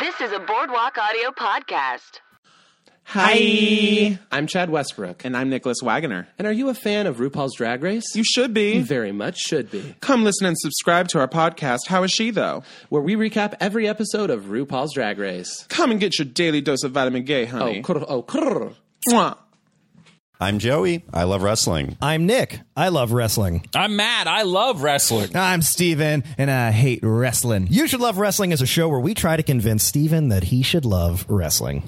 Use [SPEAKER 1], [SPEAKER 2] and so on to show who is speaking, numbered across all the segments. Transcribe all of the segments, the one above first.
[SPEAKER 1] This is a Boardwalk Audio podcast.
[SPEAKER 2] Hi.
[SPEAKER 3] I'm Chad Westbrook.
[SPEAKER 2] And I'm Nicholas Wagoner.
[SPEAKER 3] And are you a fan of RuPaul's Drag Race?
[SPEAKER 2] You should be.
[SPEAKER 3] very much should be.
[SPEAKER 2] Come listen and subscribe to our podcast, How Is She Though?
[SPEAKER 3] Where we recap every episode of RuPaul's Drag Race.
[SPEAKER 2] Come and get your daily dose of vitamin gay,
[SPEAKER 3] Oh,
[SPEAKER 2] honey.
[SPEAKER 3] crrr, oh, crrr.
[SPEAKER 2] Mwah.
[SPEAKER 4] I'm Joey. I love wrestling.
[SPEAKER 5] I'm Nick. I love wrestling.
[SPEAKER 6] I'm mad. I love wrestling.
[SPEAKER 5] I'm Steven, and I hate wrestling. You Should Love Wrestling is a show where we try to convince Steven that he should love wrestling.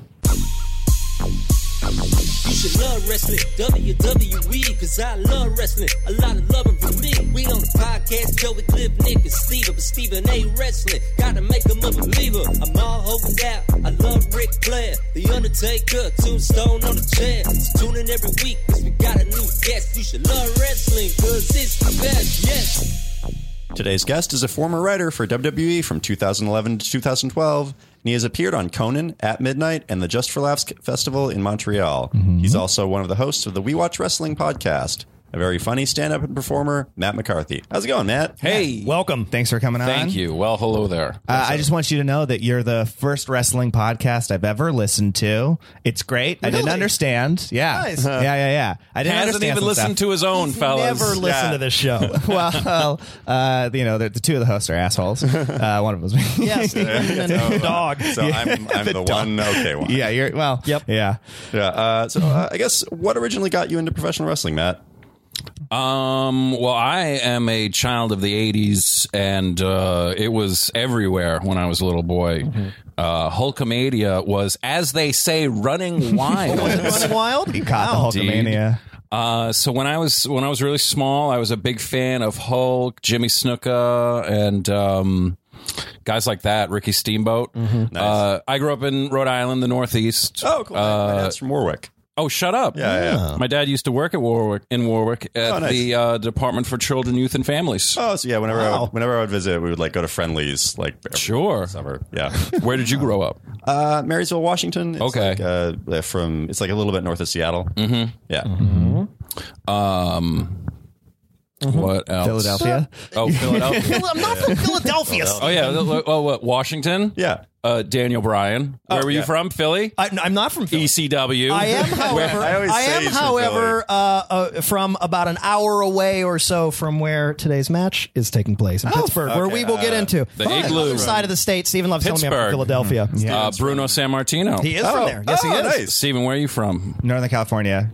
[SPEAKER 7] You should love wrestling, WWE, cause I love wrestling. A lot of loving from me. We on the podcast, Joey Cliff, Nick, and Steven, but Steven ain't wrestling. Gotta make him a believer. I'm all Hogan out. I love Ric Flair, The Undertaker, Tombstone on the chair. So tune in every week, cause we got a new guest. You should love wrestling, cause it's the best, yes.
[SPEAKER 4] Today's guest is a former writer for WWE from 2011 to 2012, and he has appeared on Conan, At Midnight, and the Just for Laughs Festival in Montreal. He's also one of the hosts of the We Watch Wrestling podcast. A very funny stand-up and performer, Matt McCarthy. How's it going, Matt?
[SPEAKER 6] Hey.
[SPEAKER 5] Welcome. Thanks for coming on.
[SPEAKER 6] Thank you. Well, hello there.
[SPEAKER 5] Uh, I just want you to know that you're the first wrestling podcast I've ever listened to. It's great. I didn't understand. Yeah. Yeah, yeah, yeah. I didn't
[SPEAKER 6] Hasn't
[SPEAKER 5] understand
[SPEAKER 6] even
[SPEAKER 5] some
[SPEAKER 6] listened
[SPEAKER 5] stuff.
[SPEAKER 6] to his own, fellas.
[SPEAKER 5] Never listen
[SPEAKER 4] Yeah.
[SPEAKER 5] to this show. well, uh, you know, the, the two of the hosts are assholes. Uh, one of them's me. Yes, dog.
[SPEAKER 4] So I'm, I'm the, one okay one.
[SPEAKER 5] Yeah, you're well. Yep. Yeah.
[SPEAKER 4] Yeah, uh, so uh, I guess what originally got you into professional wrestling, Matt?
[SPEAKER 6] Um, well, I am a child of the 80s, and uh, it was everywhere when I was a little boy.
[SPEAKER 5] Mm-hmm.
[SPEAKER 6] Uh, Hulkamania was, as they say, running wild.
[SPEAKER 5] wild. He caught the
[SPEAKER 6] Indeed.
[SPEAKER 5] Hulkamania.
[SPEAKER 6] Uh, so when I was when I was really small, I was a big fan of Hulk, Jimmy Snuka, and um, guys like that, Ricky Steamboat.
[SPEAKER 5] Mm-hmm.
[SPEAKER 6] Uh, I grew up in Rhode Island, the Northeast.
[SPEAKER 4] Oh, cool. My dad's from Warwick.
[SPEAKER 6] Oh, shut up!
[SPEAKER 4] Yeah, yeah.
[SPEAKER 6] My dad used to work at Warwick in Warwick at
[SPEAKER 4] Oh, nice.
[SPEAKER 6] the uh, Department for Children, Youth, and Families.
[SPEAKER 4] Oh, so yeah. Whenever I would, whenever I would visit, we would like go to friendlies, like every
[SPEAKER 6] Sure.
[SPEAKER 4] summer. Yeah.
[SPEAKER 6] Where did you grow up?
[SPEAKER 4] Uh, Marysville, Washington. It's
[SPEAKER 6] Okay.
[SPEAKER 4] like, uh, from it's like a little bit north of Seattle. Mm-hmm. Yeah,
[SPEAKER 6] Um, What else?
[SPEAKER 5] Philadelphia.
[SPEAKER 6] Oh, Philadelphia.
[SPEAKER 5] I'm not from Philadelphia.
[SPEAKER 6] oh yeah. Oh, what? Washington.
[SPEAKER 4] yeah. Oh,
[SPEAKER 6] Uh, Daniel Bryan. Where were you
[SPEAKER 4] yeah.
[SPEAKER 6] from? Philly. E
[SPEAKER 5] I, am not from Philadelphia.
[SPEAKER 6] ECW.
[SPEAKER 8] I am, however,
[SPEAKER 4] I
[SPEAKER 8] I,
[SPEAKER 4] always say
[SPEAKER 8] am,
[SPEAKER 4] he's from
[SPEAKER 8] however, uh, uh, from about an hour away or so from where today's match is taking place
[SPEAKER 5] Oh,
[SPEAKER 8] in Pittsburgh, where we will get
[SPEAKER 5] Uh,
[SPEAKER 8] into
[SPEAKER 6] the
[SPEAKER 8] Fine.
[SPEAKER 6] Igloo.
[SPEAKER 8] other side of the state. Stephen loves telling me I'm
[SPEAKER 6] Pittsburgh.
[SPEAKER 8] from Philadelphia.
[SPEAKER 5] Mm-hmm.
[SPEAKER 8] Yeah.
[SPEAKER 6] Uh, Bruno San Martino.
[SPEAKER 8] he is from there. Yes,
[SPEAKER 4] oh,
[SPEAKER 8] he is.
[SPEAKER 4] nice.
[SPEAKER 6] Steven, where are you from?
[SPEAKER 5] Northern California.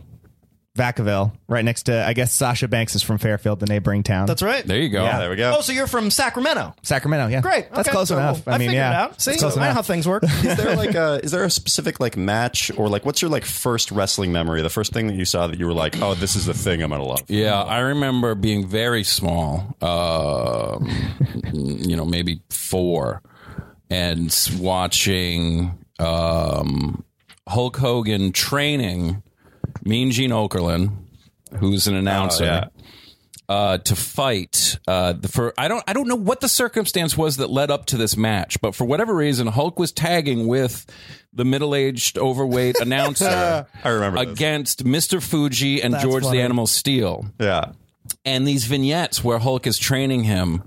[SPEAKER 5] Vacaville, right next to, I guess Sasha Banks is from Fairfield, the neighboring town.
[SPEAKER 8] That's right.
[SPEAKER 6] There you go.
[SPEAKER 4] There we go.
[SPEAKER 8] Oh, so you're from Sacramento?
[SPEAKER 5] Sacramento, yeah.
[SPEAKER 8] Great.
[SPEAKER 5] That's
[SPEAKER 8] Okay,
[SPEAKER 5] close
[SPEAKER 8] so
[SPEAKER 5] enough. I, mean,
[SPEAKER 8] figured
[SPEAKER 5] yeah.
[SPEAKER 8] It out.
[SPEAKER 5] That's
[SPEAKER 8] See,
[SPEAKER 5] close
[SPEAKER 8] I know
[SPEAKER 5] enough.
[SPEAKER 8] how things work.
[SPEAKER 4] is there like a is there a specific like match or like what's your like first wrestling memory? The first thing that you saw that you were like, oh, this is the thing I'm gonna love.
[SPEAKER 6] Yeah, I remember being very small, um, you know, maybe four, and s- watching um, Hulk Hogan training Mean Gene Okerlund, who's an announcer.
[SPEAKER 4] Oh, yeah.
[SPEAKER 6] Uh, to fight uh, the for I don't I don't know what the circumstance was that led up to this match, but for whatever reason, Hulk was tagging with the middle aged overweight announcer
[SPEAKER 4] I remember this.
[SPEAKER 6] against Mr. Fuji and George the Animal Steel
[SPEAKER 4] Yeah,
[SPEAKER 6] and these vignettes where Hulk is training him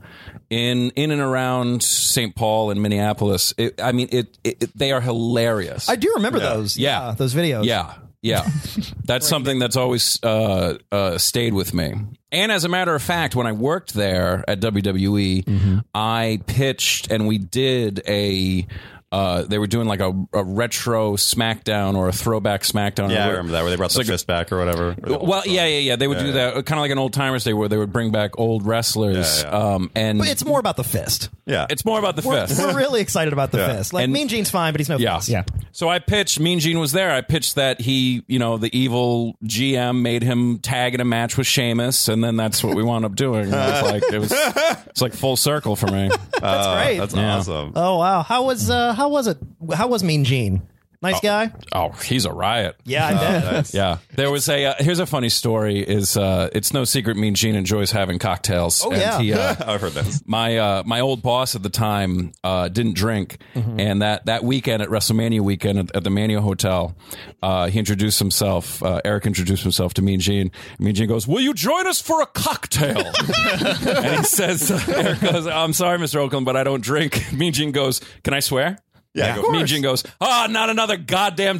[SPEAKER 6] in in and around St. Paul and Minneapolis. It, I mean, it, it, it- they are hilarious.
[SPEAKER 8] I do remember those.
[SPEAKER 6] Yeah.
[SPEAKER 8] those videos.
[SPEAKER 6] yeah, yeah. That's something that's always uh, uh, stayed with me. And as a matter of fact, when I worked there at WWE,
[SPEAKER 8] Mm-hmm.
[SPEAKER 6] I pitched and we did a. Uh, they were doing like a, a retro SmackDown or a throwback SmackDown. or
[SPEAKER 4] yeah. I
[SPEAKER 6] whatever.
[SPEAKER 4] remember that where they brought the
[SPEAKER 6] It's like-
[SPEAKER 4] fist back or whatever.
[SPEAKER 6] Well, yeah, yeah, yeah. They would do that kind of like an old timers day where they would bring back old wrestlers.
[SPEAKER 4] Yeah, yeah.
[SPEAKER 6] Um, and
[SPEAKER 8] but it's more about the fist.
[SPEAKER 4] yeah.
[SPEAKER 6] it's more about the
[SPEAKER 8] We're,
[SPEAKER 6] fist.
[SPEAKER 8] we're really excited about the
[SPEAKER 4] Yeah.
[SPEAKER 8] fist. Like
[SPEAKER 6] And-
[SPEAKER 8] Mean Gene's fine, but he's no
[SPEAKER 6] Yeah.
[SPEAKER 8] fist.
[SPEAKER 5] Yeah.
[SPEAKER 6] So I pitched, Mean Gene was there. I pitched that he, you know, the evil GM made him tag in a match with Sheamus, and then that's what we wound up doing. And It's like, it was, it's like full circle for me. Uh,
[SPEAKER 8] That's great.
[SPEAKER 4] that's awesome.
[SPEAKER 8] oh wow. How was uh, how was it? How was Mean Gene? Nice guy.
[SPEAKER 6] Oh, Uh, he's a riot.
[SPEAKER 8] Yeah, I bet.
[SPEAKER 6] Yeah. There was a, uh, here's a funny story is uh, it's no secret Mean Gene enjoys having cocktails. Oh,
[SPEAKER 8] yeah.
[SPEAKER 4] I've heard that.
[SPEAKER 6] my uh, my old boss at the time uh, didn't drink, and that, that weekend at WrestleMania weekend at, at the Mania Hotel, uh, he introduced himself. Uh, Eric introduced himself to me and Gene. And me and Gene goes, "Will you join us for a cocktail?" and he says, "Eric goes, I'm sorry, Mr. Oakland, but I don't drink." Me and Gene goes, "Can I swear?"
[SPEAKER 4] Yeah, go-
[SPEAKER 6] Meejin goes, ah, not another goddamn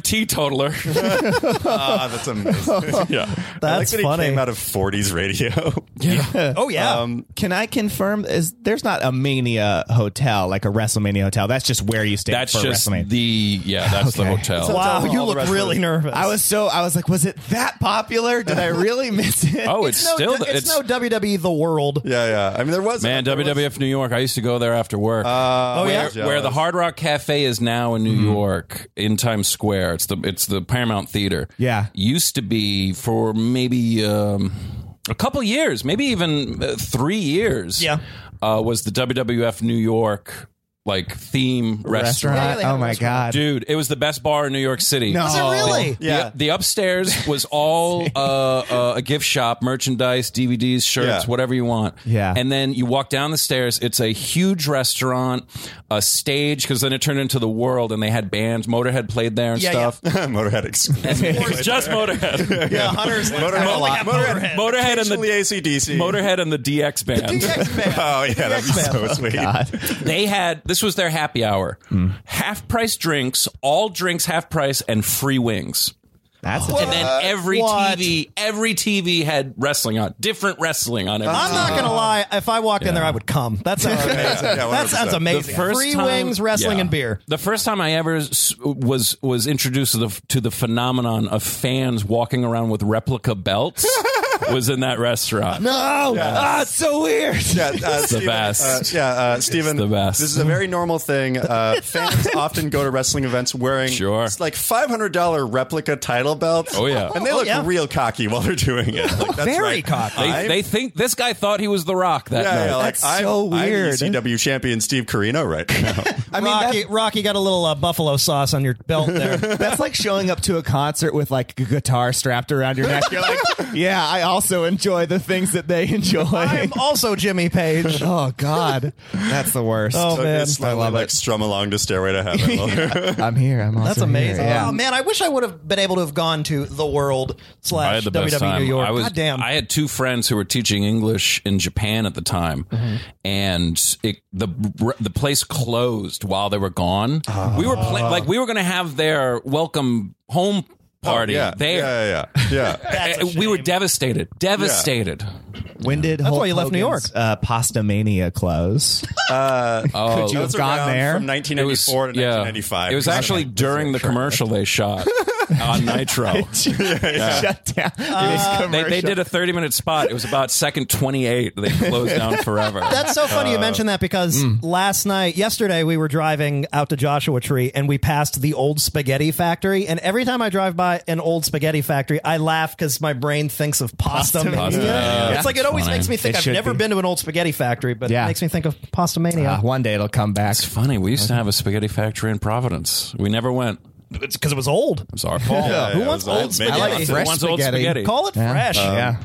[SPEAKER 6] teetotaler.
[SPEAKER 4] Ah, that's amazing. yeah, I like
[SPEAKER 8] That's
[SPEAKER 4] that
[SPEAKER 8] funny.
[SPEAKER 4] He came out of '40s radio.
[SPEAKER 6] yeah.
[SPEAKER 5] Oh yeah.
[SPEAKER 6] Um,
[SPEAKER 5] Can I confirm? Is there's not a Mania hotel like a WrestleMania hotel? That's just where you stay
[SPEAKER 6] That's
[SPEAKER 5] for
[SPEAKER 6] just
[SPEAKER 5] WrestleMania.
[SPEAKER 6] the yeah. That's the
[SPEAKER 5] Okay.
[SPEAKER 6] hotel.
[SPEAKER 8] Wow,
[SPEAKER 4] all
[SPEAKER 8] you
[SPEAKER 4] the
[SPEAKER 8] look
[SPEAKER 4] rest
[SPEAKER 8] really
[SPEAKER 4] of it.
[SPEAKER 8] nervous.
[SPEAKER 5] I was so I was like, was it that popular? Did I really miss it?
[SPEAKER 6] oh, it's,
[SPEAKER 8] no,
[SPEAKER 6] still
[SPEAKER 8] it's,
[SPEAKER 6] the- it's,
[SPEAKER 8] no WWE the world.
[SPEAKER 4] yeah, yeah. I mean, there was
[SPEAKER 6] man.
[SPEAKER 4] there was-
[SPEAKER 6] WWF New York. I used to go there after work.
[SPEAKER 4] Uh,
[SPEAKER 8] Oh, yeah?
[SPEAKER 4] I'm jealous.
[SPEAKER 6] where the Hard Rock Cafe is now in New York in Times Square. It's the it's the Paramount Theater.
[SPEAKER 5] Yeah.
[SPEAKER 6] used to be for maybe um, a couple years, maybe even uh, three years.
[SPEAKER 8] Yeah.
[SPEAKER 6] uh, was the WWF New York like theme restaurant.
[SPEAKER 5] restaurant. oh my
[SPEAKER 8] Uh,
[SPEAKER 5] god.
[SPEAKER 6] Dude, it was the best bar in New York City.
[SPEAKER 5] No.
[SPEAKER 8] Is it really?
[SPEAKER 6] The-
[SPEAKER 4] Yeah.
[SPEAKER 6] The, upstairs was all uh, uh, a gift shop, merchandise, DVDs, shirts,
[SPEAKER 4] Yeah.
[SPEAKER 6] whatever you want.
[SPEAKER 5] Yeah.
[SPEAKER 6] And then you walk down the stairs. It's a huge restaurant, a stage, because then it turned into the world and they had bands. Motorhead played there and
[SPEAKER 8] Yeah,
[SPEAKER 6] stuff.
[SPEAKER 4] Motorhead exclusive.
[SPEAKER 6] It was just Motorhead.
[SPEAKER 4] yeah, Hunter's Motorhead a lot. Motorhead,
[SPEAKER 6] Motorhead and
[SPEAKER 4] Actually,
[SPEAKER 6] the
[SPEAKER 4] ACDC.
[SPEAKER 6] Motorhead and the DX band.
[SPEAKER 4] Oh yeah, that'd be so sweet.
[SPEAKER 6] they had this was their happy hour.
[SPEAKER 8] Hmm.
[SPEAKER 6] Half price drinks, all drinks half price, and free wings.
[SPEAKER 5] That's
[SPEAKER 6] and then every
[SPEAKER 8] What?
[SPEAKER 6] TV, every TV had wrestling on, different wrestling on every.
[SPEAKER 8] I'm
[SPEAKER 6] TV.
[SPEAKER 8] not gonna lie. If I walked in there, I would come. That sounds amazing.
[SPEAKER 4] Yeah,
[SPEAKER 8] that
[SPEAKER 4] 100%.
[SPEAKER 8] sounds amazing. Free wings, wrestling,
[SPEAKER 6] yeah.
[SPEAKER 8] and beer.
[SPEAKER 6] The first time I ever s- was was introduced to the to the phenomenon of fans walking around with replica belts was in that restaurant.
[SPEAKER 8] No, ah, it's so weird.
[SPEAKER 4] Yeah, uh,
[SPEAKER 6] the
[SPEAKER 4] Steven,
[SPEAKER 6] best.
[SPEAKER 4] uh, yeah, uh, Steven.
[SPEAKER 6] the best.
[SPEAKER 4] This is a very normal thing. Uh, fans often go to wrestling events wearing
[SPEAKER 6] Sure.
[SPEAKER 4] it's like five hundred dollar replica title belts.
[SPEAKER 6] Oh, yeah.
[SPEAKER 4] and they look
[SPEAKER 8] yeah.
[SPEAKER 4] real cocky while they're doing it. Like, that's
[SPEAKER 8] Very
[SPEAKER 4] right.
[SPEAKER 8] cocky.
[SPEAKER 6] They,
[SPEAKER 4] I'm-
[SPEAKER 6] they think this guy thought he was the Rock that
[SPEAKER 4] yeah,
[SPEAKER 6] night.
[SPEAKER 4] yeah, like,
[SPEAKER 5] That's
[SPEAKER 4] I'm,
[SPEAKER 5] so weird.
[SPEAKER 4] I'm the ECW champion Steve Carino right now.
[SPEAKER 8] I mean, Rocky, Rocky got a little uh, buffalo sauce on your belt there.
[SPEAKER 5] That's like showing up to a concert with like a guitar strapped around your neck. You're like, yeah, I also enjoy the things that they enjoy.
[SPEAKER 8] I'm also Jimmy Page.
[SPEAKER 5] oh God, that's the worst.
[SPEAKER 8] Oh,
[SPEAKER 4] So
[SPEAKER 8] man.
[SPEAKER 4] it's slowly,
[SPEAKER 5] I love
[SPEAKER 4] like
[SPEAKER 5] it.
[SPEAKER 4] strum along to Stairway to Heaven.
[SPEAKER 5] I'm here. I'm also
[SPEAKER 8] That's amazing.
[SPEAKER 5] Here. Yeah.
[SPEAKER 8] Oh man, I wish I would have been able to have gone to the world
[SPEAKER 6] I
[SPEAKER 8] slash
[SPEAKER 6] had the
[SPEAKER 8] WWE
[SPEAKER 6] best time.
[SPEAKER 8] New York.
[SPEAKER 6] I was,
[SPEAKER 8] God damn.
[SPEAKER 6] I had two friends who were teaching English in Japan at the time,
[SPEAKER 8] Mm-hmm.
[SPEAKER 6] and it, the the place closed while they were gone.
[SPEAKER 4] Ah.
[SPEAKER 6] We were pla- like we were going to have their welcome home party
[SPEAKER 4] Oh, yeah,
[SPEAKER 6] there.
[SPEAKER 4] yeah, yeah, yeah. yeah.
[SPEAKER 8] That's a
[SPEAKER 6] And we were
[SPEAKER 8] shame.
[SPEAKER 6] devastated. Devastated.
[SPEAKER 5] When did
[SPEAKER 8] That's
[SPEAKER 5] Hulk
[SPEAKER 8] why you left New
[SPEAKER 5] Hogan's, Uh, Pasta Mania close.
[SPEAKER 6] Oh,
[SPEAKER 5] Could you
[SPEAKER 4] That's
[SPEAKER 5] have gone
[SPEAKER 4] around
[SPEAKER 5] there?
[SPEAKER 4] From 1994 to 1995.
[SPEAKER 6] It was actually during the commercial they shot on Nitro.
[SPEAKER 5] Shut down.
[SPEAKER 4] Uh,
[SPEAKER 6] They, they did a 30 minute spot. It was about second 28. They closed down forever.
[SPEAKER 8] That's so funny
[SPEAKER 6] Uh,
[SPEAKER 8] you mentioned that because
[SPEAKER 5] hmm.
[SPEAKER 8] last night, yesterday, we were driving out to Joshua Tree and we passed the old spaghetti factory. And every time I drive by an old spaghetti factory, I laugh because my brain thinks of pasta, mania.
[SPEAKER 5] Pasta Mania.
[SPEAKER 8] It's like it always
[SPEAKER 6] Funny.
[SPEAKER 8] makes me think
[SPEAKER 5] It
[SPEAKER 8] I've
[SPEAKER 5] should
[SPEAKER 8] never
[SPEAKER 5] be.
[SPEAKER 8] been to an old spaghetti factory, but
[SPEAKER 5] Yeah.
[SPEAKER 8] it makes me think of pasta mania
[SPEAKER 5] Uh, one day it'll come back.
[SPEAKER 6] It's funny. We used to have a spaghetti factory in Providence. We never went.
[SPEAKER 8] It's because it was old.
[SPEAKER 6] It's our fault.
[SPEAKER 8] Who
[SPEAKER 4] it
[SPEAKER 8] wants
[SPEAKER 4] was old
[SPEAKER 8] old
[SPEAKER 4] mania.
[SPEAKER 8] spaghetti?
[SPEAKER 4] I like
[SPEAKER 6] Who wants old spaghetti? Uh.
[SPEAKER 8] Call it
[SPEAKER 5] Yeah.
[SPEAKER 8] fresh.
[SPEAKER 5] yeah.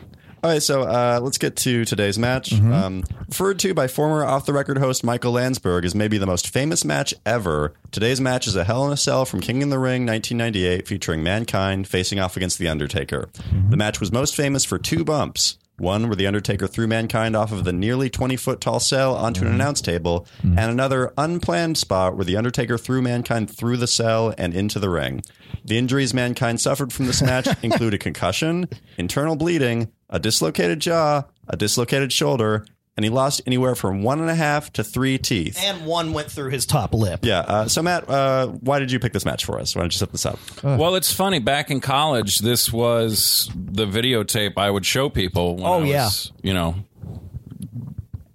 [SPEAKER 4] All right, so uh, let's get to today's match. Um, referred to by former off the record host Michael Landsberg as maybe the most famous match ever. Today's match is a Hell in a Cell from King in the Ring 1998 featuring Mankind facing off against The Undertaker. The match was most famous for two bumps. One where The Undertaker threw Mankind off of the nearly 20 foot tall cell onto an announce table, and another unplanned spot where The Undertaker threw Mankind through the cell and into the ring. The injuries Mankind suffered from this match include a concussion, internal bleeding, a dislocated jaw, a dislocated shoulder, and he lost anywhere from one and a half to three teeth.
[SPEAKER 8] And one went through his top lip.
[SPEAKER 4] yeah. Uh, so, Matt, uh, why did you pick this match for us? Why don't you set this up?
[SPEAKER 6] Well, it's funny. Back in college, this was the videotape I would show people. When
[SPEAKER 8] Oh,
[SPEAKER 6] I was,
[SPEAKER 8] yeah.
[SPEAKER 6] You know,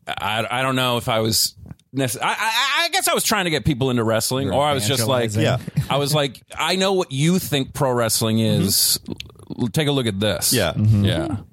[SPEAKER 6] I, I don't know if I was. necess- I, I, I guess I was trying to get people into wrestling, or I was just like,
[SPEAKER 4] Yeah.
[SPEAKER 6] I was like, I know what you think pro wrestling is.
[SPEAKER 8] Mm-hmm.
[SPEAKER 6] L- Take a look at this.
[SPEAKER 4] Yeah.
[SPEAKER 6] yeah.
[SPEAKER 4] Mm-hmm.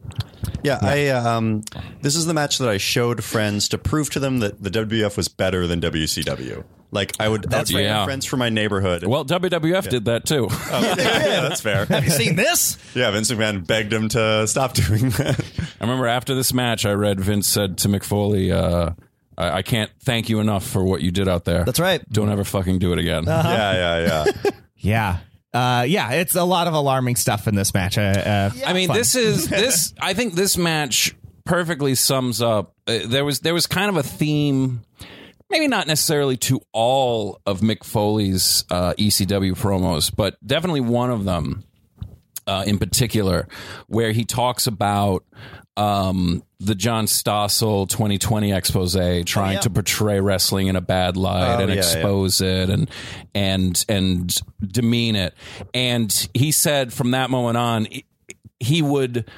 [SPEAKER 4] Yeah, I um, this is the match that I showed friends to prove to them that the WWF was better than WCW. Like I would, that's
[SPEAKER 6] right. Yeah.
[SPEAKER 4] friends from my neighborhood. Oh,
[SPEAKER 6] Well, WWF did that too.
[SPEAKER 4] yeah, that's fair.
[SPEAKER 8] You seen this?
[SPEAKER 4] Yeah, Vince McMahon begged him to stop doing that.
[SPEAKER 6] I remember after this match, I read Vince said to McFoley, uh, I, I can't thank you enough for what you did out there.
[SPEAKER 8] That's right. Uh,
[SPEAKER 6] Don't ever fucking do it again.
[SPEAKER 4] Uh-huh. Yeah, yeah, yeah.
[SPEAKER 5] Yeah. Uh, yeah, it's a lot of alarming stuff in this match. Uh, uh,
[SPEAKER 6] I mean,
[SPEAKER 5] fun.
[SPEAKER 6] this is this. I think this match perfectly sums up. Uh, there was there was kind of a theme maybe not necessarily to all of Mick Foley's uh, ECW promos, but definitely one of them uh, in particular, where he talks about um, the John Stossel 2020 expose, trying to portray wrestling in a bad light
[SPEAKER 4] Oh,
[SPEAKER 6] and
[SPEAKER 4] yeah,
[SPEAKER 6] expose it and and and demean it. And he said from that moment on, he- he would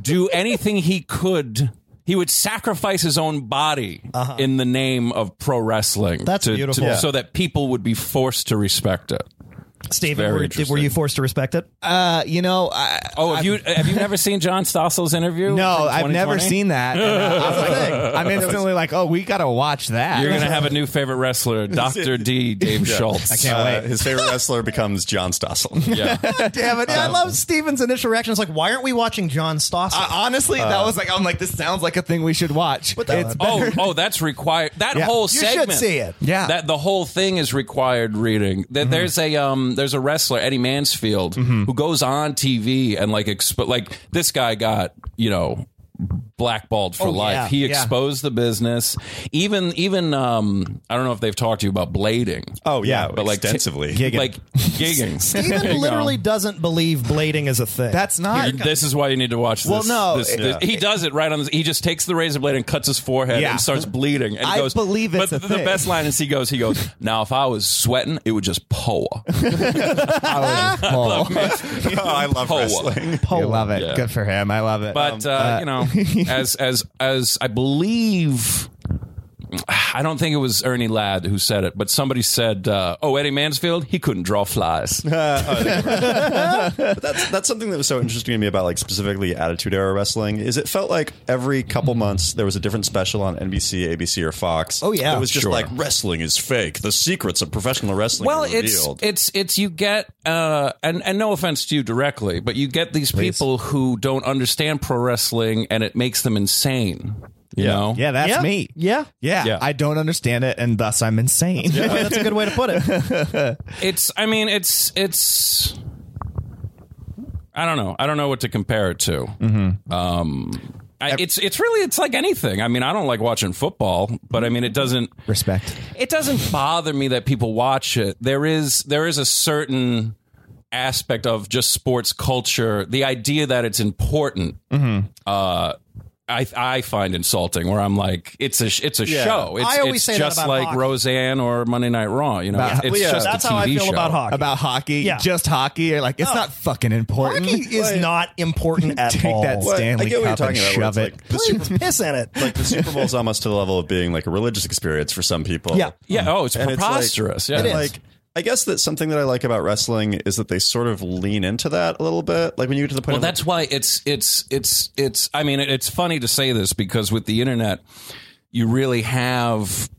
[SPEAKER 6] do anything he could. He would sacrifice his own body
[SPEAKER 4] Uh-huh.
[SPEAKER 6] in the name of pro wrestling.
[SPEAKER 8] That's
[SPEAKER 6] to- to-
[SPEAKER 8] beautiful. Yeah.
[SPEAKER 6] So that people would be forced to respect it.
[SPEAKER 8] Steven,
[SPEAKER 6] very
[SPEAKER 8] were, did,
[SPEAKER 6] interesting.
[SPEAKER 8] were you forced to respect it?
[SPEAKER 5] Uh, you know, I,
[SPEAKER 6] Oh, have you have you never seen John Stossel's interview?
[SPEAKER 5] no,
[SPEAKER 6] from
[SPEAKER 5] I've never
[SPEAKER 6] 2020?
[SPEAKER 5] seen that. And, uh, I was like, I'm instantly like, oh, we gotta watch that.
[SPEAKER 6] You're gonna have a new favorite wrestler, Doctor D, Dave Schultz.
[SPEAKER 5] I can't
[SPEAKER 4] Uh,
[SPEAKER 5] wait.
[SPEAKER 4] his favorite wrestler becomes John Stossel.
[SPEAKER 6] Yeah,
[SPEAKER 8] Damn it! I love Steven's initial reaction. It's like, why aren't we watching John Stossel?
[SPEAKER 5] Uh, honestly, that was like I'm like this sounds like a thing we should watch. But it's
[SPEAKER 6] Oh, oh, that's required. That
[SPEAKER 5] Yeah.
[SPEAKER 6] whole
[SPEAKER 5] You
[SPEAKER 8] should
[SPEAKER 6] segment.
[SPEAKER 8] see it.
[SPEAKER 5] Yeah.
[SPEAKER 6] That the whole thing is required reading. There-
[SPEAKER 5] Mm-hmm.
[SPEAKER 6] There's a um, there's a wrestler Eddie Mansfield who goes on TV and like exp- like this guy got you know blackballed
[SPEAKER 5] Oh,
[SPEAKER 6] for life.
[SPEAKER 8] yeah,
[SPEAKER 6] he
[SPEAKER 8] yeah.
[SPEAKER 6] exposed the business. Even even um, I don't know if they've talked to you about blading.
[SPEAKER 4] Oh yeah,
[SPEAKER 6] but like
[SPEAKER 4] extensively.
[SPEAKER 5] Gigging.
[SPEAKER 6] like gigging. There you
[SPEAKER 8] Steven
[SPEAKER 6] go.
[SPEAKER 8] literally doesn't believe blading is a thing.
[SPEAKER 5] that's not.
[SPEAKER 6] This is why you need to watch this.
[SPEAKER 5] Well, no,
[SPEAKER 6] this,
[SPEAKER 5] it-
[SPEAKER 6] this- he does it right on. This, he just takes the razor blade and cuts his forehead
[SPEAKER 5] Yeah.
[SPEAKER 6] and starts bleeding. And he
[SPEAKER 5] I
[SPEAKER 6] goes,
[SPEAKER 5] believe it's
[SPEAKER 6] But
[SPEAKER 5] a
[SPEAKER 6] the
[SPEAKER 5] thing.
[SPEAKER 6] best line is he goes, he goes. Now, if I was sweating, it would just pour.
[SPEAKER 5] Oh,
[SPEAKER 4] oh, I love
[SPEAKER 6] Poa.
[SPEAKER 4] wrestling.
[SPEAKER 5] I love it.
[SPEAKER 6] Yeah.
[SPEAKER 5] Good for him. I love it. Um,
[SPEAKER 6] But uh, you know, as as as I believe. I don't think it was Ernie Ladd who said it, but somebody said, uh, "Oh, Eddie Mansfield, he couldn't draw flies."
[SPEAKER 4] But that's that's something that was so interesting to me about like specifically Attitude Era wrestling is it felt like every couple months there was a different special on NBC, ABC, or Fox.
[SPEAKER 8] Oh, yeah.
[SPEAKER 4] it was just
[SPEAKER 6] Sure.
[SPEAKER 4] like wrestling is fake. The secrets of professional wrestling.
[SPEAKER 6] Well,
[SPEAKER 4] are
[SPEAKER 6] it's
[SPEAKER 4] revealed.
[SPEAKER 6] it's it's you get uh, and and no offense to you directly, but you get these people who don't understand pro wrestling, and it makes them insane. You
[SPEAKER 4] Yeah.
[SPEAKER 6] know,
[SPEAKER 5] yeah, that's
[SPEAKER 8] Yeah.
[SPEAKER 5] me.
[SPEAKER 8] yeah,
[SPEAKER 5] Yeah.
[SPEAKER 6] Yeah.
[SPEAKER 5] I don't understand it, and thus I'm insane.
[SPEAKER 8] that's a good way to put it.
[SPEAKER 6] it's. I mean, it's it's. I don't know. I don't know what to compare it to.
[SPEAKER 8] Mm-hmm.
[SPEAKER 6] Um, I, it's it's really it's like anything. I mean, I don't like watching football, but I mean, it doesn't
[SPEAKER 5] Respect.
[SPEAKER 6] it doesn't bother me that people watch it. There is there is a certain aspect of just sports culture, the idea that it's important.
[SPEAKER 8] Mm-hmm.
[SPEAKER 6] Uh, I, I find insulting where I'm like it's a sh- it's a show. It's,
[SPEAKER 8] I always
[SPEAKER 6] it's
[SPEAKER 8] say that
[SPEAKER 6] just
[SPEAKER 8] about
[SPEAKER 6] like
[SPEAKER 8] hockey.
[SPEAKER 6] Roseanne or Monday Night Raw. You know, it's
[SPEAKER 5] well, yeah,
[SPEAKER 6] just
[SPEAKER 8] that's
[SPEAKER 6] a TV
[SPEAKER 8] how I feel
[SPEAKER 6] show.
[SPEAKER 8] about hockey.
[SPEAKER 5] About hockey,
[SPEAKER 8] Yeah.
[SPEAKER 5] just hockey. You're like, it's not fucking important.
[SPEAKER 8] hockey is not important at
[SPEAKER 5] Take
[SPEAKER 8] all.
[SPEAKER 5] that Stanley
[SPEAKER 4] I get what
[SPEAKER 5] Cup
[SPEAKER 4] you're
[SPEAKER 5] and
[SPEAKER 4] talking about. where
[SPEAKER 5] shove
[SPEAKER 4] it's
[SPEAKER 5] it.
[SPEAKER 4] Like, the Super
[SPEAKER 8] Please piss in it.
[SPEAKER 4] like the Super Bowl is almost to the level of being like a religious experience for some people.
[SPEAKER 8] Yeah.
[SPEAKER 6] Yeah. Oh, it's
[SPEAKER 4] And it's like-
[SPEAKER 6] preposterous.
[SPEAKER 4] and
[SPEAKER 6] yeah.
[SPEAKER 4] like I guess that something that I like about wrestling is that they sort of lean into that a little bit. Like when you get to the point.
[SPEAKER 6] Well,
[SPEAKER 4] of,
[SPEAKER 6] that's why it's it's it's it's. I mean, it- it's funny to say this because with the internet, you really have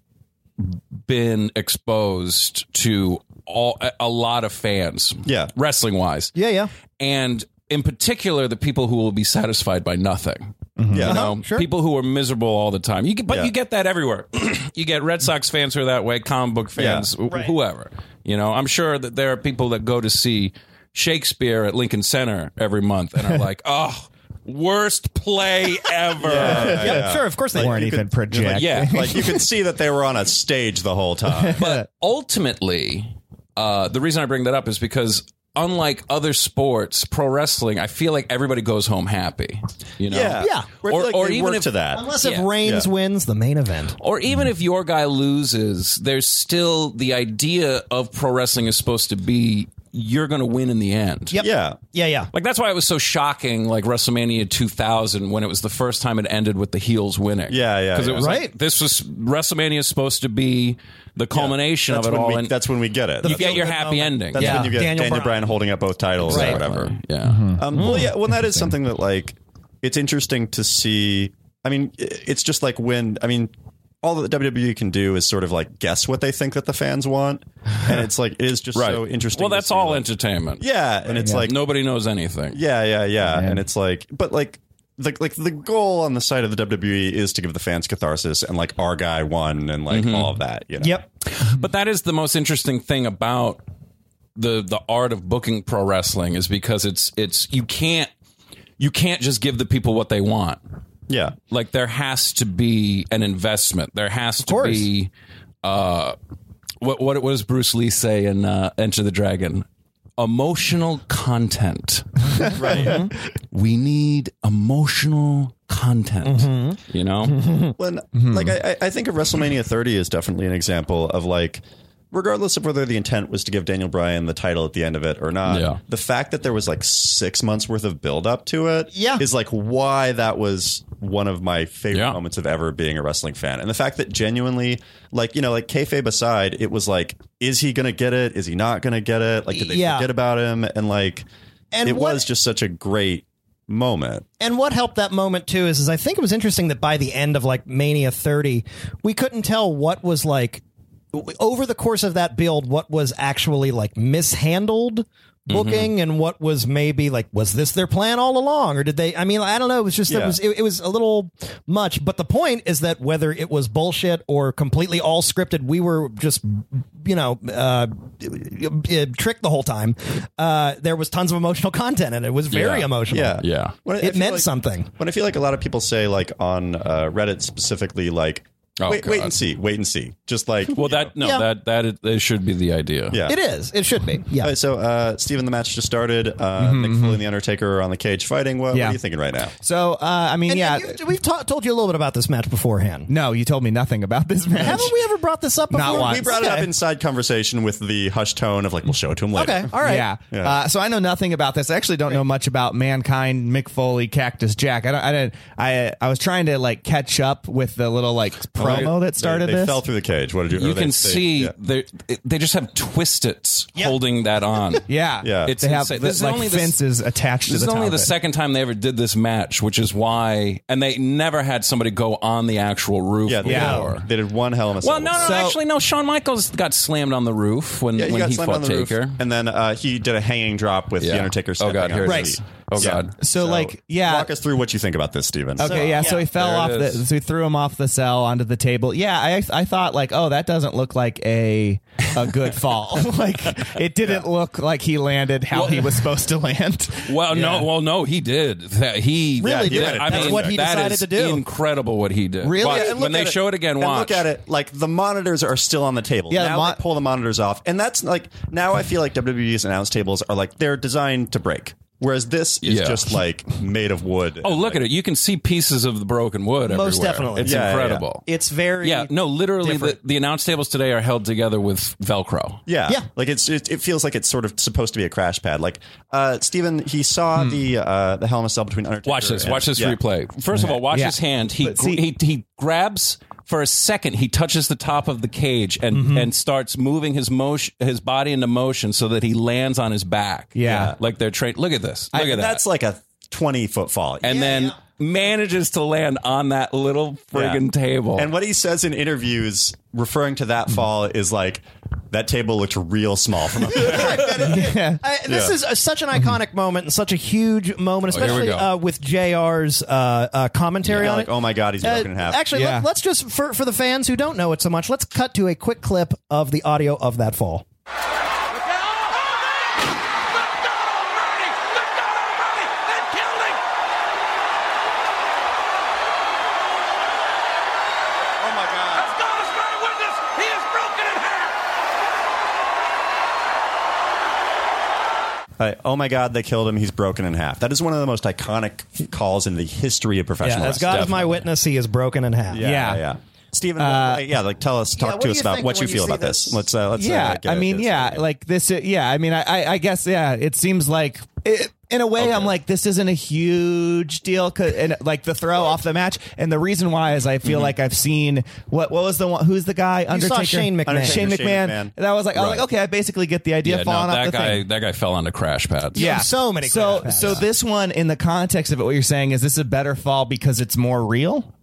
[SPEAKER 6] been exposed to all a- a lot of fans.
[SPEAKER 4] Yeah.
[SPEAKER 6] wrestling wise.
[SPEAKER 8] Yeah, yeah.
[SPEAKER 6] and in particular, the people who will be satisfied by nothing.
[SPEAKER 4] yeah.
[SPEAKER 6] You
[SPEAKER 8] Uh-huh,
[SPEAKER 6] know, people who are miserable all the time. You get, but
[SPEAKER 4] Yeah.
[SPEAKER 6] you get that everywhere. you get Red Sox fans who are that way, comic book fans, wh- whoever. You know, I'm sure that there are people that go to see Shakespeare at Lincoln Center every month and are like, oh, worst play ever.
[SPEAKER 8] Yeah, sure. Of course they
[SPEAKER 5] weren't even projecting.
[SPEAKER 6] yeah.
[SPEAKER 4] like you could see that they were on a stage the whole time.
[SPEAKER 6] But ultimately, uh, the reason I bring that up is because. Unlike other sports, pro wrestling, I feel like everybody goes home happy. You know,
[SPEAKER 8] Yeah.
[SPEAKER 4] Or,
[SPEAKER 6] Or-
[SPEAKER 4] like
[SPEAKER 6] or
[SPEAKER 4] they
[SPEAKER 6] even
[SPEAKER 4] work
[SPEAKER 6] if-
[SPEAKER 4] to that.
[SPEAKER 8] Unless if
[SPEAKER 6] Yeah.
[SPEAKER 8] Reigns wins the main event.
[SPEAKER 6] Or even if your guy loses, there's still the idea of pro wrestling is supposed to be you're going to win in the end.
[SPEAKER 8] Yep.
[SPEAKER 4] yeah.
[SPEAKER 8] Yeah, yeah.
[SPEAKER 6] Like that's why it was so shocking, like WrestleMania 2000, when it was the first time it ended with the heels winning.
[SPEAKER 4] Yeah, yeah,
[SPEAKER 6] Because
[SPEAKER 4] yeah.
[SPEAKER 6] it was like,
[SPEAKER 8] Right.
[SPEAKER 6] this was WrestleMania is supposed to be the culmination
[SPEAKER 4] That's
[SPEAKER 6] of it
[SPEAKER 4] when
[SPEAKER 6] all,
[SPEAKER 4] we,
[SPEAKER 6] and
[SPEAKER 4] that's when we get it.
[SPEAKER 6] you
[SPEAKER 4] That's,
[SPEAKER 6] get your happy
[SPEAKER 8] moment.
[SPEAKER 6] ending.
[SPEAKER 4] that's
[SPEAKER 6] yeah,
[SPEAKER 4] when you get
[SPEAKER 8] Daniel
[SPEAKER 4] Daniel,
[SPEAKER 8] Bryan.
[SPEAKER 4] Bryan. holding up both titles
[SPEAKER 8] Right. Mm-hmm.
[SPEAKER 4] or whatever.
[SPEAKER 6] yeah.
[SPEAKER 4] Um, well, yeah. Well, that is something that like it's interesting to see. I mean, i- it's just like when I mean, all that WWE can do is sort of like guess what they think that the fans want, and it's like it is just so interesting.
[SPEAKER 6] Well,
[SPEAKER 4] to
[SPEAKER 6] that's
[SPEAKER 4] see,
[SPEAKER 6] all
[SPEAKER 4] like-
[SPEAKER 6] entertainment.
[SPEAKER 4] yeah, and it's like
[SPEAKER 6] nobody knows anything.
[SPEAKER 4] yeah, yeah, yeah, and it's like, but like. The, like the goal on the side of the WWE is to give the fans catharsis and like our guy won and like all of that. You know?
[SPEAKER 8] Yep.
[SPEAKER 6] But that is the most interesting thing about the the art of booking pro wrestling is because it's it's you can't you can't just give the people what they want.
[SPEAKER 4] Yeah.
[SPEAKER 6] Like there has to be an investment. There has to
[SPEAKER 8] course.
[SPEAKER 6] be uh, what what what does Bruce Lee say in uh, Enter the Dragon? Emotional content.
[SPEAKER 4] right.
[SPEAKER 6] We need emotional content.
[SPEAKER 8] Mm-hmm.
[SPEAKER 6] You know,
[SPEAKER 4] when
[SPEAKER 6] Mm-hmm.
[SPEAKER 4] like I, I think of WrestleMania 30 is definitely an example of like regardless of whether the intent was to give Daniel Bryan the title at the end of it or not,
[SPEAKER 6] Yeah.
[SPEAKER 4] the fact that there was like six months worth of build up to it is
[SPEAKER 8] Yeah.
[SPEAKER 4] like why that was one of my favorite
[SPEAKER 6] Yeah.
[SPEAKER 4] moments of ever being a wrestling fan. And the fact that genuinely, like, you know, like kayfabe aside, it was like, is he gonna get it? Is he not gonna get it? Like, did they
[SPEAKER 8] Yeah.
[SPEAKER 4] forget about him? And like
[SPEAKER 8] And
[SPEAKER 4] it
[SPEAKER 8] what-
[SPEAKER 4] was just such a great moment.
[SPEAKER 8] And what helped that moment too is, is I think it was interesting that by the end of like Mania 30, we couldn't tell what was like w- over the course of that build, what was actually like mishandled
[SPEAKER 4] Mm-hmm.
[SPEAKER 8] booking and what was maybe like was this their plan all along or did they I mean I don't know it was just it
[SPEAKER 4] Yeah.
[SPEAKER 8] was it, it was a little much but the point is that whether it was bullshit or completely all scripted we were just you know uh, uh, tricked the whole time uh, there was tons of emotional content and it was very
[SPEAKER 6] Yeah.
[SPEAKER 8] emotional
[SPEAKER 4] Yeah.
[SPEAKER 6] Yeah.
[SPEAKER 4] When I- I
[SPEAKER 8] it
[SPEAKER 4] feel
[SPEAKER 8] meant
[SPEAKER 4] like-
[SPEAKER 8] something.
[SPEAKER 4] But I feel like a lot of people say, like on uh, Reddit specifically, like
[SPEAKER 6] Oh,
[SPEAKER 4] wait, wait
[SPEAKER 6] God.
[SPEAKER 4] and see, wait and see, just like
[SPEAKER 6] well that no
[SPEAKER 8] Yeah.
[SPEAKER 6] that that is- that should be the idea.
[SPEAKER 4] yeah.
[SPEAKER 8] It is. It should be. Yeah.
[SPEAKER 4] All right, so uh, Steven, the match just started. Uh,
[SPEAKER 6] Mm-hmm,
[SPEAKER 4] Mick Foley and the Undertaker are on the cage fighting. What, what
[SPEAKER 5] Yeah.
[SPEAKER 4] are you thinking right now?
[SPEAKER 5] So, uh, I mean,
[SPEAKER 8] And,
[SPEAKER 5] yeah.
[SPEAKER 8] and you- we've ta- told you a little bit about this match beforehand.
[SPEAKER 5] no, you told me nothing about this match.
[SPEAKER 8] Haven't we ever brought this up before?
[SPEAKER 5] Not once.
[SPEAKER 4] We brought it up
[SPEAKER 8] Okay.
[SPEAKER 4] inside conversation with the hushed tone of like, we'll show it to him later.
[SPEAKER 8] Okay. All right.
[SPEAKER 5] Yeah.
[SPEAKER 4] Yeah.
[SPEAKER 5] Uh, so I know nothing about this. I actually don't know much about mankind, Mick Foley, Cactus Jack. I don't, I didn't. I I was trying to like catch up with the little like promo that started
[SPEAKER 4] Oh, They, they
[SPEAKER 5] this.
[SPEAKER 4] fell through the cage. What did you? or
[SPEAKER 6] You
[SPEAKER 4] they-
[SPEAKER 6] can
[SPEAKER 4] they-
[SPEAKER 6] see
[SPEAKER 4] yeah.
[SPEAKER 6] they they just have twistits holding that on.
[SPEAKER 5] yeah.
[SPEAKER 4] Yeah.
[SPEAKER 5] They have
[SPEAKER 6] insane.
[SPEAKER 5] the, like fences attached to
[SPEAKER 6] This
[SPEAKER 5] the
[SPEAKER 6] is
[SPEAKER 5] top
[SPEAKER 6] only
[SPEAKER 5] of
[SPEAKER 6] the
[SPEAKER 5] it.
[SPEAKER 6] second time they ever did this match, which is why, and they never had somebody go on the actual roof.
[SPEAKER 4] Yeah, they,
[SPEAKER 5] Yeah.
[SPEAKER 6] before.
[SPEAKER 4] Did, they did one hell of a.
[SPEAKER 6] Well, no, no,
[SPEAKER 5] So-
[SPEAKER 6] actually, no. Shawn Michaels got slammed on the roof when
[SPEAKER 4] Yeah, he
[SPEAKER 6] when
[SPEAKER 4] got
[SPEAKER 6] he
[SPEAKER 4] slammed
[SPEAKER 6] fought
[SPEAKER 4] on the
[SPEAKER 6] Taker.
[SPEAKER 4] roof, and then uh, he did a hanging drop with
[SPEAKER 6] Yeah.
[SPEAKER 4] the Undertaker.
[SPEAKER 6] Oh
[SPEAKER 4] stepping
[SPEAKER 6] god,
[SPEAKER 4] on
[SPEAKER 6] here it
[SPEAKER 4] his
[SPEAKER 6] is.
[SPEAKER 4] feet.
[SPEAKER 6] Oh
[SPEAKER 4] Yeah.
[SPEAKER 6] god.
[SPEAKER 5] So, like yeah.
[SPEAKER 4] Walk us through what you think about this, Steven.
[SPEAKER 5] Okay, yeah, So he fell
[SPEAKER 6] There it
[SPEAKER 5] off the.
[SPEAKER 6] is.
[SPEAKER 5] So he threw him off the cell onto the table. Yeah, I I thought like, oh, that doesn't look like a a good fall. like it didn't look like he landed how he was supposed to land.
[SPEAKER 6] Well, no, well, no, he did. That- He
[SPEAKER 4] Really
[SPEAKER 6] did.
[SPEAKER 4] did.
[SPEAKER 6] I
[SPEAKER 4] That's
[SPEAKER 6] mean,
[SPEAKER 4] what he
[SPEAKER 6] that
[SPEAKER 8] decided
[SPEAKER 6] is
[SPEAKER 8] to do.
[SPEAKER 6] Incredible what he did.
[SPEAKER 5] Really?
[SPEAKER 6] Watch,
[SPEAKER 5] Yeah,
[SPEAKER 4] uh, and look
[SPEAKER 6] when they
[SPEAKER 4] at
[SPEAKER 6] show it again,
[SPEAKER 4] and
[SPEAKER 6] watch.
[SPEAKER 4] Look at it. Like the monitors are still on the table.
[SPEAKER 5] Yeah,
[SPEAKER 4] Yeah,
[SPEAKER 5] the
[SPEAKER 4] now
[SPEAKER 5] mon-
[SPEAKER 4] they pull the monitors off, and that's like now I feel like WWE's announce tables are like they're designed to break, whereas this is
[SPEAKER 6] Yeah.
[SPEAKER 4] just like made of wood.
[SPEAKER 6] Oh, look at it! You can see pieces of the broken wood.
[SPEAKER 8] Most
[SPEAKER 6] everywhere.
[SPEAKER 8] definitely.
[SPEAKER 6] it's
[SPEAKER 4] Yeah, yeah, yeah.
[SPEAKER 6] incredible.
[SPEAKER 8] It's very.
[SPEAKER 6] Yeah, no, literally, the,
[SPEAKER 8] different.
[SPEAKER 6] the announce tables today are held together with Velcro.
[SPEAKER 4] Yeah,
[SPEAKER 8] Yeah.
[SPEAKER 4] Like it's it, it feels like it's sort of supposed to be a crash pad. Like uh Steven, he saw the uh the Hell in a Cell between Undertaker.
[SPEAKER 6] Hmm. Watch this.
[SPEAKER 4] and-
[SPEAKER 6] Watch this
[SPEAKER 4] yeah.
[SPEAKER 6] replay. First of all, watch
[SPEAKER 5] Yeah.
[SPEAKER 6] his hand. He,
[SPEAKER 5] But see-
[SPEAKER 6] he he grabs for a second. He touches the top of the cage and and starts moving his motion his body into motion so that he lands on his back.
[SPEAKER 5] Yeah.
[SPEAKER 6] like they're trained. Look at this. Look at that.
[SPEAKER 4] That's like a twenty foot fall.
[SPEAKER 6] and then manages to land on that little friggin' table.
[SPEAKER 4] And what he says in interviews referring to that fall is like that table looked real small from up there.
[SPEAKER 8] I, this
[SPEAKER 4] Yeah.
[SPEAKER 8] is uh such an iconic moment and such a huge moment,
[SPEAKER 6] here we
[SPEAKER 8] especially
[SPEAKER 6] go.
[SPEAKER 8] uh, with Jr's uh, uh, commentary on
[SPEAKER 4] like,
[SPEAKER 8] it.
[SPEAKER 4] oh my god, he's
[SPEAKER 8] Uh,
[SPEAKER 4] broken in half.
[SPEAKER 8] actually,
[SPEAKER 5] Yeah.
[SPEAKER 8] let, let's just for for the fans who don't know it so much, let's cut to a quick clip of the audio of that fall.
[SPEAKER 4] oh my god. Uh, oh my God, they killed him. He's broken in half. That is one of the most iconic calls in the history of
[SPEAKER 8] Yeah,
[SPEAKER 4] professional
[SPEAKER 8] as God
[SPEAKER 4] wrestling.
[SPEAKER 8] is my witness, he is broken in half.
[SPEAKER 5] Yeah.
[SPEAKER 4] yeah, yeah. Stephen, yeah, like tell us,
[SPEAKER 8] yeah,
[SPEAKER 4] talk
[SPEAKER 8] what
[SPEAKER 4] to
[SPEAKER 8] do
[SPEAKER 4] us
[SPEAKER 8] you
[SPEAKER 4] about
[SPEAKER 8] think
[SPEAKER 4] what you
[SPEAKER 8] when you
[SPEAKER 4] feel
[SPEAKER 8] see
[SPEAKER 4] about this.
[SPEAKER 8] this?
[SPEAKER 4] Let's, uh, let's, uh,
[SPEAKER 5] yeah,
[SPEAKER 4] get
[SPEAKER 5] I
[SPEAKER 4] it-
[SPEAKER 5] mean,
[SPEAKER 4] get it
[SPEAKER 5] yeah,
[SPEAKER 4] started.
[SPEAKER 5] like this. Yeah, I mean, I, I, I guess, yeah, it seems like it, in a way, I'm like, this isn't a huge deal, 'cause- and like the throw off the match, and the reason why is I feel like I've seen what what was the one? Who's the guy?
[SPEAKER 8] saw
[SPEAKER 5] Undertaker,
[SPEAKER 8] Shane McMahon.
[SPEAKER 5] Undertaker, Shane
[SPEAKER 4] Shane
[SPEAKER 5] McMahon.
[SPEAKER 4] McMahon.
[SPEAKER 5] That was like, I was
[SPEAKER 6] Right.
[SPEAKER 5] like, okay, I basically get the idea.
[SPEAKER 6] yeah, no,
[SPEAKER 5] falling off
[SPEAKER 6] that
[SPEAKER 5] the
[SPEAKER 6] guy
[SPEAKER 5] thing.
[SPEAKER 6] that guy fell onto crash pads.
[SPEAKER 5] Yeah,
[SPEAKER 8] So many
[SPEAKER 5] So,
[SPEAKER 8] crash
[SPEAKER 5] so
[SPEAKER 8] pads.
[SPEAKER 5] this one in the context of it, what you're saying is this a better fall because it's more real.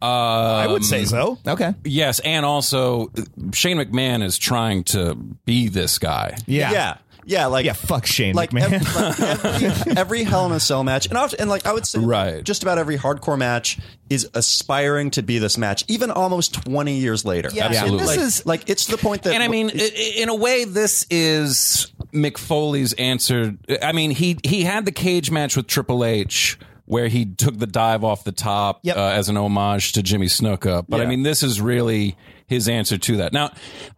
[SPEAKER 8] I would say so.
[SPEAKER 5] Okay.
[SPEAKER 6] Yes, and also Shane McMahon is trying to be this guy.
[SPEAKER 5] Yeah.
[SPEAKER 4] yeah, yeah, like
[SPEAKER 5] Yeah, fuck Shane
[SPEAKER 4] like
[SPEAKER 5] McMahon.
[SPEAKER 4] Every, like every, every Hell in a Cell match, and often, and like I would say,
[SPEAKER 6] Right.
[SPEAKER 4] just about every hardcore match is aspiring to be this match, even almost twenty years later.
[SPEAKER 8] Yeah,
[SPEAKER 6] Absolutely.
[SPEAKER 4] Like,
[SPEAKER 8] And this is
[SPEAKER 4] like it's to the point that
[SPEAKER 6] And I mean, i- i- in a way, this is McFoley's answer. I mean, he he had the cage match with Triple H where he took the dive off the top
[SPEAKER 8] Yep.
[SPEAKER 6] uh, as an homage to Jimmy Snuka. But I mean, this is really his answer to that. Now,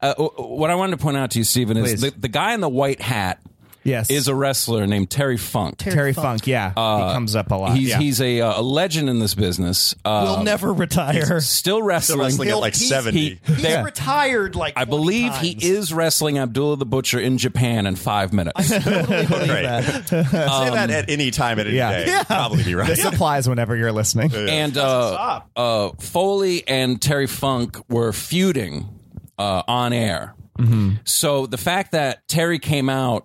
[SPEAKER 6] uh, w- w- what I wanted to point out to you, Stephen, is the, the guy in the white hat
[SPEAKER 5] Yes.
[SPEAKER 6] is a wrestler named Terry Funk.
[SPEAKER 5] Terry Funk. Yeah. he comes up a lot.
[SPEAKER 6] He's,
[SPEAKER 5] yeah.
[SPEAKER 6] he's a, uh, a legend in this business. Uh,
[SPEAKER 8] He'll never retire.
[SPEAKER 6] still wrestling.
[SPEAKER 4] wrestling at like
[SPEAKER 8] he's-
[SPEAKER 4] 70.
[SPEAKER 6] He-
[SPEAKER 8] He's
[SPEAKER 6] there-
[SPEAKER 8] retired like
[SPEAKER 6] I
[SPEAKER 8] 20
[SPEAKER 6] believe he
[SPEAKER 8] times.
[SPEAKER 6] is wrestling Abdullah the Butcher in Japan in five minutes.
[SPEAKER 8] Totally believe
[SPEAKER 4] Right.
[SPEAKER 8] that.
[SPEAKER 4] Say that at any time at any
[SPEAKER 5] yeah.
[SPEAKER 4] day. Yeah. Probably be right.
[SPEAKER 5] this applies whenever you're listening.
[SPEAKER 6] and uh, uh, Foley and Terry Funk were feuding uh, on air.
[SPEAKER 5] Mm-hmm.
[SPEAKER 6] So the fact that Terry came out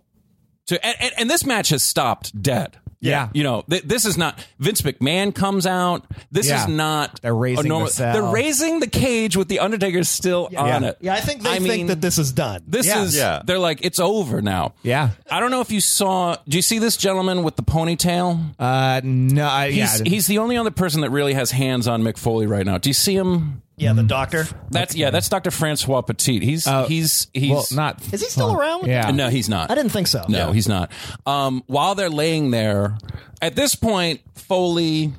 [SPEAKER 6] to and, and, and this match has stopped dead.
[SPEAKER 5] Yeah.
[SPEAKER 6] you know th- this is not Vince McMahon comes out. This
[SPEAKER 5] Yeah.
[SPEAKER 6] is not
[SPEAKER 5] They're raising
[SPEAKER 6] a
[SPEAKER 5] the
[SPEAKER 6] normal-
[SPEAKER 5] cell.
[SPEAKER 6] They're raising the cage with the Undertaker still on
[SPEAKER 5] Yeah.
[SPEAKER 6] it.
[SPEAKER 8] Yeah, I think they
[SPEAKER 6] I
[SPEAKER 8] think
[SPEAKER 6] mean-
[SPEAKER 8] that this is done.
[SPEAKER 6] This
[SPEAKER 5] Yeah.
[SPEAKER 6] is
[SPEAKER 4] Yeah.
[SPEAKER 6] they're like it's over now.
[SPEAKER 5] Yeah.
[SPEAKER 6] I don't know if you saw. Do you see this gentleman with the ponytail?
[SPEAKER 5] Uh, no, I, yeah,
[SPEAKER 6] he's, he's the only other person that really has hands on Mick Foley right now. Do you see him?
[SPEAKER 8] yeah, the doctor.
[SPEAKER 6] That's yeah. That's Dr. Francois Petit. He's he's he's
[SPEAKER 5] Oh, well, not.
[SPEAKER 8] Is he still around?
[SPEAKER 5] Yeah.
[SPEAKER 6] No, he's not.
[SPEAKER 8] I didn't think so.
[SPEAKER 6] No, he's not. Um, while they're laying there, at this point, Foley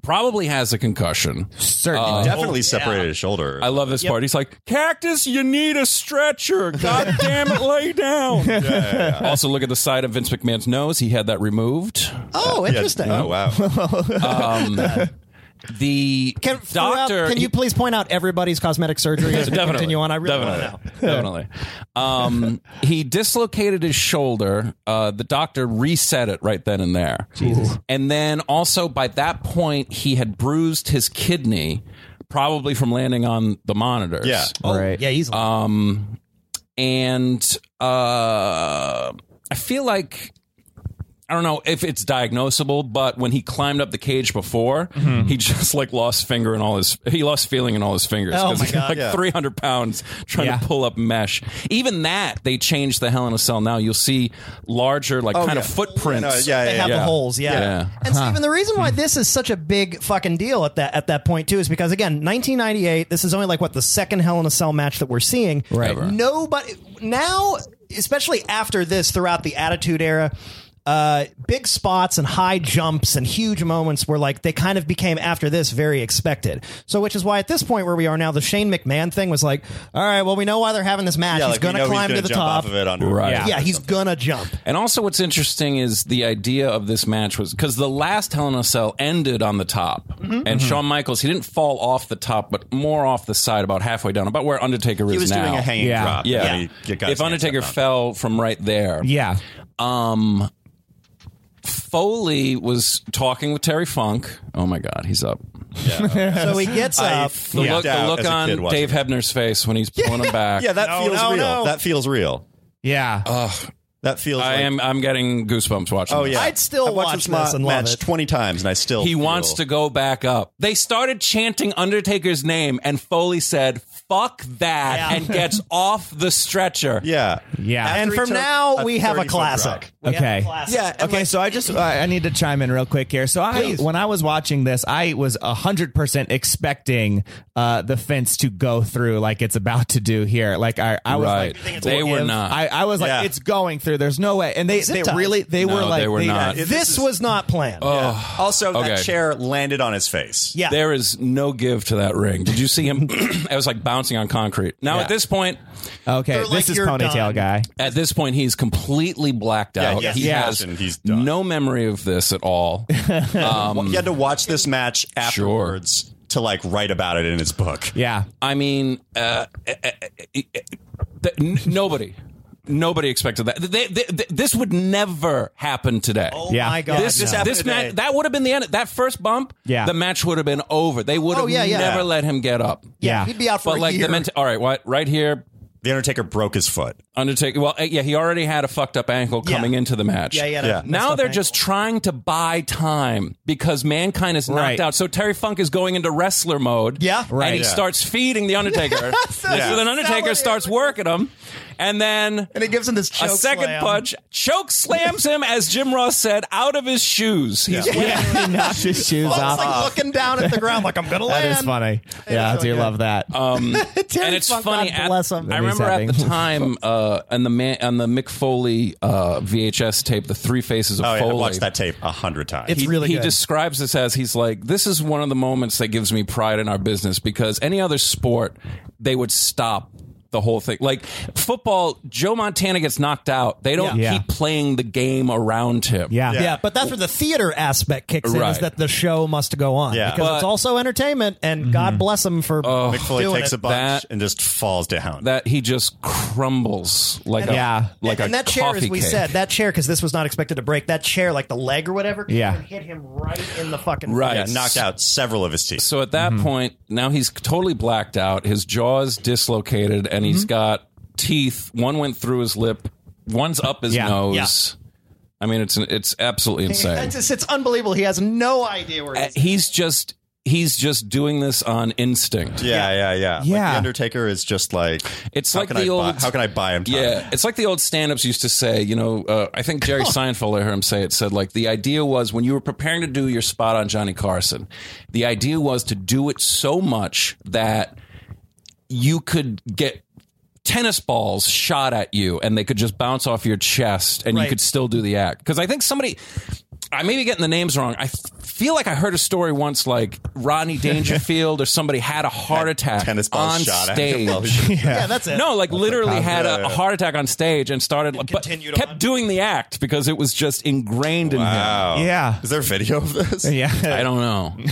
[SPEAKER 6] probably has a concussion.
[SPEAKER 5] certain.
[SPEAKER 4] Definitely separated his shoulder.
[SPEAKER 6] I love this part. He's like, "Cactus, you need a stretcher. God damn it, lay down." Also, look at the side of Vince McMahon's nose. He had that removed.
[SPEAKER 8] Oh,
[SPEAKER 4] Yeah.
[SPEAKER 8] interesting.
[SPEAKER 4] Oh, wow.
[SPEAKER 6] The
[SPEAKER 8] Can, throughout-
[SPEAKER 6] doctor.
[SPEAKER 8] can you please point out everybody's cosmetic surgery as we
[SPEAKER 6] Definitely.
[SPEAKER 8] continue on? I really
[SPEAKER 6] definitely.
[SPEAKER 8] want to know.
[SPEAKER 6] Definitely. Um, he dislocated his shoulder. Uh, the doctor reset it right then and there. And then also by that point, he had bruised his kidney, probably from landing on the monitors.
[SPEAKER 4] Yeah.
[SPEAKER 5] Right.
[SPEAKER 8] Oh, Yeah, he's
[SPEAKER 6] And uh, I feel like. I don't know if it's diagnosable, but when he climbed up the cage before,
[SPEAKER 4] Mm-hmm.
[SPEAKER 6] he just like lost finger and all his he lost feeling in all his fingers
[SPEAKER 8] Oh, my
[SPEAKER 6] he
[SPEAKER 8] God.
[SPEAKER 6] like
[SPEAKER 4] Yeah.
[SPEAKER 6] 300 pounds trying
[SPEAKER 5] Yeah.
[SPEAKER 6] to pull up mesh. Even that they changed the Hell in a Cell now. You'll see larger like kind of footprints.
[SPEAKER 4] No, Oh, yeah,
[SPEAKER 8] they
[SPEAKER 4] yeah,
[SPEAKER 8] have
[SPEAKER 4] yeah.
[SPEAKER 8] the
[SPEAKER 6] yeah.
[SPEAKER 8] holes. Yeah.
[SPEAKER 6] Yeah.
[SPEAKER 8] And Stephen, the reason why this is such a big fucking deal at that at that point too is because again, 1998. This is only like what the second Hell in a Cell match that we're seeing.
[SPEAKER 5] Right.
[SPEAKER 6] Ever.
[SPEAKER 8] Nobody now, especially after this, throughout the Attitude Era. Uh, big spots and high jumps and huge moments were like they kind of became after this very expected. So, which is why at this point where we are now, the Shane McMahon thing was like, all right, well, we know why they're having this match.
[SPEAKER 4] Yeah,
[SPEAKER 8] he's
[SPEAKER 4] like, we
[SPEAKER 8] gonna
[SPEAKER 4] know
[SPEAKER 8] climb
[SPEAKER 4] gonna
[SPEAKER 8] to the
[SPEAKER 4] jump
[SPEAKER 8] top.
[SPEAKER 4] off of it on
[SPEAKER 6] Right.
[SPEAKER 5] Yeah.
[SPEAKER 8] Yeah, he's gonna jump.
[SPEAKER 6] And also, what's interesting is the idea of this match was because the last Hell in a Cell ended on the top,
[SPEAKER 4] Mm-hmm.
[SPEAKER 6] and Shawn Michaels he didn't fall off the top, but more off the side, about halfway down, about where Undertaker
[SPEAKER 4] He
[SPEAKER 6] is
[SPEAKER 4] was
[SPEAKER 6] now.
[SPEAKER 4] doing a hanging
[SPEAKER 5] Yeah.
[SPEAKER 4] drop.
[SPEAKER 6] Yeah.
[SPEAKER 4] and he- he got his hands
[SPEAKER 6] if Undertaker
[SPEAKER 4] up on it.
[SPEAKER 6] fell from right there,
[SPEAKER 5] Yeah.
[SPEAKER 6] um, Foley was talking with Terry Funk. Oh my God, he's up.
[SPEAKER 8] So he gets
[SPEAKER 4] I
[SPEAKER 8] up.
[SPEAKER 6] The
[SPEAKER 4] uh, freaked
[SPEAKER 6] look, the
[SPEAKER 4] out
[SPEAKER 6] look
[SPEAKER 4] as a
[SPEAKER 6] on
[SPEAKER 4] kid watching
[SPEAKER 6] Dave
[SPEAKER 4] it.
[SPEAKER 6] Hebner's face when he's pulling him back.
[SPEAKER 4] Yeah, that
[SPEAKER 5] No,
[SPEAKER 4] feels
[SPEAKER 5] no,
[SPEAKER 4] real.
[SPEAKER 5] no.
[SPEAKER 4] That feels real.
[SPEAKER 5] Yeah.
[SPEAKER 4] That feels.
[SPEAKER 6] I
[SPEAKER 4] like,
[SPEAKER 6] am. I'm getting goosebumps watching.
[SPEAKER 4] Oh
[SPEAKER 6] this.
[SPEAKER 4] yeah,
[SPEAKER 8] I'd still
[SPEAKER 4] I've watched
[SPEAKER 8] watch
[SPEAKER 4] ma-
[SPEAKER 8] this and love
[SPEAKER 4] match
[SPEAKER 8] it.
[SPEAKER 4] twenty times, and I still.
[SPEAKER 6] He
[SPEAKER 4] feel-
[SPEAKER 6] wants to go back up. They started chanting Undertaker's name, and Foley said, "Fuck that,"
[SPEAKER 8] Yeah.
[SPEAKER 6] and gets off the stretcher.
[SPEAKER 4] Yeah,
[SPEAKER 5] Yeah.
[SPEAKER 8] And
[SPEAKER 4] After he
[SPEAKER 8] from
[SPEAKER 4] took
[SPEAKER 8] now,
[SPEAKER 4] a
[SPEAKER 8] we have a
[SPEAKER 4] 30-foot
[SPEAKER 8] classic. We have a
[SPEAKER 5] Okay.
[SPEAKER 8] classic.
[SPEAKER 5] Yeah.
[SPEAKER 8] And
[SPEAKER 5] Okay.
[SPEAKER 8] like-
[SPEAKER 5] so I just uh, I need to chime in real quick here. So I when I was watching this, I was hundred percent expecting uh, the fence to go through like it's about to do here. Like I, I was
[SPEAKER 6] Right.
[SPEAKER 5] like,
[SPEAKER 6] Everything it's They were
[SPEAKER 5] if-
[SPEAKER 6] not.
[SPEAKER 5] I, I was like,
[SPEAKER 4] Yeah.
[SPEAKER 5] it's going through. There's no way. And they,
[SPEAKER 8] Zip
[SPEAKER 5] they
[SPEAKER 8] ties.
[SPEAKER 5] really they
[SPEAKER 6] No,
[SPEAKER 5] were like
[SPEAKER 6] they were not.
[SPEAKER 5] This,
[SPEAKER 8] this was not planned.
[SPEAKER 4] Oh, Also,
[SPEAKER 6] Oh, Okay.
[SPEAKER 4] that chair landed on his face.
[SPEAKER 8] yeah.
[SPEAKER 6] There is no give to that ring. Did you see him? I was like bouncing on concrete. Now at this point,
[SPEAKER 5] okay.
[SPEAKER 8] They're
[SPEAKER 5] This
[SPEAKER 8] like,
[SPEAKER 5] is
[SPEAKER 8] "You're
[SPEAKER 5] ponytail
[SPEAKER 8] done."
[SPEAKER 5] guy.
[SPEAKER 6] at this point, he's completely blacked out.
[SPEAKER 4] yes,
[SPEAKER 6] he
[SPEAKER 4] yes.
[SPEAKER 6] has
[SPEAKER 4] And he's done.
[SPEAKER 6] no memory of this at all.
[SPEAKER 4] you had to watch this match afterwards to like write about it in his book.
[SPEAKER 5] Yeah.
[SPEAKER 6] I mean, uh, eh, eh, eh, eh, th- n- nobody, nobody expected that. They, they, th this would never happen today.
[SPEAKER 5] Yeah.
[SPEAKER 8] My God.
[SPEAKER 6] this
[SPEAKER 8] Oh, no.
[SPEAKER 6] this match that would have been the end. That first bump,
[SPEAKER 5] Yeah.
[SPEAKER 6] the match would have been over. They would have
[SPEAKER 8] Oh, yeah, yeah.
[SPEAKER 6] never let him get up.
[SPEAKER 5] Yeah.
[SPEAKER 8] He'd be out for
[SPEAKER 6] but
[SPEAKER 8] a
[SPEAKER 6] like
[SPEAKER 8] year.
[SPEAKER 6] the menta- all right, what right here,
[SPEAKER 4] The Undertaker broke his foot.
[SPEAKER 6] Undertaker. Well, eh, yeah, he already had a fucked up ankle
[SPEAKER 8] Yeah.
[SPEAKER 6] coming into the match.
[SPEAKER 8] yeah, yeah.
[SPEAKER 4] Yeah.
[SPEAKER 8] no.
[SPEAKER 6] Now they're just trying to buy time because mankind is knocked
[SPEAKER 5] Right.
[SPEAKER 6] out. So Terry Funk is going into wrestler mode.
[SPEAKER 8] Yeah.
[SPEAKER 5] Right.
[SPEAKER 6] And he
[SPEAKER 5] Yeah.
[SPEAKER 6] starts feeding the Undertaker. so,
[SPEAKER 4] Yeah.
[SPEAKER 6] then Undertaker
[SPEAKER 8] Selling
[SPEAKER 6] starts
[SPEAKER 8] it.
[SPEAKER 6] working him, and then
[SPEAKER 8] And it gives him this
[SPEAKER 6] a
[SPEAKER 8] choke
[SPEAKER 6] second
[SPEAKER 8] slam.
[SPEAKER 6] punch choke slams him, as Jim Ross said, out of his shoes. He's
[SPEAKER 5] yeah. He knocked his shoes
[SPEAKER 8] Well,
[SPEAKER 5] off.
[SPEAKER 8] it's like looking down at the ground like I'm gonna
[SPEAKER 5] that
[SPEAKER 8] land.
[SPEAKER 5] is funny. Yeah, I
[SPEAKER 8] really
[SPEAKER 5] do
[SPEAKER 8] good.
[SPEAKER 5] love that.
[SPEAKER 8] Terry
[SPEAKER 6] and it's
[SPEAKER 8] Funk,
[SPEAKER 6] funny.
[SPEAKER 8] God
[SPEAKER 6] at-
[SPEAKER 8] bless him.
[SPEAKER 5] Yeah.
[SPEAKER 6] I remember
[SPEAKER 5] having.
[SPEAKER 6] at the time uh, on the man, on the Mick Foley uh, VHS tape, the Three Faces of
[SPEAKER 4] Oh, yeah,
[SPEAKER 6] Foley.
[SPEAKER 4] I watched that tape a hundred times.
[SPEAKER 8] It's
[SPEAKER 6] he,
[SPEAKER 8] really
[SPEAKER 6] he
[SPEAKER 8] good.
[SPEAKER 6] describes this as he's like this is one of the moments that gives me pride in our business because any other sport they would stop the whole thing like football joe montana gets knocked out they don't
[SPEAKER 5] Yeah.
[SPEAKER 6] keep playing the game around him
[SPEAKER 5] yeah.
[SPEAKER 8] yeah. but that's where the theater aspect kicks in. Is
[SPEAKER 6] Right.
[SPEAKER 8] that the show must go on?
[SPEAKER 4] Yeah.
[SPEAKER 8] because
[SPEAKER 6] But-
[SPEAKER 8] it's also entertainment, and God bless them for
[SPEAKER 4] McFoley
[SPEAKER 8] doing
[SPEAKER 4] takes
[SPEAKER 8] it.
[SPEAKER 4] a bunch
[SPEAKER 6] That-
[SPEAKER 4] and just falls down.
[SPEAKER 6] that he just crumbles like a,
[SPEAKER 5] Yeah.
[SPEAKER 6] like
[SPEAKER 8] and
[SPEAKER 6] a
[SPEAKER 8] that chair, as
[SPEAKER 6] coffee
[SPEAKER 8] we
[SPEAKER 6] cake.
[SPEAKER 8] said, that chair because this was not expected to break. That chair, like the leg or whatever, came
[SPEAKER 5] Yeah.
[SPEAKER 8] and hit him right in the fucking
[SPEAKER 6] Right.
[SPEAKER 4] yeah, knocked out several of his teeth.
[SPEAKER 6] So at
[SPEAKER 5] Mm-hmm.
[SPEAKER 6] that point, now he's totally blacked out. His jaw's dislocated, and
[SPEAKER 5] Mm-hmm.
[SPEAKER 6] he's got teeth. One went through his lip. One's up his
[SPEAKER 5] Yeah.
[SPEAKER 6] nose. I mean, it's it's absolutely insane.
[SPEAKER 8] It's, just- it's unbelievable. He has no idea where he's.
[SPEAKER 6] he's just he's just doing this on instinct.
[SPEAKER 4] yeah, yeah, yeah. Like,
[SPEAKER 5] Yeah.
[SPEAKER 4] the Undertaker is just like
[SPEAKER 6] It's
[SPEAKER 4] how
[SPEAKER 6] like
[SPEAKER 4] can
[SPEAKER 6] the
[SPEAKER 4] I
[SPEAKER 6] old-
[SPEAKER 4] buy, how can I buy him time?
[SPEAKER 6] Yeah, it's like the old stand-ups used to say, you know, uh, I think Jerry Seinfeld, I heard him say it, said like, the idea was when you were preparing to do your spot on Johnny Carson, the idea was to do it so much that you could get tennis balls shot at you and they could just bounce off your chest and you
[SPEAKER 8] Right.
[SPEAKER 6] could still do the act. Because I think somebody... I may be getting the names wrong. I f- feel like I heard a story once, like Rodney Dangerfield or somebody had a heart attack
[SPEAKER 4] Tennis ball
[SPEAKER 6] on
[SPEAKER 4] shot at him
[SPEAKER 6] stage.
[SPEAKER 4] while he-
[SPEAKER 8] Yeah, that's it.
[SPEAKER 6] No, like literally had
[SPEAKER 4] Yeah,
[SPEAKER 6] a,
[SPEAKER 4] yeah.
[SPEAKER 6] a heart attack on stage and started, but
[SPEAKER 8] continued
[SPEAKER 6] kept
[SPEAKER 8] on.
[SPEAKER 6] doing the act because it was just ingrained
[SPEAKER 4] Wow.
[SPEAKER 5] Yeah.
[SPEAKER 4] Is there video of this?
[SPEAKER 6] in him. I
[SPEAKER 5] Yeah.
[SPEAKER 6] don't know.
[SPEAKER 8] I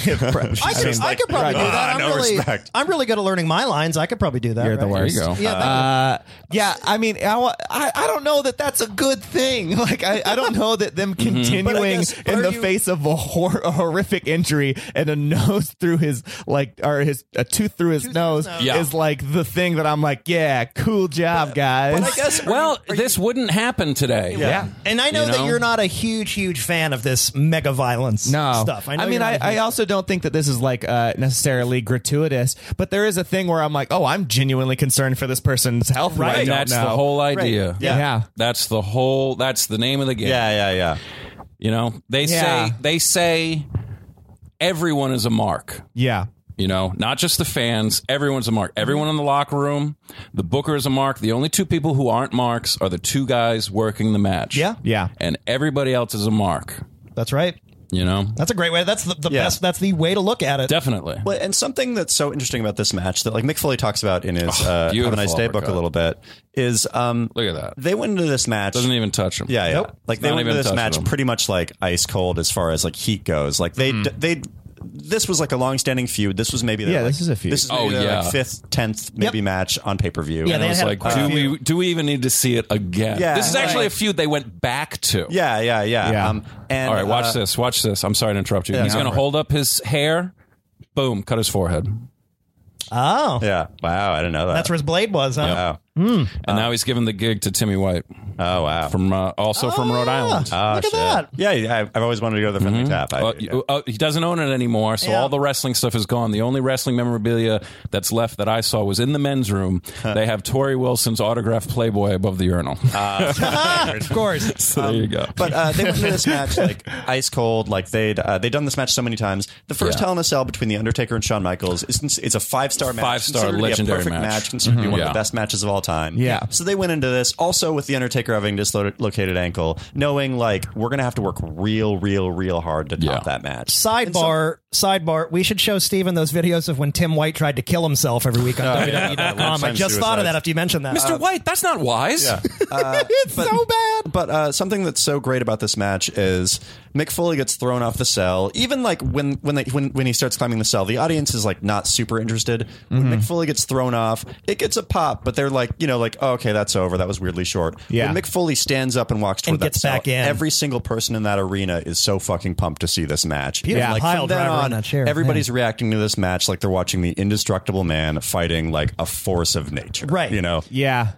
[SPEAKER 8] could, I could probably do that.
[SPEAKER 4] "Ah,
[SPEAKER 8] I'm
[SPEAKER 4] no
[SPEAKER 8] really,
[SPEAKER 4] respect."
[SPEAKER 8] I'm really good at learning my lines. I could probably do that.
[SPEAKER 5] You're the
[SPEAKER 8] right?
[SPEAKER 5] worst.
[SPEAKER 6] There you go.
[SPEAKER 8] Yeah, that
[SPEAKER 5] Uh, yeah, I mean, I, wa- I, I don't know that that's a good thing. Like, I, I don't know that them continuing
[SPEAKER 8] guess,
[SPEAKER 5] in
[SPEAKER 8] are
[SPEAKER 5] the
[SPEAKER 8] you-
[SPEAKER 5] face of a, hor- a horrific injury and a nose through his, like, or his, a tooth through his nose
[SPEAKER 6] Yeah.
[SPEAKER 5] is like the thing that I'm like, yeah, cool job, guys.
[SPEAKER 8] I guess.
[SPEAKER 6] well, this wouldn't happen today.
[SPEAKER 5] yeah.
[SPEAKER 8] And I know,
[SPEAKER 6] You know?
[SPEAKER 8] that you're not a huge, huge fan of this mega violence
[SPEAKER 5] no.
[SPEAKER 8] stuff.
[SPEAKER 5] I,
[SPEAKER 8] know
[SPEAKER 5] mean,
[SPEAKER 8] you're not
[SPEAKER 5] I,
[SPEAKER 8] a
[SPEAKER 5] I
[SPEAKER 8] huge-
[SPEAKER 5] also don't think that this is like uh, necessarily gratuitous, but there is a thing where I'm like, oh, I'm genuinely concerned for this person's health. who I
[SPEAKER 6] Right.
[SPEAKER 5] don't
[SPEAKER 6] That's the
[SPEAKER 5] know.
[SPEAKER 6] whole idea.
[SPEAKER 5] Yeah. yeah.
[SPEAKER 6] That's the whole, that's the name of the game.
[SPEAKER 4] yeah, yeah, yeah.
[SPEAKER 6] You know, they
[SPEAKER 5] Yeah.
[SPEAKER 6] say, they say everyone is a mark. You know, not just the fans. Everyone's a mark. Everyone in the locker room, the booker is a mark. The only two people who aren't marks are the two guys working the match.
[SPEAKER 8] Yeah.
[SPEAKER 5] Yeah.
[SPEAKER 6] And everybody else is a mark.
[SPEAKER 8] That's right.
[SPEAKER 6] You know,
[SPEAKER 8] That's a great way. That's the, the
[SPEAKER 4] Yeah.
[SPEAKER 8] best. That's the way to look at it.
[SPEAKER 6] definitely.
[SPEAKER 4] Well, and something that's so interesting about this match that like Mick Foley talks about in his uh, Have a
[SPEAKER 6] Oh, beautiful
[SPEAKER 4] Nice Day book a
[SPEAKER 6] uppercut.
[SPEAKER 4] little bit is um,
[SPEAKER 6] Look at that.
[SPEAKER 4] they went into this match.
[SPEAKER 6] Doesn't even touch him.
[SPEAKER 4] Yeah, yeah. Like they
[SPEAKER 6] Not
[SPEAKER 4] went into
[SPEAKER 6] even
[SPEAKER 4] this
[SPEAKER 6] touched
[SPEAKER 4] match
[SPEAKER 6] them. Hmm.
[SPEAKER 4] pretty much like ice cold as far as like heat goes. Like they they this was like a long-standing feud. This was maybe their,
[SPEAKER 5] Yeah,
[SPEAKER 4] like-
[SPEAKER 5] this is a feud.
[SPEAKER 4] This is
[SPEAKER 6] Oh,
[SPEAKER 4] maybe their,
[SPEAKER 6] yeah.
[SPEAKER 4] like fifth, tenth, maybe match on pay per view.
[SPEAKER 8] Yeah,
[SPEAKER 6] And I
[SPEAKER 8] they
[SPEAKER 6] was
[SPEAKER 8] had
[SPEAKER 6] like,
[SPEAKER 8] quite a
[SPEAKER 6] do
[SPEAKER 8] few.
[SPEAKER 6] we do we even need to see it again?
[SPEAKER 4] Yeah.
[SPEAKER 6] this is actually
[SPEAKER 4] Right.
[SPEAKER 6] a feud they went back to.
[SPEAKER 4] yeah, yeah, yeah.
[SPEAKER 5] Yeah.
[SPEAKER 4] Um, and
[SPEAKER 6] All right, watch
[SPEAKER 4] uh,
[SPEAKER 6] this. Watch this. I'm sorry to interrupt you. He's
[SPEAKER 4] no
[SPEAKER 6] going to
[SPEAKER 4] problem.
[SPEAKER 6] hold up his hair. Boom! Cut his forehead, and
[SPEAKER 8] Oh,
[SPEAKER 4] Yeah. Wow, I didn't know that.
[SPEAKER 8] that's where his blade was, huh?
[SPEAKER 4] Wow.
[SPEAKER 6] now he's giving the gig to Timmy White
[SPEAKER 4] Uh, Oh wow.
[SPEAKER 6] from uh, also from Rhode Island.
[SPEAKER 4] Oh,
[SPEAKER 8] Look at
[SPEAKER 4] shit.
[SPEAKER 8] that.
[SPEAKER 4] Yeah, yeah, I've I've always wanted to go to the friendly tap. I,
[SPEAKER 6] Uh,
[SPEAKER 4] yeah.
[SPEAKER 6] you- uh, he doesn't own it anymore, so
[SPEAKER 8] Yeah.
[SPEAKER 6] all the wrestling stuff is gone. The only wrestling memorabilia that's left that I saw was in the men's room. they have Tori Wilson's autographed Playboy above the urinal.
[SPEAKER 8] of course.
[SPEAKER 6] so there you go.
[SPEAKER 4] But uh, they went into this match like ice cold. Like they'd uh, they'd done this match so many times. The first
[SPEAKER 6] Yeah.
[SPEAKER 4] Hell in a Cell between the Undertaker and Shawn Michaels is it's a five star match,
[SPEAKER 6] Five-star
[SPEAKER 4] considered to be a
[SPEAKER 6] legendary
[SPEAKER 4] perfect
[SPEAKER 6] match. Mm-hmm.
[SPEAKER 4] considered to be one of
[SPEAKER 6] Yeah.
[SPEAKER 4] the best matches of all time.
[SPEAKER 5] Yeah.
[SPEAKER 4] So they went into this also with the Undertaker having dislocated ankle, knowing like we're gonna have to work real, real, real hard to top
[SPEAKER 6] Yeah.
[SPEAKER 4] that match.
[SPEAKER 8] Sidebar, sidebar. We should show Steven those videos of when Tim White tried to kill himself every week on
[SPEAKER 4] Oh,
[SPEAKER 8] WWE.com. I
[SPEAKER 4] Lunchtime
[SPEAKER 8] just thought of
[SPEAKER 4] suicides.
[SPEAKER 8] that after you mentioned that. Uh,
[SPEAKER 6] Mr. White, that's not wise.
[SPEAKER 4] it's so bad. But uh, something that's so great about this match is Mick Foley gets thrown off the cell. Even like when when they, when when he starts climbing the cell, the audience is like not super interested. When
[SPEAKER 8] Mm-hmm.
[SPEAKER 4] Mick Foley gets thrown off, it gets a pop, but they're like you know like oh, okay that's over. That was weirdly short.
[SPEAKER 5] Yeah.
[SPEAKER 4] When Mick Foley stands up and walks toward
[SPEAKER 8] And
[SPEAKER 4] that
[SPEAKER 8] gets
[SPEAKER 4] cell,
[SPEAKER 8] back in.
[SPEAKER 4] Every single person in that arena is so fucking pumped to see this match.
[SPEAKER 8] Beautiful
[SPEAKER 4] Like,
[SPEAKER 8] pile
[SPEAKER 4] from then
[SPEAKER 8] driver on
[SPEAKER 4] on,
[SPEAKER 8] that chair.
[SPEAKER 4] everybody's reacting to this match like they're watching the indestructible man fighting like a force of nature.
[SPEAKER 8] Right.
[SPEAKER 4] You know.
[SPEAKER 5] Yeah.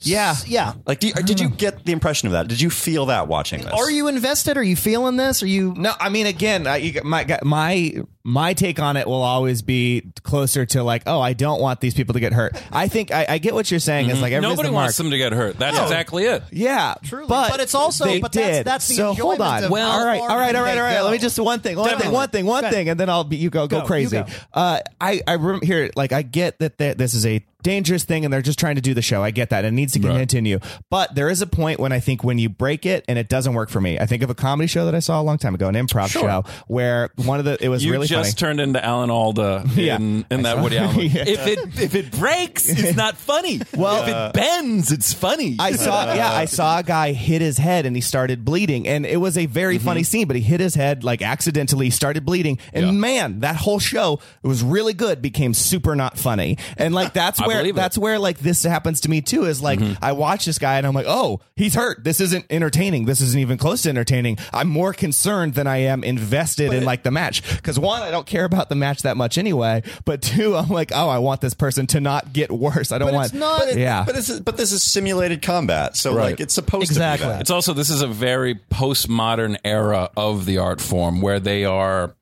[SPEAKER 5] Yeah.
[SPEAKER 8] yeah.
[SPEAKER 4] Like, do you, did you get the impression of that? Did you feel that watching this?
[SPEAKER 8] Are you invested? Are you feeling this? Are you?
[SPEAKER 5] No, I mean, again, I, you- my my my take on it will always be closer to like, oh, I don't want these people to get hurt. I think I, I get what you're saying. It's like everybody's
[SPEAKER 6] Mm-hmm. Nobody
[SPEAKER 5] the
[SPEAKER 6] wants
[SPEAKER 5] mark.
[SPEAKER 6] them to get hurt. That's exactly it.
[SPEAKER 5] Yeah,
[SPEAKER 8] Truly.
[SPEAKER 5] but,
[SPEAKER 8] But it's also-
[SPEAKER 5] they
[SPEAKER 8] but that's-
[SPEAKER 5] did.
[SPEAKER 8] that's the
[SPEAKER 5] so hold
[SPEAKER 8] enjoyment
[SPEAKER 5] on.
[SPEAKER 8] of
[SPEAKER 5] all
[SPEAKER 8] how
[SPEAKER 5] right, all
[SPEAKER 8] far
[SPEAKER 5] right,
[SPEAKER 8] can
[SPEAKER 5] all right,
[SPEAKER 8] they
[SPEAKER 5] all right.
[SPEAKER 8] go.
[SPEAKER 5] Let me just one thing, one thing,
[SPEAKER 8] Definitely.
[SPEAKER 5] one thing, one
[SPEAKER 8] Go ahead.
[SPEAKER 5] thing, and then I'll be you go go
[SPEAKER 8] Go, you
[SPEAKER 5] crazy.
[SPEAKER 8] go.
[SPEAKER 5] Uh, I I rem- here like I get that th- this is a dangerous thing and they're just trying to do the show. I get that. It needs to continue. But there is a point when I think when you break it and it doesn't work for me. I think of a comedy show that I saw a long time ago, an improv show where one of the it was
[SPEAKER 6] You
[SPEAKER 5] really
[SPEAKER 6] just
[SPEAKER 5] funny.
[SPEAKER 6] turned into Alan Alda in,
[SPEAKER 5] Yeah.
[SPEAKER 6] in that Woody Allen. movie.
[SPEAKER 5] Yeah.
[SPEAKER 6] If it if it breaks, it's not funny.
[SPEAKER 5] Well- uh,
[SPEAKER 6] if it bends, it's funny.
[SPEAKER 5] I saw, yeah, I saw a guy hit his head and he started bleeding, and it was a very
[SPEAKER 6] Mm-hmm.
[SPEAKER 5] funny scene. But he hit his head like accidentally, started bleeding, and man, that whole show it was really good. Became super not funny, and like that's
[SPEAKER 6] I
[SPEAKER 5] where
[SPEAKER 6] believe it. Mm-hmm.
[SPEAKER 5] that's where like this happens to me too. Is like I watch this guy and I'm like, oh, he's hurt. This isn't entertaining. This isn't even close to entertaining. I'm more concerned than I am invested in like the match because one, I don't care about the match that much anyway. But two, I'm like, oh, I want this person to not get worse. I don't want.
[SPEAKER 4] But it-
[SPEAKER 5] yeah.
[SPEAKER 4] But this is but this is simulated combat, so like it's supposed
[SPEAKER 8] Exactly.
[SPEAKER 4] to be that.
[SPEAKER 6] It's also this is a very postmodern era of the art form where they are.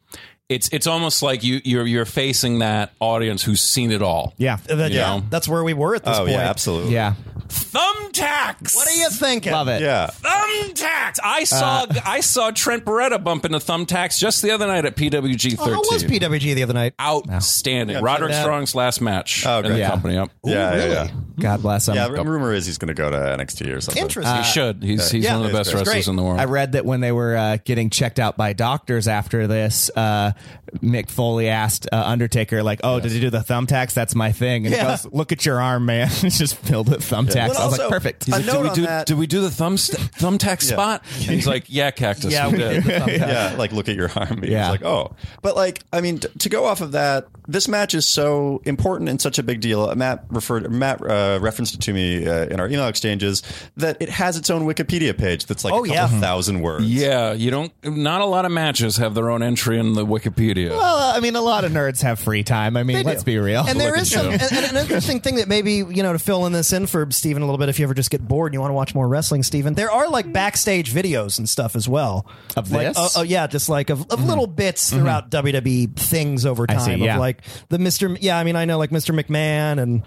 [SPEAKER 6] It's it's almost like you you're you're facing that audience who's seen it all.
[SPEAKER 5] yeah.
[SPEAKER 8] That-
[SPEAKER 6] Yeah.
[SPEAKER 8] that's where we were at this
[SPEAKER 4] Oh
[SPEAKER 8] point.
[SPEAKER 4] yeah, absolutely.
[SPEAKER 5] Yeah.
[SPEAKER 6] Thumbtacks.
[SPEAKER 8] What are you thinking?
[SPEAKER 5] Love it.
[SPEAKER 4] Yeah.
[SPEAKER 6] Thumbtacks. I saw I saw Trent Beretta bump into Thumbtacks just the other night at PWG 13.
[SPEAKER 8] Oh, how was PWG the other night?
[SPEAKER 6] Outstanding. Roderick
[SPEAKER 8] check it out.
[SPEAKER 6] Strong's last match
[SPEAKER 4] Oh,
[SPEAKER 6] in
[SPEAKER 4] great.
[SPEAKER 6] the
[SPEAKER 4] Yeah.
[SPEAKER 6] company. Yep.
[SPEAKER 4] yeah, yeah, yeah.
[SPEAKER 5] God bless him.
[SPEAKER 4] Yeah, ru- rumor is he's going to go to NXT or something.
[SPEAKER 8] Interesting.
[SPEAKER 6] He should. He's he's
[SPEAKER 8] yeah,
[SPEAKER 6] one of the
[SPEAKER 4] it's
[SPEAKER 6] best
[SPEAKER 4] great.
[SPEAKER 6] wrestlers
[SPEAKER 8] Great.
[SPEAKER 6] in the world.
[SPEAKER 5] I read that when they were uh, getting checked out by doctors after this, uh, Mick Foley asked uh, Undertaker, like, "Oh, did you do the thumbtacks? That's my thing." And he
[SPEAKER 8] Yeah.
[SPEAKER 5] goes, "Look at your arm, man. it's just filled with thumbtacks."
[SPEAKER 4] Well,
[SPEAKER 5] I was
[SPEAKER 4] also,
[SPEAKER 5] like, "Perfect."
[SPEAKER 8] uh,
[SPEAKER 4] a
[SPEAKER 6] He's like,
[SPEAKER 4] note
[SPEAKER 6] did we
[SPEAKER 4] on
[SPEAKER 6] do
[SPEAKER 4] that-
[SPEAKER 6] did we do the thumb thumbtack spot? And he's like, yeah, cactus.
[SPEAKER 8] Yeah, we did the thumbtack.
[SPEAKER 4] yeah, like look at your arm. He's
[SPEAKER 5] Yeah.
[SPEAKER 4] like, oh, but like, I mean, t- to go off of that, this match is so important and such a big deal. Uh, Matt referred, Matt uh, referenced it to me uh, in our email exchanges that it has its own Wikipedia page that's like
[SPEAKER 8] Oh,
[SPEAKER 4] a couple
[SPEAKER 8] yeah. Mhm.
[SPEAKER 4] thousand words.
[SPEAKER 6] Yeah, you don't. Not a lot of matches have their own entry in the Wikipedia.
[SPEAKER 5] well, I mean, a lot of nerds have free time. I mean,
[SPEAKER 8] They
[SPEAKER 5] let's
[SPEAKER 8] do.
[SPEAKER 5] be real.
[SPEAKER 8] And there is some, and, and an interesting thing that maybe you know to fill in this in for Steven a little bit. If you ever just get bored and you want to watch more wrestling, Steven, there are like backstage videos and stuff as well
[SPEAKER 5] Of
[SPEAKER 8] Like,
[SPEAKER 5] this?
[SPEAKER 8] oh, oh, yeah, just like of, of little bits throughout WWE things over time.
[SPEAKER 5] see, yeah.
[SPEAKER 8] Of like the Mister, yeah, I mean, I know like Mister McMahon and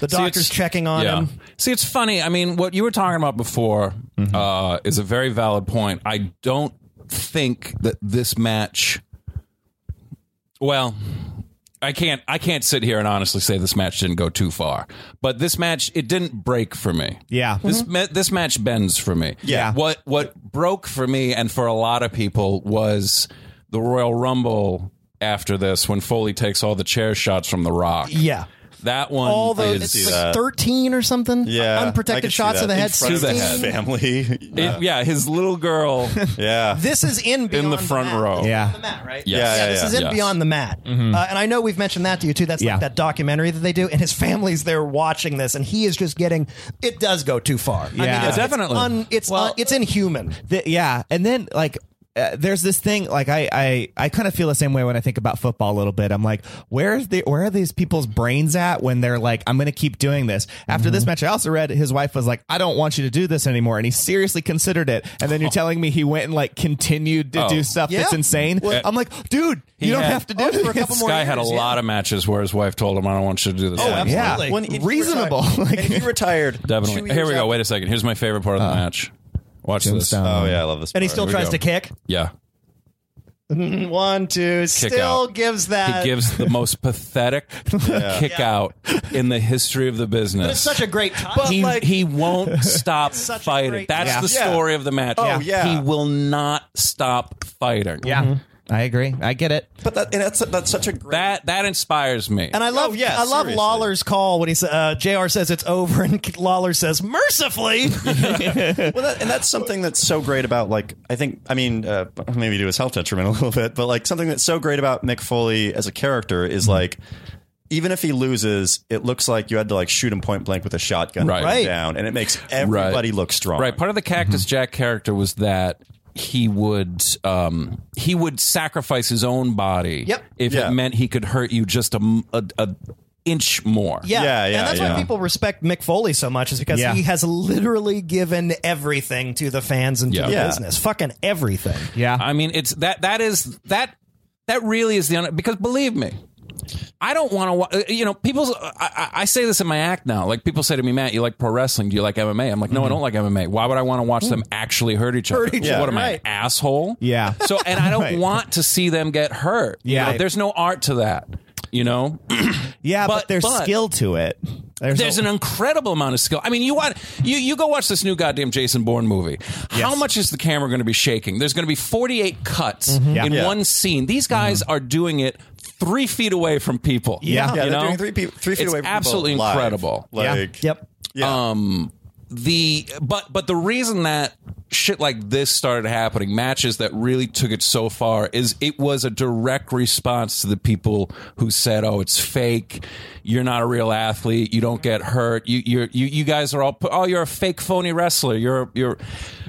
[SPEAKER 8] the
[SPEAKER 6] See,
[SPEAKER 8] doctors
[SPEAKER 6] it's-
[SPEAKER 8] checking on
[SPEAKER 6] yeah.
[SPEAKER 8] him.
[SPEAKER 6] See, it's funny. I mean, what you were talking about before
[SPEAKER 8] Mm-hmm.
[SPEAKER 6] uh, is a very valid point. I don't think that this match. Well, I can't. I can't sit here and honestly say this match didn't go too far. But this match, it didn't break for me.
[SPEAKER 5] Yeah.
[SPEAKER 6] This
[SPEAKER 8] Mm-hmm.
[SPEAKER 6] ma- this match bends for me.
[SPEAKER 5] Yeah.
[SPEAKER 6] What what broke for me and for a lot of people was the Royal Rumble after this when Foley takes all the chair shots from The Rock.
[SPEAKER 8] Yeah,
[SPEAKER 6] That one
[SPEAKER 8] all the
[SPEAKER 6] is-
[SPEAKER 8] it's like
[SPEAKER 4] that.
[SPEAKER 8] thirteen or something.
[SPEAKER 4] Yeah, I
[SPEAKER 8] unprotected
[SPEAKER 4] could see
[SPEAKER 8] shots
[SPEAKER 4] that.
[SPEAKER 8] of the
[SPEAKER 4] In
[SPEAKER 8] head.
[SPEAKER 4] front of his
[SPEAKER 8] 16.
[SPEAKER 4] family.
[SPEAKER 6] It- yeah, his little girl.
[SPEAKER 4] yeah,
[SPEAKER 8] This is in beyond
[SPEAKER 6] the front
[SPEAKER 8] mat.
[SPEAKER 6] row.
[SPEAKER 5] Yeah.
[SPEAKER 8] the mat, right?
[SPEAKER 6] Yes.
[SPEAKER 4] Yeah, yeah,
[SPEAKER 8] this
[SPEAKER 4] yeah.
[SPEAKER 8] is in
[SPEAKER 6] Yes. Mm-hmm.
[SPEAKER 8] Beyond the Mat, uh, and I know we've mentioned that to you too. That's
[SPEAKER 5] Yeah.
[SPEAKER 8] like that documentary that they do, and his family's there watching this, and he is just getting. It does go too far. I mean,
[SPEAKER 5] Yeah.
[SPEAKER 8] it's,
[SPEAKER 6] Definitely.
[SPEAKER 8] It's, un, it's,
[SPEAKER 5] Well-
[SPEAKER 8] un- it's inhuman.
[SPEAKER 5] Th- yeah and then like uh, there's this thing like I I, I kind of feel the same way when I think about football a little bit. I'm like, where is the where are these people's brains at when they're like, I'm gonna keep doing this. After this match, I also read his wife was like, I don't want you to do this anymore, and he seriously considered it. And then you're telling me he went and like continued to
[SPEAKER 6] Oh.
[SPEAKER 5] do stuff that's
[SPEAKER 8] Yeah.
[SPEAKER 5] insane. I'm like, dude, you don't
[SPEAKER 6] had-
[SPEAKER 5] have to do
[SPEAKER 8] Oh,
[SPEAKER 5] this
[SPEAKER 8] for a couple
[SPEAKER 6] This
[SPEAKER 8] more
[SPEAKER 6] guy had a
[SPEAKER 8] years, Oh,
[SPEAKER 6] lot of matches where his wife told him, "I don't want you to do this." anymore."
[SPEAKER 8] absolutely.
[SPEAKER 5] Yeah,
[SPEAKER 8] Like,
[SPEAKER 4] he
[SPEAKER 5] reasonable.
[SPEAKER 4] Retired,
[SPEAKER 5] Like-
[SPEAKER 4] and he retired. two
[SPEAKER 6] definitely.
[SPEAKER 4] years
[SPEAKER 6] Here we go.
[SPEAKER 4] after-
[SPEAKER 6] Wait a second. Here's my favorite part of the
[SPEAKER 8] Uh,
[SPEAKER 6] match. Watch this.
[SPEAKER 5] Tombstone.
[SPEAKER 4] Oh yeah, I love this.
[SPEAKER 8] And he
[SPEAKER 4] part.
[SPEAKER 8] still
[SPEAKER 4] Here we
[SPEAKER 8] tries
[SPEAKER 4] go.
[SPEAKER 8] to kick.
[SPEAKER 6] Yeah,
[SPEAKER 8] One, two, still
[SPEAKER 6] out.
[SPEAKER 8] gives
[SPEAKER 6] he
[SPEAKER 8] that.
[SPEAKER 6] gives the most pathetic kick out in the history of the business.
[SPEAKER 8] It's such a great time.
[SPEAKER 6] he,
[SPEAKER 4] like-
[SPEAKER 6] he won't stop
[SPEAKER 8] such a
[SPEAKER 6] fighting.
[SPEAKER 8] great-
[SPEAKER 6] That's
[SPEAKER 5] Yeah.
[SPEAKER 6] the
[SPEAKER 4] Yeah.
[SPEAKER 6] story of the match.
[SPEAKER 4] Oh, yeah.
[SPEAKER 6] He will not stop fighting.
[SPEAKER 5] yeah, Mm-hmm. I agree. I get it.
[SPEAKER 4] But that, and that's that's such a great.
[SPEAKER 6] That that inspires me.
[SPEAKER 8] and I love,
[SPEAKER 4] Oh, yeah,
[SPEAKER 8] I love
[SPEAKER 4] seriously.
[SPEAKER 8] Lawler's call when he sa- uh, Jr. says it's over, and Lawler says mercifully.
[SPEAKER 4] well, that, and that's something that's so great about like I think I mean uh, maybe to his health detriment a little bit, but like something that's so great about Mick Foley as a character is like even if he loses, it looks like you had to like shoot him point blank with a shotgun
[SPEAKER 6] Right.
[SPEAKER 4] and
[SPEAKER 6] Right.
[SPEAKER 4] down, and it makes everybody look strong.
[SPEAKER 6] Right. Part of the Cactus Jack character was that he would um, he would sacrifice his own body
[SPEAKER 8] Yep.
[SPEAKER 6] if
[SPEAKER 4] Yeah.
[SPEAKER 6] it meant he could hurt you just a, m- a- a inch more.
[SPEAKER 8] Yeah,
[SPEAKER 4] Yeah, yeah,
[SPEAKER 8] and that's
[SPEAKER 4] yeah.
[SPEAKER 8] why people respect Mick Foley so much is because
[SPEAKER 5] Yeah.
[SPEAKER 8] he has literally given everything to the fans and to
[SPEAKER 6] Yeah.
[SPEAKER 8] the
[SPEAKER 4] Yeah.
[SPEAKER 8] business, fucking everything.
[SPEAKER 5] Yeah,
[SPEAKER 6] I mean, it's that that is that that really is the un- because believe me. I don't want to. You know, people. uh, I, I- I say this in my act now. Like people say to me, Matt, you like pro wrestling? Do you like MMA? I'm like,
[SPEAKER 5] Mm-hmm.
[SPEAKER 6] no, I don't like MMA. Why would I want to watch
[SPEAKER 5] Mm.
[SPEAKER 6] them actually hurt each other?
[SPEAKER 8] each
[SPEAKER 6] What
[SPEAKER 8] other,
[SPEAKER 6] am I, an
[SPEAKER 8] right.
[SPEAKER 6] asshole?
[SPEAKER 5] Yeah.
[SPEAKER 6] So, and I don't
[SPEAKER 5] Right.
[SPEAKER 6] want to see them get hurt. You
[SPEAKER 5] Yeah.
[SPEAKER 6] know, there's no art to that. You know,
[SPEAKER 5] yeah, but,
[SPEAKER 6] but-
[SPEAKER 5] there's
[SPEAKER 6] but-
[SPEAKER 5] skill to it.
[SPEAKER 6] There's an incredible amount of skill. I mean, you want you you go watch this new goddamn Jason Bourne movie. How much is the camera going to be shaking? There's going to be 48 cuts in
[SPEAKER 4] Mm-hmm. Yeah. Mm-hmm.
[SPEAKER 6] one scene. These guys are doing it three feet away from people.
[SPEAKER 5] Yeah.
[SPEAKER 4] Yeah,
[SPEAKER 6] you
[SPEAKER 4] they're
[SPEAKER 6] know?
[SPEAKER 4] doing three, pe- three feet
[SPEAKER 6] It's
[SPEAKER 4] away from people
[SPEAKER 6] absolutely
[SPEAKER 4] live.
[SPEAKER 6] incredible.
[SPEAKER 4] Like,
[SPEAKER 8] Yep.
[SPEAKER 4] Yeah.
[SPEAKER 6] the but but the reason that shit like this started happening matches that really took it so far is it was a direct response to the people who said oh it's fake you're not a real athlete you don't get hurt you you're, you you guys are all oh you're a fake phony wrestler you're you're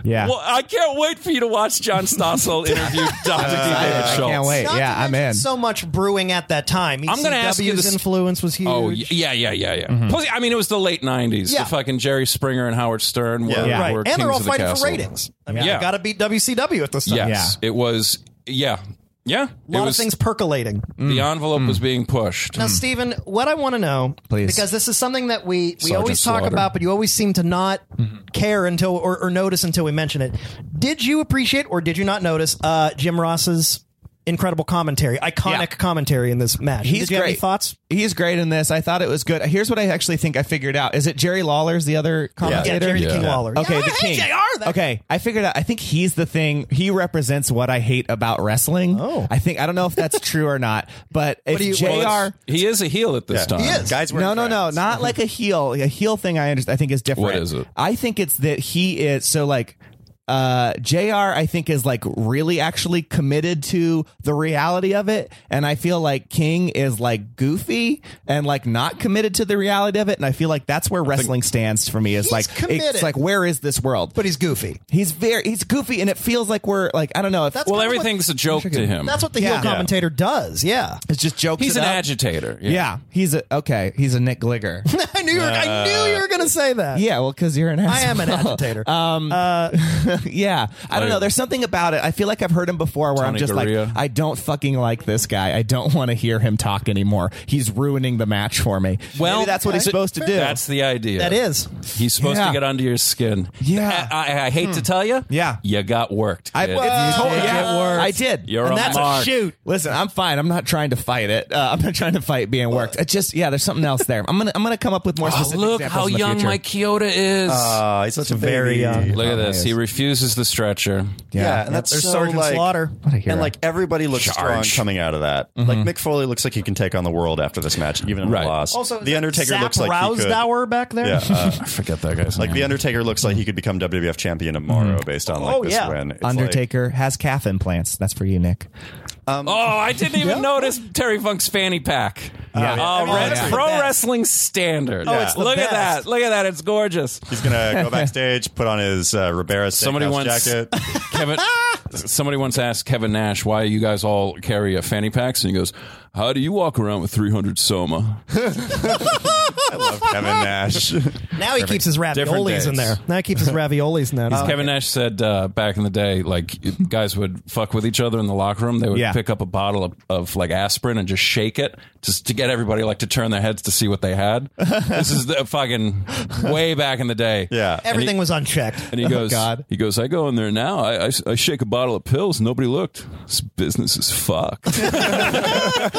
[SPEAKER 5] Yeah. Uh,
[SPEAKER 6] well I can't wait for you to watch John Stossel interview Dr. David Schultz
[SPEAKER 5] I can't wait.
[SPEAKER 8] Not to
[SPEAKER 5] yeah, I'm
[SPEAKER 8] mention
[SPEAKER 5] in.
[SPEAKER 8] So much brewing at that time.
[SPEAKER 6] I'm gonna ask you
[SPEAKER 8] ECW's
[SPEAKER 6] this-
[SPEAKER 8] influence was huge.
[SPEAKER 6] Oh y- yeah, yeah, yeah, yeah.
[SPEAKER 5] Mm-hmm.
[SPEAKER 6] Plus, I mean, it was the late '90s.
[SPEAKER 8] Yeah.
[SPEAKER 6] The fucking Jerry Springer and Howard Stern were,
[SPEAKER 4] Yeah. Yeah.
[SPEAKER 6] were
[SPEAKER 8] and
[SPEAKER 6] kings
[SPEAKER 8] they're all
[SPEAKER 6] of the
[SPEAKER 8] fighting
[SPEAKER 6] castle.
[SPEAKER 8] for ratings. I mean,
[SPEAKER 6] Yeah.
[SPEAKER 8] got to beat WCW at this time.
[SPEAKER 6] Yes, it was. Yeah,
[SPEAKER 8] A
[SPEAKER 6] yeah.
[SPEAKER 8] lot
[SPEAKER 6] it was,
[SPEAKER 8] of things percolating.
[SPEAKER 6] The envelope
[SPEAKER 5] Mm.
[SPEAKER 6] was being pushed.
[SPEAKER 8] Now, Stephen, what I want to know,
[SPEAKER 5] Please.
[SPEAKER 8] because this is something that we, we
[SPEAKER 6] Sergeant
[SPEAKER 8] always talk
[SPEAKER 6] Slaughter.
[SPEAKER 8] about, but you always seem to not care until or, or notice until we mention it. Did you appreciate or did you not notice uh, Jim Ross's incredible commentary, iconic
[SPEAKER 5] Yeah.
[SPEAKER 8] commentary in this match? did
[SPEAKER 5] He's
[SPEAKER 8] you
[SPEAKER 5] great.
[SPEAKER 8] have any thoughts?
[SPEAKER 5] He's great in this. I thought it was good. Here's what I actually think I figured out. Is it Jerry Lawler's the other commentator?
[SPEAKER 8] Yeah, Jerry the King Lawler.
[SPEAKER 5] Okay,
[SPEAKER 8] Yeah,
[SPEAKER 5] the
[SPEAKER 8] hey,
[SPEAKER 5] King.
[SPEAKER 8] JR, that-
[SPEAKER 5] okay, I figured out. I think he's the thing. He represents what I hate about wrestling.
[SPEAKER 8] Oh.
[SPEAKER 5] I think I don't know if that's true or not, but if
[SPEAKER 8] do you-
[SPEAKER 5] Jr.
[SPEAKER 8] well,
[SPEAKER 6] Well, it's- he is a heel at this
[SPEAKER 4] Yeah.
[SPEAKER 6] time.
[SPEAKER 8] He is.
[SPEAKER 4] Guys,
[SPEAKER 5] no, no, no, not like a heel. A heel thing I understand. I think is different.
[SPEAKER 6] What is it?
[SPEAKER 5] I think it's that he is so like. Uh, Jr. I think is like really actually committed to the reality of it, and I feel like King is like goofy and like not committed to the reality of it, and I feel like that's where wrestling stands for me. Is
[SPEAKER 8] He's
[SPEAKER 5] like
[SPEAKER 8] committed.
[SPEAKER 5] it's like where is this world?
[SPEAKER 8] But he's goofy.
[SPEAKER 5] He's very he's goofy, and it feels like we're like I don't know. If,
[SPEAKER 8] That's
[SPEAKER 6] Well,
[SPEAKER 8] kinda what-
[SPEAKER 6] everything's a joke to him.
[SPEAKER 8] That's what the heel
[SPEAKER 5] Yeah.
[SPEAKER 8] commentator does. Yeah.
[SPEAKER 5] it's just jokes.
[SPEAKER 6] He's
[SPEAKER 5] it
[SPEAKER 6] an
[SPEAKER 5] up.
[SPEAKER 6] agitator.
[SPEAKER 5] Yeah. he's a okay. He's a Nick Gligger.
[SPEAKER 8] I knew you were, I knew you were going to say that.
[SPEAKER 5] yeah, well, because you're an asshole. Um,
[SPEAKER 8] I am an agitator.
[SPEAKER 5] yeah, I don't know. There's something about it. I feel like I've heard him before, where I'm
[SPEAKER 6] Tony
[SPEAKER 5] just
[SPEAKER 6] Garea.
[SPEAKER 5] like, I don't fucking like this guy. I don't want to hear him talk anymore. He's ruining the match for me.
[SPEAKER 6] Well,
[SPEAKER 5] Maybe that's what he's
[SPEAKER 6] th-
[SPEAKER 5] supposed to do.
[SPEAKER 6] That's the idea.
[SPEAKER 8] that is.
[SPEAKER 6] He's supposed to
[SPEAKER 5] Yeah.
[SPEAKER 6] get under your skin.
[SPEAKER 5] Yeah.
[SPEAKER 6] I, I, I hate to tell you.
[SPEAKER 5] Yeah.
[SPEAKER 6] You got worked.
[SPEAKER 5] I,
[SPEAKER 6] kid.
[SPEAKER 5] it's-
[SPEAKER 8] Whoa.
[SPEAKER 5] yeah,
[SPEAKER 8] It works.
[SPEAKER 5] I did.
[SPEAKER 6] You're
[SPEAKER 8] And
[SPEAKER 6] a
[SPEAKER 8] that's
[SPEAKER 6] mark.
[SPEAKER 8] a shoot.
[SPEAKER 5] Listen, I'm fine. I'm not trying to fight it. Uh, I'm not trying to fight being worked. It's just yeah. There's something else there. I'm gonna I'm gonna come up with more
[SPEAKER 6] Oh,
[SPEAKER 5] specific
[SPEAKER 6] look
[SPEAKER 5] examples
[SPEAKER 6] how
[SPEAKER 5] in the
[SPEAKER 6] young
[SPEAKER 5] future. oh,
[SPEAKER 6] Mike Kyoto is.
[SPEAKER 4] Uh, he's such a
[SPEAKER 8] very
[SPEAKER 4] baby.
[SPEAKER 8] young.
[SPEAKER 6] Look at this. He refuses the stretcher.
[SPEAKER 4] Yeah,
[SPEAKER 5] Yeah.
[SPEAKER 4] and that's
[SPEAKER 8] There's
[SPEAKER 4] so,
[SPEAKER 8] Sergeant
[SPEAKER 4] like,
[SPEAKER 8] Slaughter.
[SPEAKER 5] What a hero.
[SPEAKER 4] And like everybody looks
[SPEAKER 6] Charge. Mm-hmm.
[SPEAKER 4] strong coming out of that. Like Mick Foley looks like he can take on the world after this match, even in
[SPEAKER 6] Right.
[SPEAKER 4] a loss.
[SPEAKER 8] Also, is
[SPEAKER 4] the
[SPEAKER 8] that
[SPEAKER 4] Undertaker
[SPEAKER 8] Zap
[SPEAKER 4] looks like he could.
[SPEAKER 8] Rousdower back there.
[SPEAKER 4] Yeah, uh,
[SPEAKER 6] I forget that guy's
[SPEAKER 4] like
[SPEAKER 6] name. Mm-hmm.
[SPEAKER 4] the Undertaker looks like he could become WWF champion tomorrow based on like
[SPEAKER 8] Oh,
[SPEAKER 4] this
[SPEAKER 8] yeah.
[SPEAKER 4] win. It's
[SPEAKER 5] Undertaker has calf implants. That's for you, Nick.
[SPEAKER 6] Oh, I didn't even notice Terry Funk's fanny pack.
[SPEAKER 5] Yeah.
[SPEAKER 6] Oh,
[SPEAKER 8] Oh,
[SPEAKER 6] red-
[SPEAKER 8] yeah.
[SPEAKER 6] pro
[SPEAKER 8] It's the best.
[SPEAKER 6] wrestling standard.
[SPEAKER 8] Oh, it's the
[SPEAKER 6] Look at
[SPEAKER 8] best.
[SPEAKER 6] that. Look at that. It's gorgeous.
[SPEAKER 4] Like, he's gonna go backstage, put on his uh, Ribera
[SPEAKER 6] Somebody
[SPEAKER 4] Steakhouse
[SPEAKER 6] wants-
[SPEAKER 4] jacket.
[SPEAKER 6] Kevin, somebody once asked Kevin Nash, "Why you guys all carry a fanny packs?" And he goes, "How do you walk around with 300 soma?"
[SPEAKER 4] I love Kevin Nash.
[SPEAKER 8] Now he keeps his
[SPEAKER 4] Different
[SPEAKER 8] raviolis
[SPEAKER 4] days.
[SPEAKER 8] in there. Now he keeps his raviolis in there. Oh,
[SPEAKER 6] Kevin Nash said uh, back in the day, like guys would fuck with each other in the locker room. They would
[SPEAKER 5] Yeah.
[SPEAKER 6] pick up a bottle of, of like aspirin and just shake it, just to get everybody like to turn their heads to see what they had. this is the fucking way back in the day.
[SPEAKER 4] Yeah.
[SPEAKER 8] Everything was Oh, unchecked.
[SPEAKER 6] uh, And he goes,
[SPEAKER 5] God.
[SPEAKER 6] he goes, I go in there now. I, I, I shake a bottle of pills. Nobody looked. This business is fucked.
[SPEAKER 8] Uh,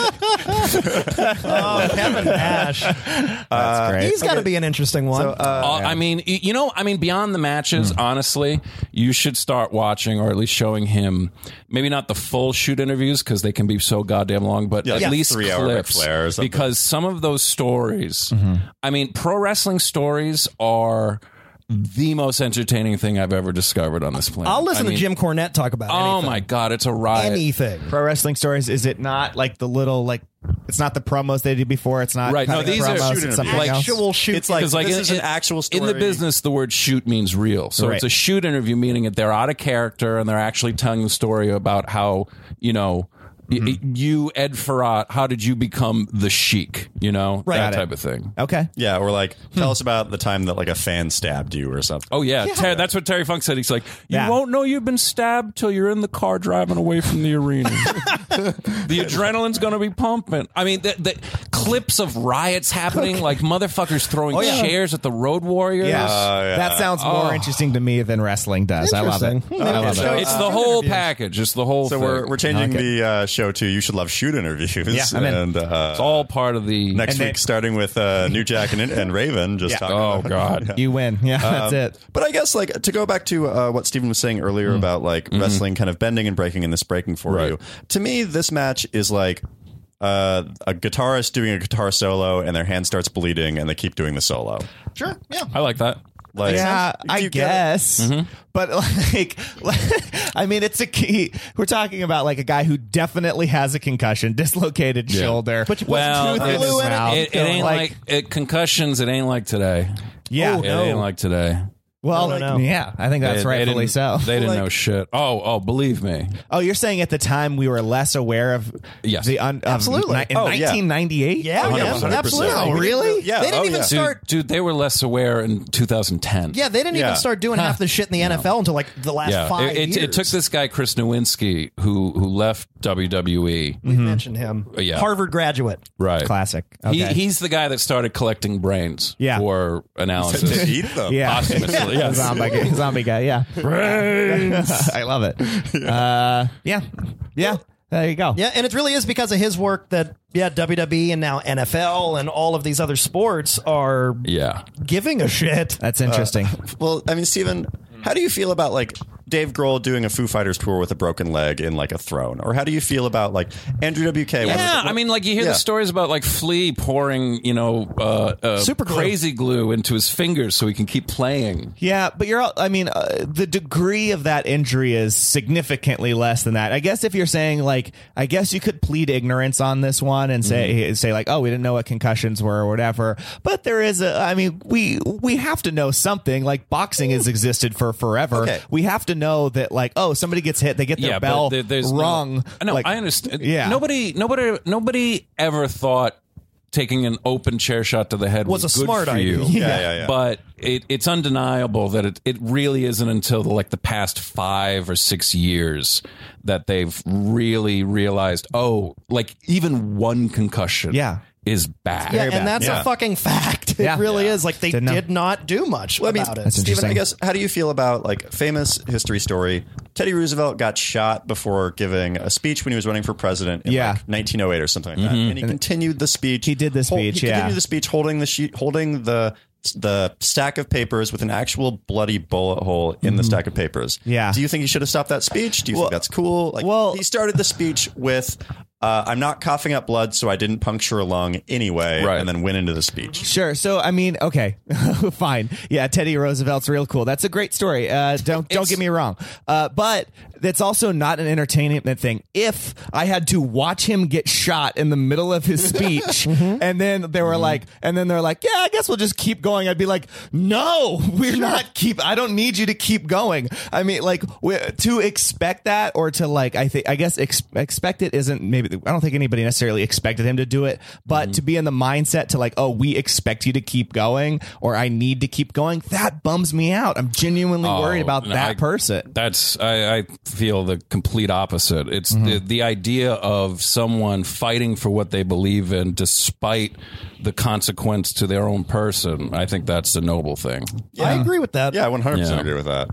[SPEAKER 8] Oh, Kevin Nash.
[SPEAKER 5] That's great.
[SPEAKER 8] He's got to be an interesting one.
[SPEAKER 6] Uh, I mean, y- you know, I mean, beyond the matches, honestly, you should start watching or at least showing him maybe not the full shoot interviews because they can be so goddamn long, but
[SPEAKER 4] Yeah,
[SPEAKER 6] at
[SPEAKER 4] like
[SPEAKER 6] least
[SPEAKER 4] three-hour Ric
[SPEAKER 6] clips
[SPEAKER 4] Flair or something.
[SPEAKER 6] because some of those stories, I mean, pro wrestling stories are the most entertaining thing I've ever discovered on this planet.
[SPEAKER 8] I'll listen
[SPEAKER 6] I mean,
[SPEAKER 8] to Jim Cornette talk about
[SPEAKER 6] Oh
[SPEAKER 8] anything.
[SPEAKER 6] my god, it's a riot.
[SPEAKER 8] anything.
[SPEAKER 5] pro wrestling stories is it not like the little like it's not the promos they did before it's not
[SPEAKER 6] Right, no,
[SPEAKER 5] cutting
[SPEAKER 6] these
[SPEAKER 5] promos,
[SPEAKER 6] are shoot
[SPEAKER 5] it's
[SPEAKER 4] interviews.
[SPEAKER 5] something
[SPEAKER 6] Like,
[SPEAKER 5] else
[SPEAKER 8] Actual shoot.
[SPEAKER 4] It's like,
[SPEAKER 6] 'Cause,
[SPEAKER 4] this
[SPEAKER 6] in-
[SPEAKER 4] is an
[SPEAKER 6] in-
[SPEAKER 4] actual story.
[SPEAKER 6] In the business, the word shoot means real. So
[SPEAKER 5] Right.
[SPEAKER 6] it's a shoot interview, meaning that they're out of character and they're actually telling the story about how, you know, y- y-
[SPEAKER 4] Mm-hmm.
[SPEAKER 6] you, Ed Farrat, how did you become the chic, you know,
[SPEAKER 8] Right. Got
[SPEAKER 6] that
[SPEAKER 8] it.
[SPEAKER 6] type of thing.
[SPEAKER 5] okay
[SPEAKER 4] Yeah, or like
[SPEAKER 5] Hmm.
[SPEAKER 4] tell us about the time that like a fan stabbed you or something.
[SPEAKER 6] Oh yeah, Ter- that's what Terry Funk said. He's like, "You
[SPEAKER 5] Yeah.
[SPEAKER 6] won't know you've been stabbed till you're in the car driving away from the arena. the adrenaline's going to be pumping. I mean, the, the clips of riots happening, like motherfuckers throwing chairs at the Road Warriors.
[SPEAKER 5] yeah.
[SPEAKER 4] Oh, yeah.
[SPEAKER 5] that sounds more interesting to me than wrestling does i love it
[SPEAKER 8] Interesting. Hmm,
[SPEAKER 5] i love
[SPEAKER 4] uh,
[SPEAKER 8] interesting.
[SPEAKER 5] it oh,
[SPEAKER 6] It's the whole package. It's the whole.
[SPEAKER 4] So
[SPEAKER 6] thing.
[SPEAKER 4] we're, we're changing the uh, show too. You should love shoot interviews.
[SPEAKER 5] Yeah, I'm in.
[SPEAKER 4] and uh,
[SPEAKER 6] It's all part of the
[SPEAKER 4] next
[SPEAKER 5] And
[SPEAKER 4] week,
[SPEAKER 5] they-
[SPEAKER 4] starting with uh, New Jack and, and Raven. Just
[SPEAKER 5] Yeah.
[SPEAKER 4] talking
[SPEAKER 6] Oh
[SPEAKER 4] about-
[SPEAKER 6] God!
[SPEAKER 5] You win. Yeah, that's it.
[SPEAKER 4] But I guess like to go back to uh, what Steven was saying earlier
[SPEAKER 5] Hmm.
[SPEAKER 4] about like
[SPEAKER 5] Mm-hmm.
[SPEAKER 4] wrestling kind of bending and breaking and this breaking for
[SPEAKER 6] Right.
[SPEAKER 4] you. To me, this match is like uh, a guitarist doing a guitar solo and their hand starts bleeding and they keep doing the solo.
[SPEAKER 5] Sure. Yeah.
[SPEAKER 6] I like that.
[SPEAKER 4] Like,
[SPEAKER 5] Yeah,
[SPEAKER 4] do
[SPEAKER 5] I
[SPEAKER 4] you get it?
[SPEAKER 5] guess. But like, I mean, it's a key. We're talking about like a guy who definitely has a concussion, dislocated shoulder, which
[SPEAKER 6] Well,
[SPEAKER 5] tooth flew in
[SPEAKER 6] it's-
[SPEAKER 5] his
[SPEAKER 6] it, it ain't
[SPEAKER 5] mouth.
[SPEAKER 6] like, it, concussions. It ain't like today.
[SPEAKER 5] yeah.
[SPEAKER 6] It ain't like today.
[SPEAKER 5] well,
[SPEAKER 4] I don't
[SPEAKER 5] like, yeah, I think that's
[SPEAKER 6] They- they
[SPEAKER 5] rightfully
[SPEAKER 6] didn't-
[SPEAKER 5] so.
[SPEAKER 6] They didn't know shit. Oh, oh, believe me.
[SPEAKER 5] oh, you're saying at the time we were less aware of
[SPEAKER 6] Yes.
[SPEAKER 5] the un- absolutely in
[SPEAKER 4] Oh, yeah.
[SPEAKER 5] 1998.
[SPEAKER 8] Yeah, yeah,
[SPEAKER 4] 100%.
[SPEAKER 8] absolutely.
[SPEAKER 4] Oh,
[SPEAKER 5] really?
[SPEAKER 4] Yeah,
[SPEAKER 8] They didn't
[SPEAKER 4] oh,
[SPEAKER 8] even
[SPEAKER 4] yeah.
[SPEAKER 6] Dude,
[SPEAKER 8] start.
[SPEAKER 6] dude, they were less aware in 2010.
[SPEAKER 8] Yeah, they didn't
[SPEAKER 4] Yeah.
[SPEAKER 8] even start doing half the shit in the NFL until like the last
[SPEAKER 6] yeah.
[SPEAKER 8] five
[SPEAKER 6] It, it-
[SPEAKER 8] years.
[SPEAKER 6] it took this guy Chris Nowinski who who left WWE.
[SPEAKER 5] Mm-hmm.
[SPEAKER 8] We mentioned him.
[SPEAKER 6] Mm-hmm. Uh, Yeah.
[SPEAKER 8] Harvard graduate.
[SPEAKER 6] Right.
[SPEAKER 5] Classic.
[SPEAKER 6] He,
[SPEAKER 5] Okay.
[SPEAKER 6] he's the guy that started collecting brains
[SPEAKER 5] Yeah.
[SPEAKER 6] for
[SPEAKER 4] to
[SPEAKER 6] analysis.
[SPEAKER 4] eat them.
[SPEAKER 5] yeah.
[SPEAKER 6] Posthumously, yes.
[SPEAKER 5] zombie, guy, zombie guy, yeah. Brains. I love it. Uh, yeah. Yeah. There you go.
[SPEAKER 8] Yeah, and it really is because of his work that yeah, WWE and now NFL and all of these other sports are
[SPEAKER 6] yeah.
[SPEAKER 8] giving a shit.
[SPEAKER 5] That's interesting.
[SPEAKER 4] Well, I mean, Steven, how do you feel about like Dave Grohl doing a Foo Fighters tour with a broken leg in like a throne? Or how do you feel about like Andrew WK? when-
[SPEAKER 6] Yeah, I mean, like you hear
[SPEAKER 4] Yeah.
[SPEAKER 6] the stories about like Flea pouring, you know, uh, uh,
[SPEAKER 8] Super glue.
[SPEAKER 6] crazy glue into his fingers so he can keep playing.
[SPEAKER 5] Yeah, but you're. all- I mean, uh, the degree of that injury is significantly less than that. I guess if you're saying like, I guess you could plead ignorance on this one and
[SPEAKER 6] Mm-hmm.
[SPEAKER 5] say say like, oh, we didn't know what concussions were or whatever. But there is a. I mean, we we have to know something. Like boxing has existed for forever.
[SPEAKER 4] Okay.
[SPEAKER 5] We have to know that like, oh, somebody gets hit, they get their
[SPEAKER 6] yeah,
[SPEAKER 5] bell
[SPEAKER 6] but there- there's
[SPEAKER 5] rung.
[SPEAKER 6] No, no
[SPEAKER 5] like,
[SPEAKER 6] I understand.
[SPEAKER 5] Yeah.
[SPEAKER 6] nobody, nobody, nobody ever thought taking an open chair shot to the head was,
[SPEAKER 8] Was a
[SPEAKER 6] good
[SPEAKER 8] smart
[SPEAKER 6] for
[SPEAKER 8] idea.
[SPEAKER 6] you.
[SPEAKER 4] yeah, yeah, yeah.
[SPEAKER 6] But it, it's undeniable that it, it really isn't until like the past five or six years that they've really realized, oh, like even one concussion,
[SPEAKER 5] Yeah.
[SPEAKER 6] is bad.
[SPEAKER 8] Yeah, and that's
[SPEAKER 4] Yeah.
[SPEAKER 8] a fucking fact. It
[SPEAKER 5] Yeah.
[SPEAKER 8] really
[SPEAKER 5] Yeah.
[SPEAKER 8] is. Like they
[SPEAKER 5] Didn't know.
[SPEAKER 8] did not do much
[SPEAKER 4] Well, I mean,
[SPEAKER 8] about it.
[SPEAKER 5] That's
[SPEAKER 4] Steven,
[SPEAKER 5] interesting.
[SPEAKER 4] I guess how do you feel about like famous history story? Teddy Roosevelt got shot before giving a speech when he was running for president in
[SPEAKER 5] Yeah. Mm-hmm.
[SPEAKER 4] like 1908 or something like that, and he continued the speech.
[SPEAKER 5] He did the
[SPEAKER 4] hol-
[SPEAKER 5] speech,
[SPEAKER 4] He
[SPEAKER 5] yeah.
[SPEAKER 4] continued the speech holding the sheet, holding the the stack of papers with an actual bloody bullet hole in the stack of papers.
[SPEAKER 5] Mm-hmm. Yeah.
[SPEAKER 4] Do you think he should have stopped that speech? Do you
[SPEAKER 5] Well-
[SPEAKER 4] think that's cool? Like,
[SPEAKER 5] well-
[SPEAKER 4] he started the speech with. Uh, I'm not coughing up blood, so I didn't puncture a lung anyway,
[SPEAKER 6] Right.
[SPEAKER 4] and then went into the speech.
[SPEAKER 5] Sure. So I mean, okay, fine. Yeah, Teddy Roosevelt's real cool. That's a great story. Uh, don't don't get me wrong. Uh, but that's also not an entertainment thing. If I had to watch him get shot in the middle of his speech, and then they were like, and then they're like, yeah, I guess we'll just keep going. I'd be like, no, we're not keep. I don't need you to keep going. I mean, like we- to expect that or to like, I think I guess ex- expect it isn't maybe. I don't think anybody necessarily expected him to do it,
[SPEAKER 6] Mm-hmm.
[SPEAKER 5] but to be in the mindset to like, oh, we expect you to keep going or I need to keep going. That bums me out. I'm genuinely worried
[SPEAKER 6] Oh,
[SPEAKER 5] about
[SPEAKER 6] no,
[SPEAKER 5] that
[SPEAKER 6] I-
[SPEAKER 5] person.
[SPEAKER 6] That's I, I feel the complete opposite. It's the
[SPEAKER 8] Mm-hmm.
[SPEAKER 6] the idea of someone fighting for what they believe in despite the consequence to their own person. I think that's a noble thing.
[SPEAKER 8] I agree with that.
[SPEAKER 4] Yeah, I 100%
[SPEAKER 6] Yeah.
[SPEAKER 4] agree with that.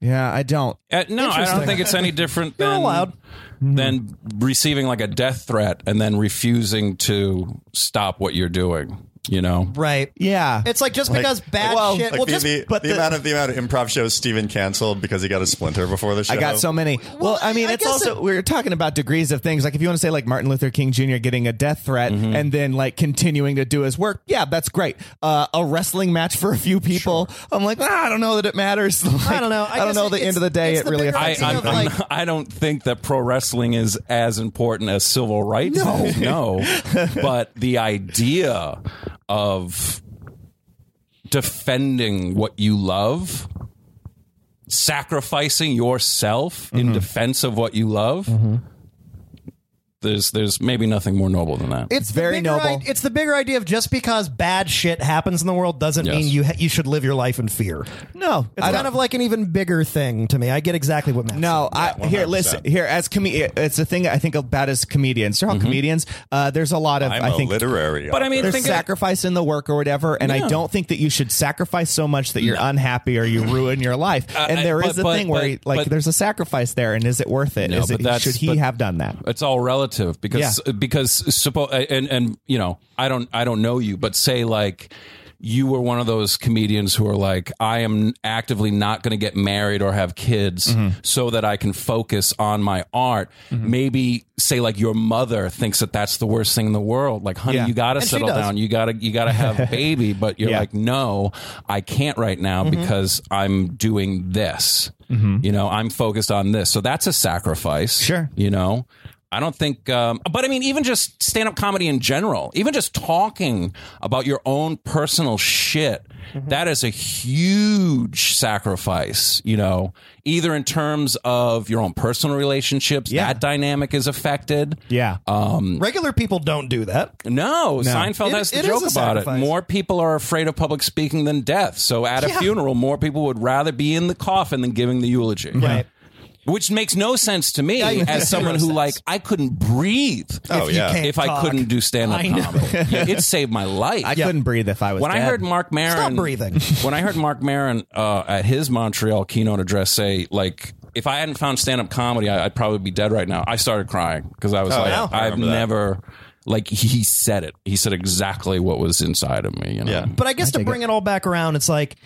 [SPEAKER 5] Yeah, I don't.
[SPEAKER 6] Uh, no, I don't
[SPEAKER 8] Interesting.
[SPEAKER 6] think it's any different than
[SPEAKER 8] allowed. Mm-hmm.
[SPEAKER 6] than receiving like a death threat and then refusing to stop what you're doing. You know,
[SPEAKER 8] Right.
[SPEAKER 5] Yeah,
[SPEAKER 8] It's like just because bad
[SPEAKER 5] well,
[SPEAKER 8] shit.
[SPEAKER 4] Like
[SPEAKER 8] well,
[SPEAKER 4] the,
[SPEAKER 8] just
[SPEAKER 4] the,
[SPEAKER 8] but
[SPEAKER 4] the, amount of the amount of improv shows Steven canceled because he got a splinter before the show.
[SPEAKER 5] I got so many. Well, I mean,
[SPEAKER 8] I
[SPEAKER 5] it's
[SPEAKER 8] guess
[SPEAKER 5] also
[SPEAKER 8] it-
[SPEAKER 5] we're talking about degrees of things. Like if you want to say like Martin Luther King Jr. getting a death threat and then like continuing to do his work, yeah, that's great. Uh, a wrestling match for a few people, I'm like, ah, I don't know that it matters. Like,
[SPEAKER 8] don't know. I
[SPEAKER 5] I, don't
[SPEAKER 8] guess
[SPEAKER 5] know. At the
[SPEAKER 8] it's-
[SPEAKER 5] end of the day,
[SPEAKER 8] it's
[SPEAKER 5] it
[SPEAKER 8] the
[SPEAKER 5] really
[SPEAKER 8] bigger
[SPEAKER 6] I
[SPEAKER 5] affects.
[SPEAKER 8] idea of,
[SPEAKER 5] me.
[SPEAKER 6] I'm, I'm
[SPEAKER 8] like-
[SPEAKER 6] not- I don't think that pro wrestling is as important as civil rights. No, no. but the idea of defending what you love,
[SPEAKER 8] Mm-hmm.
[SPEAKER 6] sacrificing yourself in defense of what you love. There's there's maybe nothing more noble than that.
[SPEAKER 8] It's the
[SPEAKER 5] very
[SPEAKER 8] bigger
[SPEAKER 5] noble.
[SPEAKER 8] i- it's the bigger idea of just because bad shit happens in the world doesn't
[SPEAKER 6] Yes.
[SPEAKER 8] mean you ha- you should live your life in fear.
[SPEAKER 5] No,
[SPEAKER 8] It's kind of like an even bigger thing to me. I get exactly what Matt.
[SPEAKER 5] No, I, here,
[SPEAKER 4] 100%.
[SPEAKER 5] listen. Here, as com- it's the thing I think about as comedians.
[SPEAKER 6] Mm-hmm.
[SPEAKER 5] They're all comedians. Uh, there's a lot of
[SPEAKER 4] I'm
[SPEAKER 5] I
[SPEAKER 4] a
[SPEAKER 5] think
[SPEAKER 4] literary.
[SPEAKER 6] But I mean,
[SPEAKER 4] author.
[SPEAKER 5] there's
[SPEAKER 6] think-
[SPEAKER 5] sacrifice in the work or whatever, and I don't think that you should sacrifice so much that you're unhappy or you ruin your life.
[SPEAKER 6] Uh,
[SPEAKER 5] and
[SPEAKER 6] I-
[SPEAKER 5] there is
[SPEAKER 6] but-
[SPEAKER 5] a
[SPEAKER 6] but-
[SPEAKER 5] thing where
[SPEAKER 6] but-
[SPEAKER 5] he- like
[SPEAKER 6] but-
[SPEAKER 5] there's a sacrifice there, and is it worth it?
[SPEAKER 6] No,
[SPEAKER 5] Is
[SPEAKER 6] but
[SPEAKER 5] it
[SPEAKER 6] that's-
[SPEAKER 5] should he
[SPEAKER 6] but-
[SPEAKER 5] have done that?
[SPEAKER 6] it's all relative because because suppo- and and you know I don't I don't know you but say like you were one of those comedians who are like I am actively not going to get married or have kids
[SPEAKER 5] Mm-hmm.
[SPEAKER 6] so that I can focus on my art maybe say like your mother thinks that that's the worst thing in the world like honey
[SPEAKER 5] Yeah.
[SPEAKER 6] you got to
[SPEAKER 5] And she
[SPEAKER 6] settle
[SPEAKER 5] does.
[SPEAKER 6] down you got to you got to have a baby but you're
[SPEAKER 5] Yeah. Mm-hmm.
[SPEAKER 6] like no I can't right now because I'm doing this you know I'm focused on this so that's a sacrifice
[SPEAKER 5] Sure.
[SPEAKER 6] you know i don't think um, but i mean even just stand-up comedy in general even just talking about your own personal shit
[SPEAKER 8] Mm-hmm.
[SPEAKER 6] that is a huge sacrifice you know either in terms of your own personal relationships
[SPEAKER 5] Yeah.
[SPEAKER 6] that dynamic is affected
[SPEAKER 5] Yeah.
[SPEAKER 6] Um,
[SPEAKER 8] regular people don't do that.
[SPEAKER 6] no, Seinfeld
[SPEAKER 8] It-
[SPEAKER 6] has to
[SPEAKER 8] it is
[SPEAKER 6] joke
[SPEAKER 8] a
[SPEAKER 6] about
[SPEAKER 8] sacrifice.
[SPEAKER 6] it. More people are afraid of public speaking than death. So at a funeral, more people would rather be in the coffin than giving the eulogy. Right. Which makes no sense to me as someone who, like, I couldn't breathe
[SPEAKER 4] oh yeah,
[SPEAKER 8] can't-
[SPEAKER 6] if I
[SPEAKER 8] talk.
[SPEAKER 6] couldn't do stand up
[SPEAKER 8] I know.
[SPEAKER 6] comedy. Yeah, it saved my life.
[SPEAKER 5] I couldn't breathe if I was
[SPEAKER 6] When I
[SPEAKER 5] dead.
[SPEAKER 6] heard Mark Maron,
[SPEAKER 8] Stop breathing.
[SPEAKER 6] when I heard Mark Maron uh, at his Montreal keynote address say, like, if I hadn't found stand up comedy, I, I'd probably be dead right now. I started crying because I was
[SPEAKER 4] Oh,
[SPEAKER 6] like,
[SPEAKER 4] yeah. I
[SPEAKER 6] I've
[SPEAKER 4] remember that.
[SPEAKER 6] never, like, he said it. He said exactly what was inside of me. You know?
[SPEAKER 4] Yeah.
[SPEAKER 8] But I guess to bring it. all back around, it's like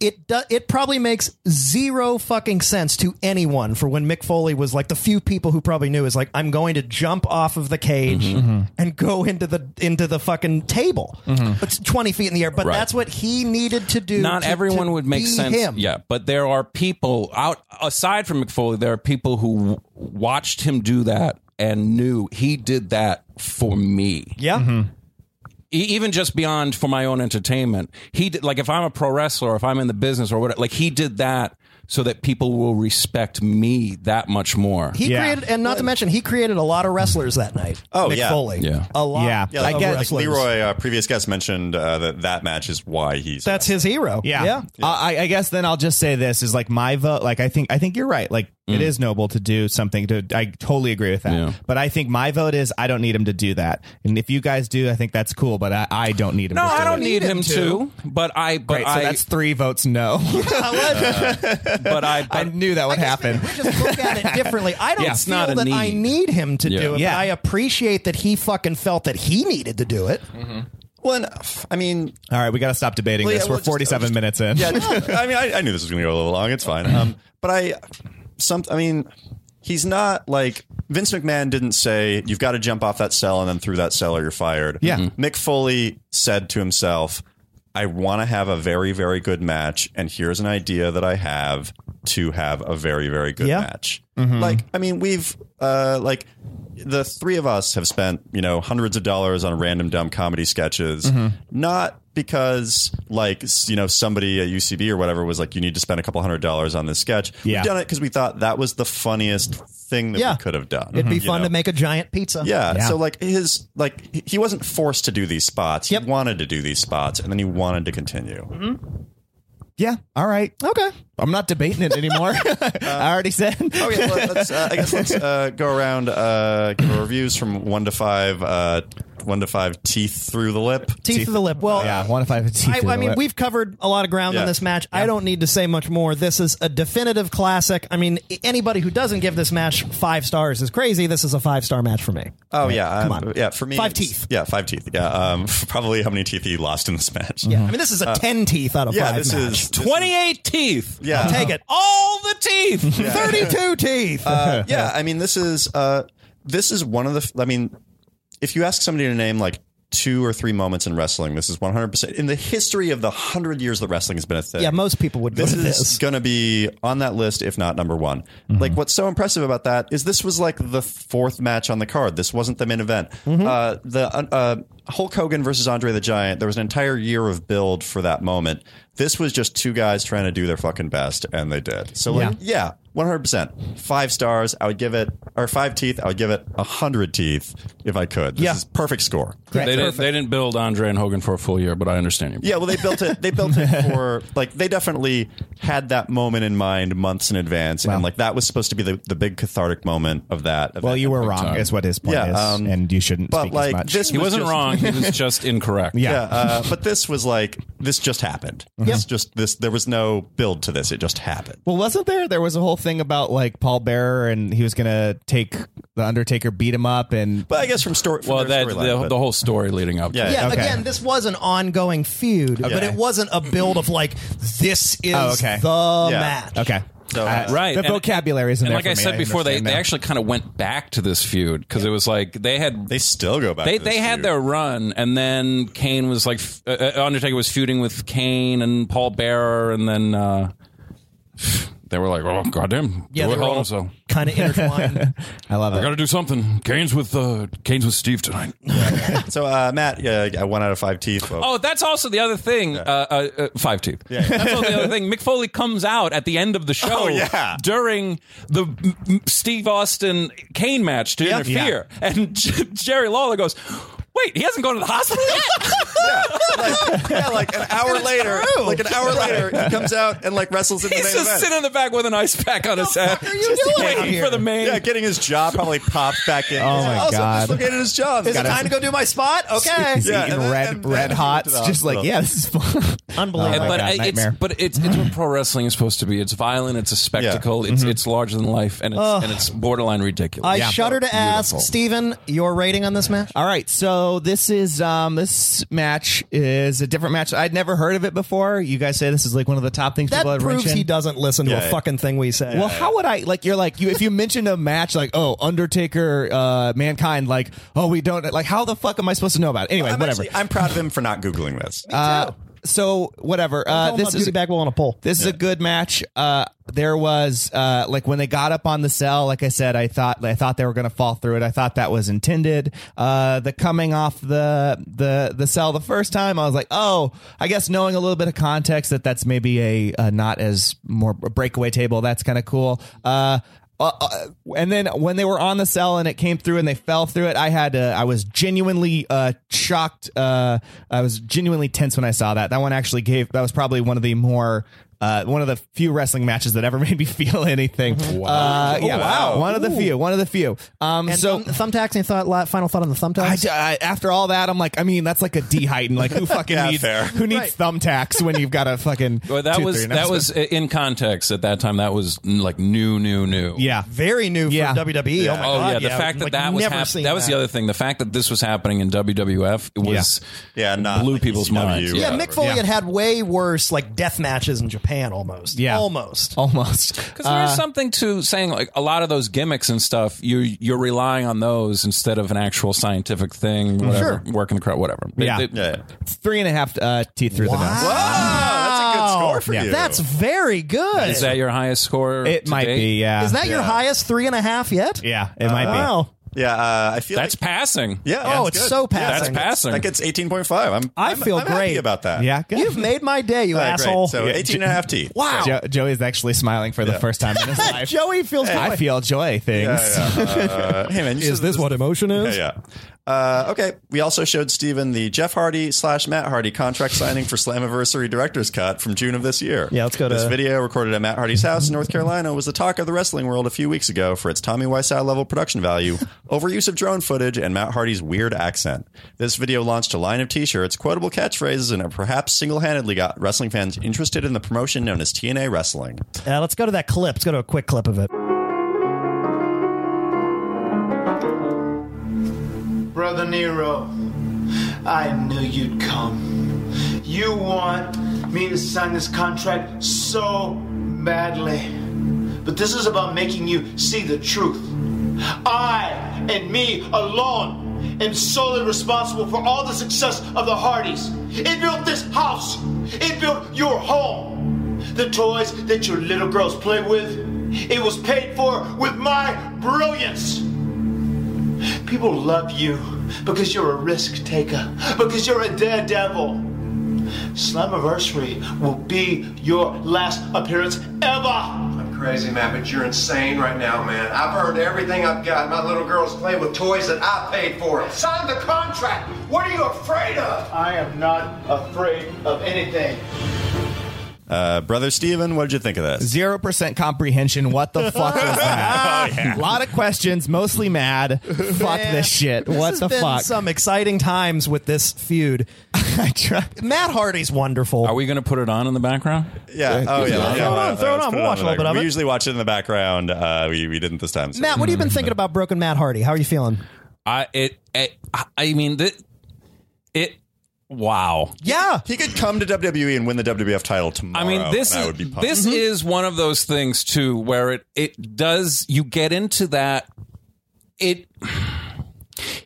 [SPEAKER 8] it do, it probably makes zero fucking sense to anyone for when Mick Foley was like the few people who probably knew is like I'm going to jump off of the cage
[SPEAKER 5] Mm-hmm.
[SPEAKER 8] and go into the into the fucking table.
[SPEAKER 5] Mm-hmm.
[SPEAKER 8] It's 20 feet in the air, but
[SPEAKER 6] Right.
[SPEAKER 8] that's what he needed to do.
[SPEAKER 6] Not
[SPEAKER 8] to-
[SPEAKER 6] everyone
[SPEAKER 8] to
[SPEAKER 6] would make
[SPEAKER 8] be
[SPEAKER 6] sense.
[SPEAKER 8] Him.
[SPEAKER 6] Yeah, but there are people out aside from McFoley. There are people who w- watched him do that and knew he did that for me.
[SPEAKER 8] Yeah.
[SPEAKER 5] Mm-hmm.
[SPEAKER 6] e- even just beyond for my own entertainment. He did, like if I'm a pro wrestler, or if I'm in the business or whatever, like he did that so that people will respect me that much more.
[SPEAKER 8] He
[SPEAKER 5] Yeah.
[SPEAKER 8] created, and not to mention, he created a lot of wrestlers that night.
[SPEAKER 4] Oh,
[SPEAKER 8] Mick
[SPEAKER 4] yeah.
[SPEAKER 8] Foley.
[SPEAKER 6] Yeah.
[SPEAKER 8] a lot.
[SPEAKER 5] Yeah.
[SPEAKER 4] yeah.
[SPEAKER 5] I
[SPEAKER 4] Like,
[SPEAKER 5] get-
[SPEAKER 4] like
[SPEAKER 8] wrestlers.
[SPEAKER 4] Leroy, uh, previous guest mentioned uh, that that match is why he's
[SPEAKER 8] That's his hero.
[SPEAKER 5] Yeah.
[SPEAKER 8] yeah.
[SPEAKER 5] I, I guess then I'll just say this is like my vote. Like I think I think you're right. Like it is noble to do something. To I totally agree with that.
[SPEAKER 6] Yeah.
[SPEAKER 5] But I think my vote is I don't need him to do that. And if you guys do, I think that's cool. But I, I don't need him.
[SPEAKER 6] no,
[SPEAKER 5] to do
[SPEAKER 6] I
[SPEAKER 5] it.
[SPEAKER 6] don't need him to, but I, but
[SPEAKER 5] Great, so
[SPEAKER 6] I,
[SPEAKER 5] that's three votes no.
[SPEAKER 6] but I, but
[SPEAKER 5] I knew that would happen.
[SPEAKER 8] We just look at it differently. I don't
[SPEAKER 6] Yeah, it's
[SPEAKER 8] feel
[SPEAKER 6] not a
[SPEAKER 8] that I
[SPEAKER 6] need.
[SPEAKER 8] need him to
[SPEAKER 6] Yeah.
[SPEAKER 8] do it.
[SPEAKER 5] Yeah.
[SPEAKER 8] But I appreciate that he fucking felt that he needed to do it.
[SPEAKER 5] Mm-hmm.
[SPEAKER 4] well. And, f- I mean,
[SPEAKER 5] All right, we got to stop debating
[SPEAKER 4] Well, yeah,
[SPEAKER 5] this.
[SPEAKER 4] we'll
[SPEAKER 5] We're
[SPEAKER 4] just-
[SPEAKER 5] 47 minutes in.
[SPEAKER 4] yeah. I mean, I, I knew this was going to go a little long. It's fine. Um, but I, some. I mean, he's not like Vince McMahon didn't say you've got to jump off that cell and then through that cell or you're fired. Mm-hmm.
[SPEAKER 5] Yeah. Mhm.
[SPEAKER 4] Mick Foley said to himself, "I want to have a very very good match, and here's an idea that I have to have a very very good
[SPEAKER 8] Yeah.
[SPEAKER 4] match."
[SPEAKER 8] Mm-hmm.
[SPEAKER 4] Like, I mean, we've uh, like. The three of us have spent, you know, hundreds of dollars on random dumb comedy sketches,
[SPEAKER 8] Mm-hmm.
[SPEAKER 4] not because like s- you know somebody at UCB or whatever was like, you need to spend a couple hundred dollars on this sketch.
[SPEAKER 5] Yeah.
[SPEAKER 4] We've done it because we thought that was the funniest thing that
[SPEAKER 8] Yeah.
[SPEAKER 4] we could have done.
[SPEAKER 8] It'd be
[SPEAKER 4] you
[SPEAKER 8] fun
[SPEAKER 4] know?
[SPEAKER 8] to make a giant pizza.
[SPEAKER 4] Yeah.
[SPEAKER 5] Yeah.
[SPEAKER 4] So like his like he- he wasn't forced to do these spots.
[SPEAKER 8] Yep.
[SPEAKER 4] He wanted to do these spots, and then he wanted to continue.
[SPEAKER 5] Yeah, All right.
[SPEAKER 8] Okay.
[SPEAKER 5] I'm not debating it anymore. I already said.
[SPEAKER 4] Okay, well, let's, uh, I guess let's uh, go around uh, give our reviews from one to five. Uh, one to five teeth through the lip.
[SPEAKER 8] Teeth, of the lip. Well,
[SPEAKER 5] yeah, one if I have a teeth
[SPEAKER 8] I,
[SPEAKER 5] in
[SPEAKER 8] I
[SPEAKER 5] the
[SPEAKER 8] mean,
[SPEAKER 5] lip.
[SPEAKER 8] we've covered a lot of ground
[SPEAKER 4] Yeah.
[SPEAKER 8] on this match. I don't need to say much more. This is a definitive classic. I mean, i- anybody who doesn't give this match five stars is crazy. This is a five star match for me.
[SPEAKER 4] Oh yeah,
[SPEAKER 8] Come
[SPEAKER 4] um,
[SPEAKER 8] on.
[SPEAKER 4] yeah. For me,
[SPEAKER 8] Five
[SPEAKER 4] it's-
[SPEAKER 8] teeth.
[SPEAKER 4] Yeah, five teeth. Yeah, um, probably how many teeth he lost in this match.
[SPEAKER 8] Yeah. I mean, this is a ten teeth out of
[SPEAKER 4] yeah.
[SPEAKER 8] five.
[SPEAKER 4] This
[SPEAKER 8] match.
[SPEAKER 4] is uh, this-
[SPEAKER 6] 28 teeth.
[SPEAKER 4] Yeah,
[SPEAKER 8] Take it.
[SPEAKER 6] All the teeth.
[SPEAKER 8] Thirty-two teeth.
[SPEAKER 4] Uh, yeah, I mean, this is uh, this is one of the. f- I mean, if you ask somebody to name like two or three moments in wrestling, this is one hundred percent in the history of the hundred years that wrestling has been a thing.
[SPEAKER 8] yeah, most people would
[SPEAKER 4] This
[SPEAKER 8] go to
[SPEAKER 4] is
[SPEAKER 8] this.
[SPEAKER 4] going to be on that list, if not number one. Like, what's so impressive about that is this was like the fourth match on the card. This wasn't the main event. Uh, the uh, uh, Hulk Hogan versus Andre the Giant, there was an entire year of build for that moment. This was just two guys trying to do their fucking best, and they did. So, like, yeah, 100%. Five stars, I would give it, or five teeth, I would give it 100 teeth if I could. This
[SPEAKER 8] Yeah.
[SPEAKER 4] is perfect score.
[SPEAKER 8] Great.
[SPEAKER 6] They didn't, they didn't build Andre and Hogan for a full year, but I understand you.
[SPEAKER 4] Yeah, well, they built it. They built it for like they definitely had that moment in mind months in advance, and like that was supposed to be the, the big cathartic moment of that. event.
[SPEAKER 5] Well, you were wrong,
[SPEAKER 6] time.
[SPEAKER 5] is what his point
[SPEAKER 4] Yeah,
[SPEAKER 5] is,
[SPEAKER 4] um,
[SPEAKER 5] and you shouldn't.
[SPEAKER 4] but
[SPEAKER 5] speak as
[SPEAKER 4] like
[SPEAKER 5] much.
[SPEAKER 4] this,
[SPEAKER 6] He
[SPEAKER 4] was
[SPEAKER 6] wasn't
[SPEAKER 4] just-
[SPEAKER 6] wrong. He was just incorrect.
[SPEAKER 5] Yeah.
[SPEAKER 4] Yeah, uh, but this was like this just happened. It's just this. There was no build to this. It just happened.
[SPEAKER 5] Mm-hmm. Well, wasn't there? There was a whole thing about like Paul Bearer, and he was gonna take the Undertaker, beat him up, and
[SPEAKER 4] But I guess from story. From
[SPEAKER 6] Well,
[SPEAKER 4] their
[SPEAKER 6] that the,
[SPEAKER 4] storyline, but-
[SPEAKER 6] the whole story leading up. to
[SPEAKER 4] Yeah.
[SPEAKER 6] it.
[SPEAKER 8] Yeah,
[SPEAKER 5] Okay.
[SPEAKER 8] again, this was an ongoing feud, but it wasn't a build of like this is
[SPEAKER 5] Oh, okay.
[SPEAKER 8] the
[SPEAKER 4] Yeah.
[SPEAKER 8] match.
[SPEAKER 5] okay,
[SPEAKER 4] So, uh,
[SPEAKER 6] Right,
[SPEAKER 5] The
[SPEAKER 6] and-
[SPEAKER 5] vocabulary isn't
[SPEAKER 6] And
[SPEAKER 5] there
[SPEAKER 6] like
[SPEAKER 5] for
[SPEAKER 6] I
[SPEAKER 5] me.
[SPEAKER 6] said before, they,
[SPEAKER 5] understand
[SPEAKER 6] they
[SPEAKER 5] now.
[SPEAKER 6] actually kind of went back to this feud because it was like they had
[SPEAKER 4] They still go back.
[SPEAKER 6] they
[SPEAKER 4] to this
[SPEAKER 6] they had
[SPEAKER 4] feud.
[SPEAKER 6] their run, and then Kane was like f- uh, uh, Undertaker was feuding with Kane and Paul Bearer, and then uh, they were like, "Oh goddamn,
[SPEAKER 8] Yeah,
[SPEAKER 6] do
[SPEAKER 8] they
[SPEAKER 6] it
[SPEAKER 8] were all
[SPEAKER 6] all, so
[SPEAKER 8] kind of intertwined.
[SPEAKER 5] I love
[SPEAKER 6] I got
[SPEAKER 5] it.
[SPEAKER 6] to do something." Kane's with uh, Kane's with Steve tonight.
[SPEAKER 4] So uh, Matt, yeah, one out of five teeth. Well,
[SPEAKER 6] Oh, that's also the other thing. Uh, uh, uh, five teeth. That's also the other thing. Mick Foley comes out at the end of the show
[SPEAKER 4] Oh, yeah.
[SPEAKER 6] during the mm, mm, Steve Austin Kane match to interfere, and J- Jerry Lawler goes. Wait, he hasn't gone to the hospital yet.
[SPEAKER 4] like, yeah, like an hour later, like an hour later, he comes out and like wrestles in the
[SPEAKER 6] He's
[SPEAKER 4] main
[SPEAKER 6] just
[SPEAKER 4] event.
[SPEAKER 6] sitting in the back with an ice pack on his head,
[SPEAKER 8] fuck are you doing
[SPEAKER 6] waiting
[SPEAKER 8] here?
[SPEAKER 6] for the main.
[SPEAKER 4] Yeah, getting his jaw probably popped back in.
[SPEAKER 5] Oh my
[SPEAKER 4] also
[SPEAKER 5] God.
[SPEAKER 4] dislocated his jaw. Is
[SPEAKER 5] Gotta- time to
[SPEAKER 4] go do my spot? Okay.
[SPEAKER 5] He's eating red red hots, just like yeah, this is fun.
[SPEAKER 8] Unbelievable.
[SPEAKER 5] Oh my
[SPEAKER 6] but
[SPEAKER 5] God,
[SPEAKER 6] I- it's
[SPEAKER 5] nightmare.
[SPEAKER 6] but it's it's what pro wrestling is supposed to be. It's violent. It's a spectacle.
[SPEAKER 8] Mm-hmm.
[SPEAKER 6] It's it's larger than life, and it's and it's borderline ridiculous.
[SPEAKER 8] I shudder to ask, Steven, your rating on this match?
[SPEAKER 5] All right, so this is um this match is a different match. I'd never heard of it before. You guys say this is like one of the top things
[SPEAKER 8] That
[SPEAKER 5] people had
[SPEAKER 8] proves
[SPEAKER 5] mentioned.
[SPEAKER 8] he doesn't listen to
[SPEAKER 4] Yeah,
[SPEAKER 8] a
[SPEAKER 4] yeah.
[SPEAKER 8] fucking thing we say.
[SPEAKER 5] Well, how would I like? You're like you if you mentioned a match like oh Undertaker, uh, Mankind, like oh we don't like how the fuck am I supposed to know about it? Anyway,
[SPEAKER 4] I'm
[SPEAKER 5] whatever.
[SPEAKER 4] actually- I'm proud of him for not googling this.
[SPEAKER 5] uh, so whatever. Uh,
[SPEAKER 8] Tell him
[SPEAKER 5] this
[SPEAKER 8] about
[SPEAKER 5] is
[SPEAKER 8] Beauty Bagwell on a pole.
[SPEAKER 5] this is a good match. Uh, there was uh, like when they got up on the cell, like I said, I thought I thought they were going to fall through it. I thought that was intended. Uh, the coming off the the the cell the first time, I was like, oh, I guess knowing a little bit of context that that's maybe a, uh not as more a breakaway table. That's kind of cool. Uh, uh, uh, and then when they were on the cell and it came through and they fell through it, I had to, I was genuinely uh, shocked. Uh, I was genuinely tense when I saw that. That one actually gave. That was probably one of the more. Uh, one of the few wrestling matches that ever made me feel anything. Wow! Uh,
[SPEAKER 6] Oh,
[SPEAKER 5] yeah, wow! One of the few. One of the few. Um,
[SPEAKER 8] And
[SPEAKER 5] so
[SPEAKER 8] so, thumb, thumbtacks, any thought, la- final thought on the
[SPEAKER 5] I,
[SPEAKER 8] thumbtacks?
[SPEAKER 5] I- after all that, I'm like, I mean, that's like a D heighten. Like, who fucking
[SPEAKER 4] Yeah,
[SPEAKER 5] needs
[SPEAKER 4] fair.
[SPEAKER 5] who needs thumbtacks when you've got a fucking?
[SPEAKER 6] Well, that
[SPEAKER 5] two,
[SPEAKER 6] was
[SPEAKER 5] three, and
[SPEAKER 6] that
[SPEAKER 5] that's-
[SPEAKER 6] was in context at that time. That was mm, like new, new, new.
[SPEAKER 5] yeah.
[SPEAKER 8] Very new for
[SPEAKER 5] Yeah.
[SPEAKER 8] WWE. Oh, my
[SPEAKER 6] Oh
[SPEAKER 8] God.
[SPEAKER 6] yeah, the fact that
[SPEAKER 8] Like,
[SPEAKER 6] that was
[SPEAKER 8] never
[SPEAKER 6] hap-
[SPEAKER 8] seen
[SPEAKER 6] that was the other thing. The fact that this was happening in WWF was
[SPEAKER 4] Yeah, not
[SPEAKER 6] blew
[SPEAKER 4] like
[SPEAKER 6] people's
[SPEAKER 4] ECW
[SPEAKER 6] minds.
[SPEAKER 4] or
[SPEAKER 8] Yeah,
[SPEAKER 4] whatever.
[SPEAKER 8] Mick Foley
[SPEAKER 5] Yeah.
[SPEAKER 8] had had way worse like death matches in Japan almost.
[SPEAKER 5] Yeah.
[SPEAKER 8] Almost.
[SPEAKER 5] Almost.
[SPEAKER 6] Because there's
[SPEAKER 5] Uh,
[SPEAKER 6] something to saying like a lot of those gimmicks and stuff. You you're relying on those instead of an actual scientific thing. Whatever, working the crowd, whatever.
[SPEAKER 5] Mm,
[SPEAKER 6] They-
[SPEAKER 5] Yeah.
[SPEAKER 6] they-
[SPEAKER 4] Yeah.
[SPEAKER 5] Three and a half uh, teeth through the nose.
[SPEAKER 4] Wow, that's a Oh, good score for
[SPEAKER 5] Yeah.
[SPEAKER 4] you.
[SPEAKER 8] That's very good.
[SPEAKER 6] Is that your highest score?
[SPEAKER 5] It
[SPEAKER 6] to
[SPEAKER 5] might
[SPEAKER 6] date?
[SPEAKER 5] be, yeah.
[SPEAKER 8] Is that your highest three and a half yet?
[SPEAKER 5] Yeah, it might
[SPEAKER 8] Wow.
[SPEAKER 4] yeah. Uh, I feel
[SPEAKER 6] That's
[SPEAKER 4] like,
[SPEAKER 6] passing.
[SPEAKER 4] yeah.
[SPEAKER 8] oh,
[SPEAKER 4] that's
[SPEAKER 8] it's
[SPEAKER 4] good.
[SPEAKER 8] so
[SPEAKER 4] Yeah,
[SPEAKER 6] that's
[SPEAKER 8] passing.
[SPEAKER 6] passing.
[SPEAKER 4] That gets 18.5. I'm.
[SPEAKER 8] I
[SPEAKER 4] I'm-
[SPEAKER 8] feel
[SPEAKER 4] I'm happy
[SPEAKER 8] great.
[SPEAKER 4] about that.
[SPEAKER 5] be. Yeah, good.
[SPEAKER 8] You've made my day, you
[SPEAKER 4] All right, great.
[SPEAKER 8] asshole.
[SPEAKER 4] So 18 and a half teeth.
[SPEAKER 8] Wow.
[SPEAKER 5] Jo- Joey's actually smiling for the first time in his life.
[SPEAKER 8] Joey feels good.
[SPEAKER 5] I feel joy things.
[SPEAKER 4] Yeah, yeah. Uh, hey man, you
[SPEAKER 8] Is
[SPEAKER 4] said
[SPEAKER 8] this what emotion is?
[SPEAKER 4] Yeah. yeah. Uh, okay. We also showed Steven the Jeff Hardy slash Matt Hardy contract signing for Slammiversary Director's Cut from June of this year.
[SPEAKER 8] Yeah, let's go to-
[SPEAKER 4] this video recorded at Matt Hardy's house in North Carolina was the talk of the wrestling world a few weeks ago for its Tommy Wiseau level production value, overuse of drone footage, and Matt Hardy's weird accent. This video launched a line of T-shirts, quotable catchphrases, and it perhaps single-handedly got wrestling fans interested in the promotion known as TNA Wrestling.
[SPEAKER 8] Uh, let's go to that clip. Let's go to a quick clip of it.
[SPEAKER 9] Brother Nero, I knew you'd come. You want me to sign this contract so badly. But this is about making you see the truth. I and me alone am solely responsible for all the success of the Hardys. It built this house, it built your home. The toys that your little girls play with, it was paid for with my brilliance. People love you Because you're a risk taker. Because you're a daredevil. Slammiversary will be your last appearance ever.
[SPEAKER 10] I'm crazy, man, but you're insane right now, man. I've earned everything I've got. My little girl's playing with toys that I paid for. Sign the contract. What are you afraid of?
[SPEAKER 9] I am not afraid of anything.
[SPEAKER 4] Uh, Brother Steven, what did you think of this?
[SPEAKER 5] Zero percent comprehension. What the fuck was
[SPEAKER 4] Ah!
[SPEAKER 5] that? A lot of questions, mostly mad. Fuck this shit.
[SPEAKER 8] This
[SPEAKER 5] what
[SPEAKER 8] has
[SPEAKER 5] the
[SPEAKER 8] been
[SPEAKER 5] fuck?
[SPEAKER 8] Some exciting times with this feud.
[SPEAKER 5] I try-
[SPEAKER 8] Matt Hardy's wonderful.
[SPEAKER 6] Are we going to put it on in the background?
[SPEAKER 4] Yeah. Oh, yeah.
[SPEAKER 8] Throw it on, throw it on. We'll watch a little bit of
[SPEAKER 4] We
[SPEAKER 8] it.
[SPEAKER 4] usually watch it in the background. Uh, we, we didn't this time. so-
[SPEAKER 8] Matt, what have you been thinking about broken Matt Hardy? How are you feeling?
[SPEAKER 6] I it, it I mean it, it wow.
[SPEAKER 8] Yeah.
[SPEAKER 4] He could come to WWE and win the WWF title tomorrow.
[SPEAKER 6] I mean this
[SPEAKER 4] and I
[SPEAKER 6] is
[SPEAKER 4] would be pumped.
[SPEAKER 6] this is one of those things too where it it does you get into that it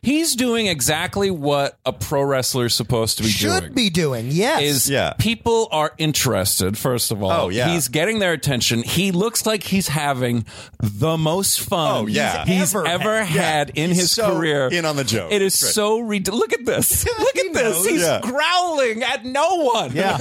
[SPEAKER 6] he's doing exactly what a pro wrestler's supposed to be
[SPEAKER 8] Should
[SPEAKER 6] doing.
[SPEAKER 8] be doing. Yes.
[SPEAKER 6] is
[SPEAKER 4] Yeah.
[SPEAKER 6] people are interested first of all
[SPEAKER 4] Oh, yeah.
[SPEAKER 6] he's getting their attention he looks like he's having the most fun
[SPEAKER 4] Oh, yeah.
[SPEAKER 6] he's
[SPEAKER 8] Ever
[SPEAKER 6] ever,
[SPEAKER 4] had. Yeah.
[SPEAKER 6] had in
[SPEAKER 4] He's
[SPEAKER 6] his
[SPEAKER 4] so
[SPEAKER 6] career
[SPEAKER 4] in on the joke.
[SPEAKER 6] it is
[SPEAKER 4] Right.
[SPEAKER 6] so rid- look at this look at this
[SPEAKER 4] knows.
[SPEAKER 6] he's
[SPEAKER 4] Yeah.
[SPEAKER 6] growling at no one
[SPEAKER 8] yeah.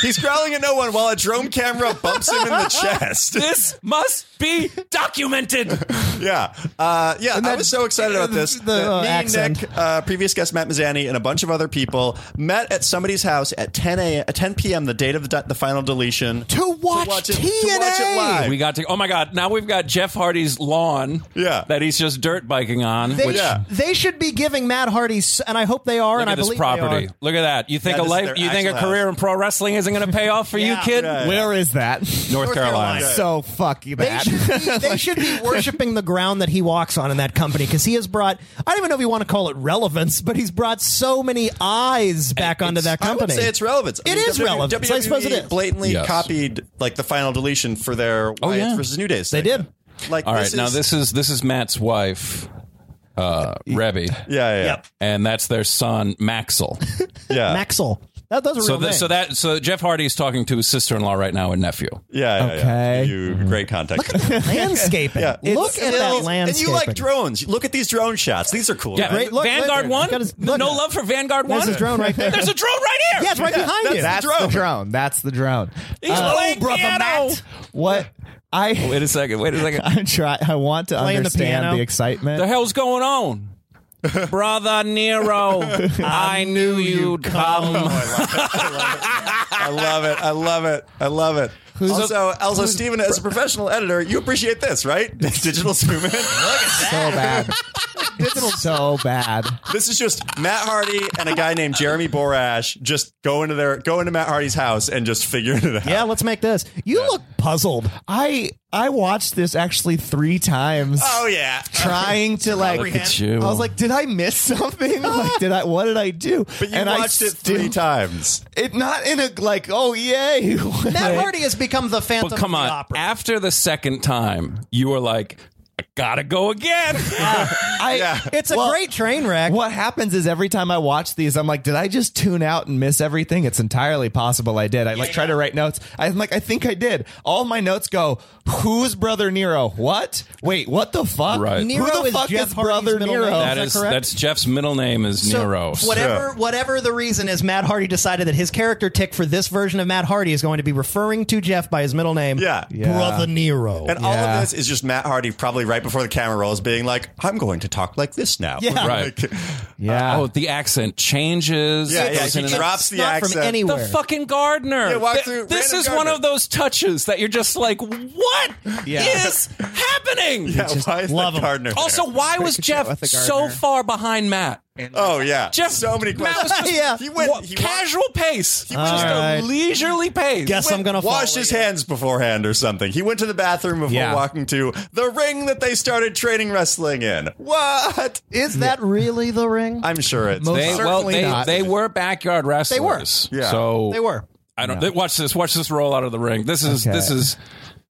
[SPEAKER 4] He's growling at no one while a drone camera bumps him in the chest.
[SPEAKER 6] this must be documented
[SPEAKER 4] Yeah, uh, yeah. I was so excited about this.
[SPEAKER 8] the,
[SPEAKER 4] that
[SPEAKER 8] uh,
[SPEAKER 4] me,
[SPEAKER 8] accent.
[SPEAKER 4] Nick, uh, previous guest Matt Mazzani, and a bunch of other people met at somebody's house at uh, 10 a.m. at 10 p.m. the date of the, the final deletion
[SPEAKER 8] To watch
[SPEAKER 4] it, to watch
[SPEAKER 8] TNA.
[SPEAKER 4] it live.
[SPEAKER 6] we got to oh my god now we've got jeff hardy's lawn
[SPEAKER 4] Yeah.
[SPEAKER 6] that he's just dirt biking on
[SPEAKER 8] They,
[SPEAKER 6] which
[SPEAKER 4] Yeah.
[SPEAKER 8] they should be giving Matt Hardy, s- and I hope they are,
[SPEAKER 6] Look
[SPEAKER 8] and
[SPEAKER 6] at
[SPEAKER 8] I
[SPEAKER 6] this
[SPEAKER 8] believe
[SPEAKER 6] property.
[SPEAKER 8] they
[SPEAKER 6] Look at that. You think
[SPEAKER 4] Yeah,
[SPEAKER 6] a
[SPEAKER 4] this is
[SPEAKER 6] life,
[SPEAKER 4] their
[SPEAKER 6] you think a
[SPEAKER 4] actual
[SPEAKER 6] career
[SPEAKER 4] house.
[SPEAKER 6] in pro wrestling isn't going to pay off for
[SPEAKER 8] Yeah.
[SPEAKER 6] you, kid?
[SPEAKER 4] Yeah.
[SPEAKER 5] Where is that?
[SPEAKER 6] North Carolina.
[SPEAKER 5] So fuck you,
[SPEAKER 8] are.
[SPEAKER 5] bad.
[SPEAKER 8] They should, be, they should be worshiping the ground that he walks on in that company because he has brought, I don't even know if you want to call it relevance, but he's brought so many eyes back onto that
[SPEAKER 4] I would
[SPEAKER 8] company.
[SPEAKER 4] say it's relevant.
[SPEAKER 8] It
[SPEAKER 4] It
[SPEAKER 8] is
[SPEAKER 4] is
[SPEAKER 8] relevant. I suppose it is.
[SPEAKER 4] E
[SPEAKER 8] Oh,
[SPEAKER 4] Blatantly
[SPEAKER 6] Yes.
[SPEAKER 4] copied like the final deletion for their Wyatt
[SPEAKER 6] yeah.
[SPEAKER 4] versus New Day.
[SPEAKER 8] They did.
[SPEAKER 4] Like
[SPEAKER 6] All right,
[SPEAKER 4] this
[SPEAKER 6] now
[SPEAKER 4] is-
[SPEAKER 6] this is this is Matt's wife, uh, Rebby,
[SPEAKER 4] Yeah, yeah, yeah.
[SPEAKER 8] Yep.
[SPEAKER 6] and that's their son Maxell.
[SPEAKER 4] yeah.
[SPEAKER 8] Maxell. That, those are
[SPEAKER 6] So
[SPEAKER 8] real
[SPEAKER 6] that,
[SPEAKER 8] names.
[SPEAKER 6] so that so Jeff Hardy is talking to his sister-in-law right now and nephew.
[SPEAKER 4] Yeah, yeah,
[SPEAKER 5] Okay.
[SPEAKER 4] Yeah. You,
[SPEAKER 6] Mm-hmm.
[SPEAKER 4] great context.
[SPEAKER 8] landscaping.
[SPEAKER 4] Yeah.
[SPEAKER 8] Look
[SPEAKER 4] It's-
[SPEAKER 8] at that
[SPEAKER 4] and-
[SPEAKER 8] landscape.
[SPEAKER 4] And you like drones. Look at these drone shots. These are cool.
[SPEAKER 6] Yeah,
[SPEAKER 4] right?
[SPEAKER 8] Great look,
[SPEAKER 6] Vanguard
[SPEAKER 8] later.
[SPEAKER 6] One.
[SPEAKER 8] Got his-
[SPEAKER 6] no
[SPEAKER 8] look at-
[SPEAKER 6] love for Vanguard
[SPEAKER 8] There's
[SPEAKER 6] One.
[SPEAKER 8] his drone right there.
[SPEAKER 6] There's a drone right here.
[SPEAKER 8] Yeah, it's right behind you.
[SPEAKER 5] That's the
[SPEAKER 4] drone.
[SPEAKER 5] drone. That's the drone.
[SPEAKER 6] He's playing
[SPEAKER 8] Oh,
[SPEAKER 6] piano.
[SPEAKER 5] What I
[SPEAKER 6] Wait a second. Wait a second.
[SPEAKER 5] I try. I want to
[SPEAKER 8] Playing the
[SPEAKER 5] understand
[SPEAKER 8] piano.
[SPEAKER 5] the, excitement.
[SPEAKER 6] the hell's going on? Brother Nero, I knew you'd come.
[SPEAKER 4] I love it. I love it. I love it. also, also, Steven, as a professional editor, you appreciate this, right? Digital zoom in.
[SPEAKER 5] so bad. It's so bad.
[SPEAKER 4] this is just Matt Hardy and a guy named Jeremy Borash just go into their go into Matt Hardy's house and just figuring it out.
[SPEAKER 8] Yeah, let's make this. You look puzzled.
[SPEAKER 5] I I watched this actually three times.
[SPEAKER 4] Oh yeah.
[SPEAKER 5] Trying to like,
[SPEAKER 4] Look at
[SPEAKER 5] I
[SPEAKER 6] you.
[SPEAKER 5] was like, did I miss something? Like, did I? What did I do?
[SPEAKER 4] But you
[SPEAKER 5] And I
[SPEAKER 4] watched it
[SPEAKER 5] still-
[SPEAKER 4] three times.
[SPEAKER 5] It not in a like, oh yay.
[SPEAKER 8] Matt Hardy has become the Phantom
[SPEAKER 6] But come
[SPEAKER 8] of the
[SPEAKER 6] on,
[SPEAKER 8] Opera.
[SPEAKER 6] after the second time, you were like, I gotta go again.
[SPEAKER 5] I,
[SPEAKER 4] Yeah.
[SPEAKER 8] It's a
[SPEAKER 5] Well,
[SPEAKER 8] great train wreck.
[SPEAKER 5] What happens is every time I watch these, I'm like, did I just tune out and miss everything? It's entirely possible I did. I like try to write notes. I'm like, I think I did. All my notes go, who's brother Nero? What? Wait, what the fuck?
[SPEAKER 6] Right.
[SPEAKER 8] Nero
[SPEAKER 5] Who the
[SPEAKER 8] is
[SPEAKER 5] fuck
[SPEAKER 8] Jeff
[SPEAKER 5] is
[SPEAKER 8] Hardy's
[SPEAKER 5] brother
[SPEAKER 8] middle
[SPEAKER 5] Nero?
[SPEAKER 8] name.
[SPEAKER 6] that
[SPEAKER 8] that
[SPEAKER 6] is
[SPEAKER 8] correct?
[SPEAKER 6] that's Jeff's middle name is
[SPEAKER 8] So,
[SPEAKER 6] Nero.
[SPEAKER 8] Whatever, whatever the reason is, Matt Hardy decided that his character tick for this version of Matt Hardy is going to be referring to Jeff by his middle name,
[SPEAKER 4] Yeah.
[SPEAKER 5] Yeah.
[SPEAKER 8] brother Nero.
[SPEAKER 4] And all
[SPEAKER 5] Yeah.
[SPEAKER 4] of this is just Matt Hardy probably right before the camera rolls being like, I'm going to talk like this now.
[SPEAKER 8] Yeah.
[SPEAKER 6] Right.
[SPEAKER 4] Like,
[SPEAKER 5] yeah.
[SPEAKER 6] oh, the accent changes.
[SPEAKER 4] yeah, yeah.
[SPEAKER 6] Goes in
[SPEAKER 4] He
[SPEAKER 6] and-
[SPEAKER 4] drops
[SPEAKER 8] It's
[SPEAKER 4] the
[SPEAKER 8] not
[SPEAKER 4] accent.
[SPEAKER 8] from anywhere.
[SPEAKER 6] the fucking gardener.
[SPEAKER 4] Yeah, walk
[SPEAKER 6] Th-
[SPEAKER 4] through-
[SPEAKER 6] this
[SPEAKER 4] random
[SPEAKER 6] is one
[SPEAKER 4] gardener.
[SPEAKER 6] of those touches that you're just like, what is
[SPEAKER 5] Yeah.
[SPEAKER 6] happening?
[SPEAKER 4] Yeah, why is
[SPEAKER 8] love
[SPEAKER 4] that
[SPEAKER 8] him.
[SPEAKER 4] gardener there?
[SPEAKER 6] Also, why was Jeff
[SPEAKER 5] with the
[SPEAKER 6] so
[SPEAKER 5] gardener.
[SPEAKER 6] far behind Matt?
[SPEAKER 4] Oh yeah,
[SPEAKER 6] Jeff,
[SPEAKER 4] so many
[SPEAKER 6] Matt
[SPEAKER 4] questions.
[SPEAKER 6] was just
[SPEAKER 8] Yeah.
[SPEAKER 4] he went
[SPEAKER 6] wa-
[SPEAKER 4] he wa-
[SPEAKER 6] casual pace. He
[SPEAKER 4] All
[SPEAKER 6] was just
[SPEAKER 5] right.
[SPEAKER 6] a leisurely pace.
[SPEAKER 8] Guess I'm gonna
[SPEAKER 4] washed
[SPEAKER 8] fall
[SPEAKER 4] his
[SPEAKER 8] later.
[SPEAKER 4] hands beforehand or something. He went to the bathroom before
[SPEAKER 5] Yeah.
[SPEAKER 4] walking to the ring that they started training wrestling in. What?
[SPEAKER 8] Is that really the ring?
[SPEAKER 4] I'm sure it's
[SPEAKER 5] Most-
[SPEAKER 6] They, well,
[SPEAKER 5] Certainly
[SPEAKER 6] they,
[SPEAKER 5] not.
[SPEAKER 6] they were backyard wrestlers.
[SPEAKER 4] They were. Yeah.
[SPEAKER 6] So
[SPEAKER 8] they were.
[SPEAKER 6] I don't. Watch this. Watch this roll out of the ring. This is. This is.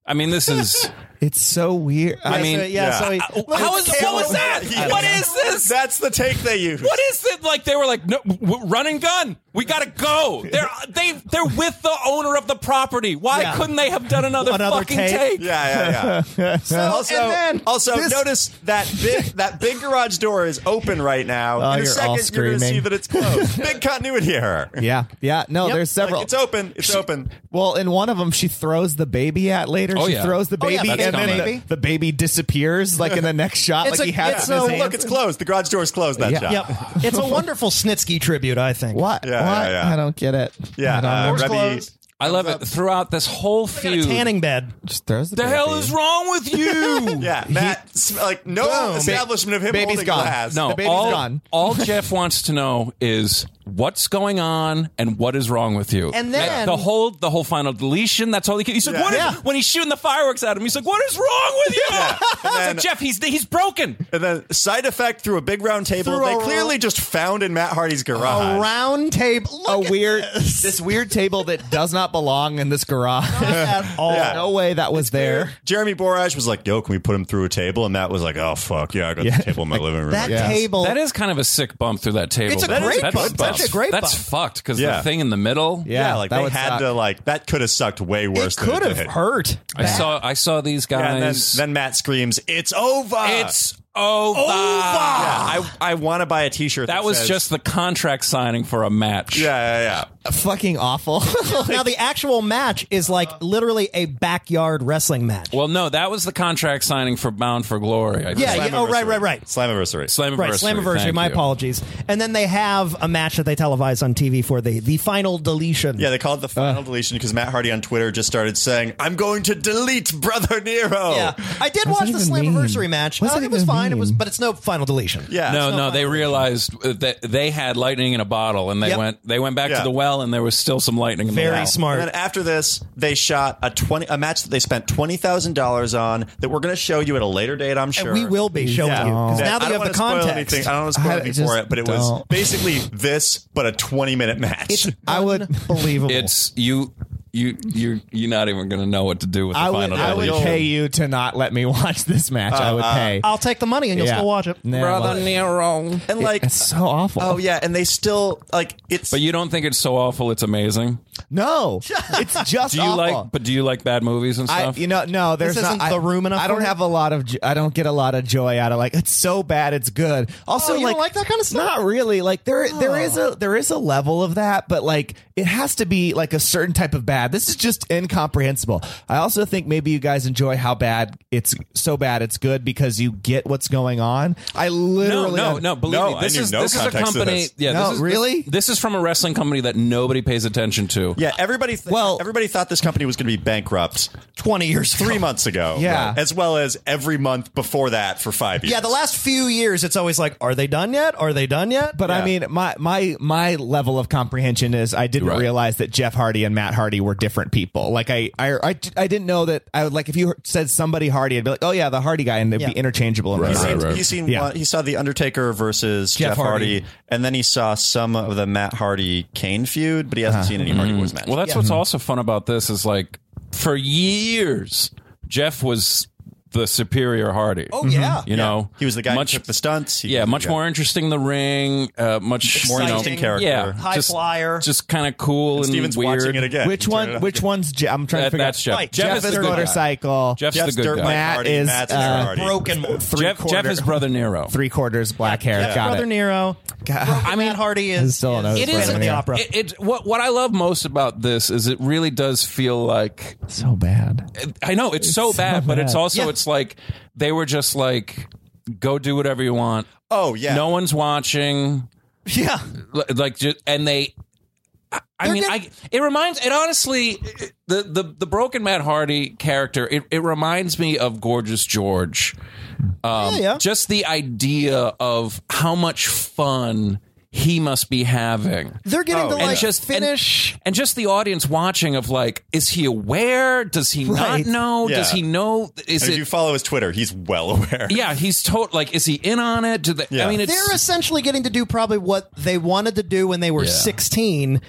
[SPEAKER 6] I mean, this is.
[SPEAKER 5] It's so weird.
[SPEAKER 6] I mean, Uh,
[SPEAKER 8] so, yeah, so he,
[SPEAKER 6] How is what was that? What is this?
[SPEAKER 4] That's the take they use.
[SPEAKER 6] What is it like? They were like, no, w- w- run and gun. We gotta go. They're they they're with the owner of the property. Why
[SPEAKER 8] Yeah.
[SPEAKER 6] couldn't they have done another,
[SPEAKER 8] Another
[SPEAKER 6] fucking
[SPEAKER 8] take?
[SPEAKER 6] take?
[SPEAKER 4] Yeah, yeah, yeah. so, also,
[SPEAKER 5] and then
[SPEAKER 4] also
[SPEAKER 5] this-
[SPEAKER 4] notice that big that big garage door is open right now.
[SPEAKER 5] Oh,
[SPEAKER 4] In a
[SPEAKER 5] you're all
[SPEAKER 4] second, you're going to see
[SPEAKER 5] screaming.
[SPEAKER 4] that it's closed. big continuity error.
[SPEAKER 5] Yeah, yeah. No,
[SPEAKER 4] Yep.
[SPEAKER 5] there's several.
[SPEAKER 4] Like, it's open. It's open.
[SPEAKER 5] Well, in one of them, she throws the baby at later.
[SPEAKER 6] Oh,
[SPEAKER 5] she
[SPEAKER 6] yeah.
[SPEAKER 5] throws the
[SPEAKER 8] Oh, yeah,
[SPEAKER 5] baby,
[SPEAKER 8] that's
[SPEAKER 5] and then
[SPEAKER 8] coming.
[SPEAKER 5] the, the baby disappears like in the next shot.
[SPEAKER 8] It's
[SPEAKER 5] like he
[SPEAKER 8] a-
[SPEAKER 5] has
[SPEAKER 8] it's
[SPEAKER 5] it in
[SPEAKER 8] a-
[SPEAKER 5] his
[SPEAKER 8] Yeah.
[SPEAKER 5] hand.
[SPEAKER 4] Look, it's closed. The garage door is closed. That
[SPEAKER 5] Yeah.
[SPEAKER 4] shot.
[SPEAKER 8] Yep. It's a wonderful Snitsky tribute, I think.
[SPEAKER 5] What?
[SPEAKER 4] Yeah, yeah,
[SPEAKER 5] what?
[SPEAKER 4] yeah.
[SPEAKER 5] I don't get it.
[SPEAKER 4] Yeah,
[SPEAKER 5] I don't
[SPEAKER 4] uh,
[SPEAKER 5] know.
[SPEAKER 4] Rebbe-
[SPEAKER 9] closed.
[SPEAKER 6] I love it. Throughout this whole
[SPEAKER 8] Got a
[SPEAKER 6] feud,
[SPEAKER 8] tanning bed.
[SPEAKER 5] Just throws the,
[SPEAKER 6] the
[SPEAKER 5] baby.
[SPEAKER 6] hell is wrong with you?
[SPEAKER 4] Yeah, Matt. sm- like no
[SPEAKER 5] Boom.
[SPEAKER 4] establishment of him
[SPEAKER 5] Baby's
[SPEAKER 4] holding
[SPEAKER 5] gone.
[SPEAKER 4] glass.
[SPEAKER 6] No,
[SPEAKER 5] The baby's
[SPEAKER 6] all,
[SPEAKER 5] gone.
[SPEAKER 6] all Jeff wants to know is what's going on and what is wrong with you.
[SPEAKER 8] And then-
[SPEAKER 6] the whole the whole final deletion. That's all he. Can, he's like,
[SPEAKER 4] Yeah.
[SPEAKER 6] what is-
[SPEAKER 4] Yeah.
[SPEAKER 6] when he's shooting the fireworks at him? He's like, what is wrong with you?
[SPEAKER 4] Yeah.
[SPEAKER 6] It's
[SPEAKER 4] And
[SPEAKER 6] like,
[SPEAKER 4] then-
[SPEAKER 6] Jeff, he's he's broken.
[SPEAKER 4] And then side effect through a big round table.
[SPEAKER 8] Through
[SPEAKER 4] they
[SPEAKER 8] a-
[SPEAKER 4] clearly just found in Matt Hardy's garage.
[SPEAKER 8] A round table.
[SPEAKER 5] A
[SPEAKER 8] Look at
[SPEAKER 5] weird,
[SPEAKER 8] this.
[SPEAKER 5] this weird table that does not belong in this garage at all.
[SPEAKER 4] Yeah.
[SPEAKER 5] No way that was there.
[SPEAKER 4] Jeremy Borash was like, "Yo, can we put him through a table?" And Matt was like, "Oh fuck, yeah, I got
[SPEAKER 5] Yeah.
[SPEAKER 4] the table in my living room."
[SPEAKER 8] That
[SPEAKER 5] Yeah.
[SPEAKER 8] table.
[SPEAKER 6] That is kind of a sick bump through that table.
[SPEAKER 8] It's a
[SPEAKER 6] That is-
[SPEAKER 8] great
[SPEAKER 6] that's
[SPEAKER 8] bump.
[SPEAKER 6] That's
[SPEAKER 8] That's a great
[SPEAKER 6] That's
[SPEAKER 8] bump.
[SPEAKER 6] fucked because
[SPEAKER 4] Yeah.
[SPEAKER 6] the thing in the middle.
[SPEAKER 4] yeah,
[SPEAKER 5] Yeah,
[SPEAKER 4] like
[SPEAKER 5] that
[SPEAKER 4] they
[SPEAKER 5] would
[SPEAKER 4] had
[SPEAKER 5] suck.
[SPEAKER 4] to like that could have sucked way worse.
[SPEAKER 8] it
[SPEAKER 4] than
[SPEAKER 8] could have
[SPEAKER 4] did.
[SPEAKER 8] hurt.
[SPEAKER 6] I saw I saw these
[SPEAKER 4] Yeah, and then,
[SPEAKER 6] guys.
[SPEAKER 4] then Matt screams, "It's over!
[SPEAKER 6] it's over.
[SPEAKER 4] Yeah, I I want to buy a T-shirt. That,
[SPEAKER 6] That was
[SPEAKER 4] says-
[SPEAKER 6] just the contract signing for a match.
[SPEAKER 4] yeah, yeah, yeah.
[SPEAKER 5] Fucking awful.
[SPEAKER 8] now the actual match is like
[SPEAKER 6] Uh,
[SPEAKER 8] literally a backyard wrestling match.
[SPEAKER 6] Well, no, that was the contract signing for Bound for Glory. I
[SPEAKER 8] yeah,
[SPEAKER 6] think.
[SPEAKER 8] yeah. Oh, right, right, right.
[SPEAKER 4] Slammiversary.
[SPEAKER 6] Slammiversary.
[SPEAKER 8] Right, Slammiversary.
[SPEAKER 6] thank
[SPEAKER 8] My
[SPEAKER 6] you.
[SPEAKER 8] apologies. And then they have a match that they televised on TV for the the final deletion.
[SPEAKER 4] yeah, they called it the final deletion because Matt Hardy on Twitter just started saying, "I'm going to delete Brother Nero."
[SPEAKER 8] Yeah. I did
[SPEAKER 5] What's
[SPEAKER 8] watch the
[SPEAKER 5] that even
[SPEAKER 8] Slammiversary
[SPEAKER 5] mean?
[SPEAKER 8] match.
[SPEAKER 5] What's
[SPEAKER 8] Uh,
[SPEAKER 5] that
[SPEAKER 8] it was
[SPEAKER 5] even
[SPEAKER 8] fine. It was,
[SPEAKER 5] mean?
[SPEAKER 8] but it's no final deletion.
[SPEAKER 4] yeah.
[SPEAKER 6] No, no, they realized uh, that they had lightning in a bottle, and they
[SPEAKER 8] Yep.
[SPEAKER 6] went they went back
[SPEAKER 4] Yeah.
[SPEAKER 6] to the well, and there was still some lightning in the
[SPEAKER 8] Very
[SPEAKER 6] well.
[SPEAKER 8] smart.
[SPEAKER 4] And then after this, they shot a twenty a match that they spent twenty thousand dollars on that we're going to show you at a later date. I'm sure
[SPEAKER 8] And we will be showing you because
[SPEAKER 4] Yeah,
[SPEAKER 8] now that
[SPEAKER 4] I don't
[SPEAKER 8] you have the
[SPEAKER 4] wanna spoil
[SPEAKER 8] context.
[SPEAKER 4] anything. I don't want to spoil
[SPEAKER 5] I
[SPEAKER 4] anything for
[SPEAKER 5] just
[SPEAKER 4] it, but it was
[SPEAKER 5] don't.
[SPEAKER 4] basically this, but a 20 minute match.
[SPEAKER 5] I would.
[SPEAKER 8] Unbelievable.
[SPEAKER 6] It's you, you, you. You're not even going to know what to do with the
[SPEAKER 5] I would.
[SPEAKER 6] final Uh,
[SPEAKER 5] I would
[SPEAKER 6] deletion.
[SPEAKER 5] pay you to not let me watch this match. I would pay.
[SPEAKER 8] I'll take the money and you'll
[SPEAKER 5] Yeah.
[SPEAKER 8] still watch it.
[SPEAKER 5] Nah, well,
[SPEAKER 6] Nero.
[SPEAKER 4] and like,
[SPEAKER 5] it's so awful.
[SPEAKER 4] oh yeah, and they still like it's.
[SPEAKER 6] But you don't think it's so awful? It's amazing.
[SPEAKER 5] No, it's just
[SPEAKER 6] Do you
[SPEAKER 5] awful.
[SPEAKER 6] like? But do you like bad movies and
[SPEAKER 5] I,
[SPEAKER 6] stuff?
[SPEAKER 5] you know, no. There's
[SPEAKER 8] This
[SPEAKER 5] not
[SPEAKER 8] isn't
[SPEAKER 5] I,
[SPEAKER 8] the room enough
[SPEAKER 5] I don't
[SPEAKER 8] for it?
[SPEAKER 5] have a lot of. jo- I don't get a lot of joy out of like it's so bad, it's good. Also,
[SPEAKER 8] Oh, you
[SPEAKER 5] like,
[SPEAKER 8] don't like that kinda stuff? Oh.
[SPEAKER 5] Not really. Like there, there is a there is a level of that, but like it has to be like a certain type of bad. This is just incomprehensible. I also think maybe you guys enjoy how bad it's so bad it's good because you get what's going on. I
[SPEAKER 6] no,
[SPEAKER 5] literally
[SPEAKER 6] no, no. Believe
[SPEAKER 4] No,
[SPEAKER 6] me,
[SPEAKER 4] I
[SPEAKER 6] this
[SPEAKER 4] knew
[SPEAKER 6] is
[SPEAKER 4] no
[SPEAKER 6] this is a
[SPEAKER 4] context to
[SPEAKER 6] company.
[SPEAKER 4] this.
[SPEAKER 6] Yeah,
[SPEAKER 5] No,
[SPEAKER 6] this is,
[SPEAKER 5] really?
[SPEAKER 6] This, is from a wrestling company that nobody pays attention to.
[SPEAKER 4] yeah, everybody. Th- well,
[SPEAKER 5] Well-
[SPEAKER 4] everybody thought this company was going to be bankrupt
[SPEAKER 8] 20 years
[SPEAKER 4] three months ago.
[SPEAKER 5] Yeah.
[SPEAKER 4] Right. as well as every month before that for five years.
[SPEAKER 8] Yeah, the last few years, it's always like, are they done yet? Are they done yet?
[SPEAKER 5] But I mean, my my my level of comprehension is I didn't
[SPEAKER 6] Right.
[SPEAKER 5] realize that Jeff Hardy and Matt Hardy were different people. Like I, I I I didn't know that. I would like if you said somebody Hardy, I'd be like, oh yeah, the Hardy guy, and they'd
[SPEAKER 8] Yeah.
[SPEAKER 5] be interchangeable. in my
[SPEAKER 6] Right,
[SPEAKER 5] mind.
[SPEAKER 6] right,
[SPEAKER 4] He's
[SPEAKER 6] right.
[SPEAKER 4] he's seen
[SPEAKER 5] Yeah.
[SPEAKER 4] one, he saw the Undertaker versus Jeff,
[SPEAKER 5] Jeff
[SPEAKER 4] Hardy,
[SPEAKER 5] Hardy.
[SPEAKER 4] and then he saw some of the Matt Hardy Kane feud, but he hasn't seen any Hardy Boys match.
[SPEAKER 6] Mm-hmm. Well, that's what's also fun about this is like for years, Jeff was the superior Hardy. Oh
[SPEAKER 8] yeah.
[SPEAKER 6] you know
[SPEAKER 4] he was the guy
[SPEAKER 6] Much
[SPEAKER 4] who took the stunts. He
[SPEAKER 6] yeah,
[SPEAKER 4] was the
[SPEAKER 6] much
[SPEAKER 4] guy-
[SPEAKER 6] more interesting in the ring. Uh, much more
[SPEAKER 4] more interesting character.
[SPEAKER 6] Yeah,
[SPEAKER 8] High
[SPEAKER 6] just-
[SPEAKER 8] flyer.
[SPEAKER 6] Just kind of cool and,
[SPEAKER 4] Steven's
[SPEAKER 6] weird.
[SPEAKER 4] watching it again.
[SPEAKER 5] Which
[SPEAKER 4] He turned it
[SPEAKER 5] one?
[SPEAKER 4] on.
[SPEAKER 5] Which one's? Jeff? I'm trying
[SPEAKER 6] That-
[SPEAKER 5] to figure
[SPEAKER 6] that's
[SPEAKER 5] out.
[SPEAKER 6] Jeff.
[SPEAKER 8] Right,
[SPEAKER 6] Jeff,
[SPEAKER 5] Jeff
[SPEAKER 6] is
[SPEAKER 5] is
[SPEAKER 6] the good guy.
[SPEAKER 5] motorcycle.
[SPEAKER 6] Jeff's,
[SPEAKER 4] Jeff's
[SPEAKER 6] the good
[SPEAKER 4] dirt
[SPEAKER 6] guy.
[SPEAKER 4] bike
[SPEAKER 5] Matt
[SPEAKER 4] Hardy,
[SPEAKER 5] is,
[SPEAKER 4] Matt's
[SPEAKER 5] uh,
[SPEAKER 4] Hardy.
[SPEAKER 8] broken.
[SPEAKER 5] three
[SPEAKER 6] Jeff, Jeff
[SPEAKER 5] quarter-
[SPEAKER 6] is brother Nero.
[SPEAKER 5] three quarters black hair. Got
[SPEAKER 8] Brother
[SPEAKER 5] it.
[SPEAKER 8] Nero. I mean, Hardy
[SPEAKER 5] It's
[SPEAKER 8] is
[SPEAKER 5] still an
[SPEAKER 8] is
[SPEAKER 5] It is-
[SPEAKER 8] Phantom of the opera.
[SPEAKER 6] It, it, what what I love most about this is it really does feel like
[SPEAKER 5] so bad.
[SPEAKER 6] I know it's, so,
[SPEAKER 5] so
[SPEAKER 6] bad, but it's
[SPEAKER 5] bad.
[SPEAKER 6] also
[SPEAKER 8] Yeah.
[SPEAKER 6] it's like they were just like go do whatever you want.
[SPEAKER 4] Oh yeah,
[SPEAKER 6] No one's watching.
[SPEAKER 8] yeah,
[SPEAKER 6] L- Like just and they. I- I
[SPEAKER 8] They're
[SPEAKER 6] mean,
[SPEAKER 8] getting-
[SPEAKER 6] I it reminds it honestly it- the the the broken Matt Hardy character it, it reminds me of Gorgeous George, um,
[SPEAKER 8] Yeah, yeah.
[SPEAKER 6] just the idea of how much fun he must be having
[SPEAKER 8] they're getting to
[SPEAKER 4] yeah.
[SPEAKER 8] like
[SPEAKER 6] and just and-
[SPEAKER 8] finish.
[SPEAKER 6] and, just the audience watching of like is he aware does he
[SPEAKER 8] Right.
[SPEAKER 6] not know
[SPEAKER 4] Yeah.
[SPEAKER 6] does he know is
[SPEAKER 4] And if
[SPEAKER 6] it
[SPEAKER 4] you follow his Twitter, he's well aware.
[SPEAKER 6] yeah he's told like is he in on it do they,
[SPEAKER 4] Yeah.
[SPEAKER 6] i mean it's
[SPEAKER 8] they're essentially getting to do probably what they wanted to do when they were
[SPEAKER 6] Yeah.
[SPEAKER 8] 16.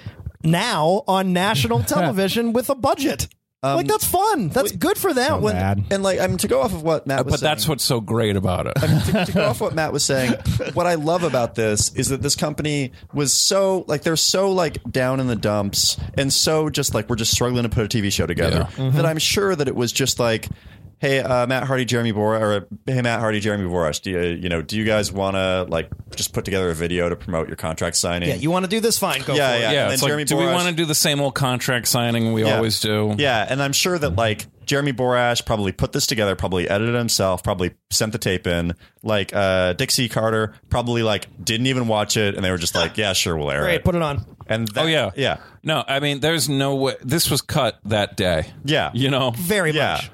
[SPEAKER 8] Now on national television with a budget.
[SPEAKER 4] Um,
[SPEAKER 8] like that's fun. That's good for them.
[SPEAKER 5] So bad.
[SPEAKER 4] And like, I mean, to go off of what Matt, was
[SPEAKER 6] But that's
[SPEAKER 4] saying-
[SPEAKER 6] what's so great about it.
[SPEAKER 4] to, to go off what Matt was saying, what I love about this is that this company was so like they're so like down in the dumps and so just like we're just struggling to put a TV show together
[SPEAKER 6] Mm-hmm.
[SPEAKER 4] that I'm sure that it was just like. Hey, uh, Matt Hardy, Jeremy Bora, or hey, Matt Hardy, Jeremy Borash. Do you, you know? Do you guys want to like just put together a video to promote your contract signing?
[SPEAKER 8] Yeah, you want to do this? Fine, go
[SPEAKER 4] Yeah,
[SPEAKER 8] for it.
[SPEAKER 4] yeah.
[SPEAKER 6] yeah,
[SPEAKER 4] and
[SPEAKER 6] it's
[SPEAKER 4] then
[SPEAKER 6] like,
[SPEAKER 4] Jeremy
[SPEAKER 6] do we
[SPEAKER 4] Borash-
[SPEAKER 6] want to do the same old contract signing we
[SPEAKER 4] Yeah.
[SPEAKER 6] always do?
[SPEAKER 4] Yeah, and I'm sure that like Jeremy Borash probably put this together, probably edited himself, probably sent the tape in. Like uh, Dixie Carter probably like didn't even watch it, and they were just like, "Yeah, sure, we'll air
[SPEAKER 8] Great,
[SPEAKER 4] it."
[SPEAKER 8] put it on.
[SPEAKER 4] and that,
[SPEAKER 6] Oh yeah,
[SPEAKER 4] yeah,
[SPEAKER 6] No, I mean, there's no way. This was cut that day.
[SPEAKER 4] Yeah.
[SPEAKER 6] you know,
[SPEAKER 8] Very
[SPEAKER 4] yeah,
[SPEAKER 8] much.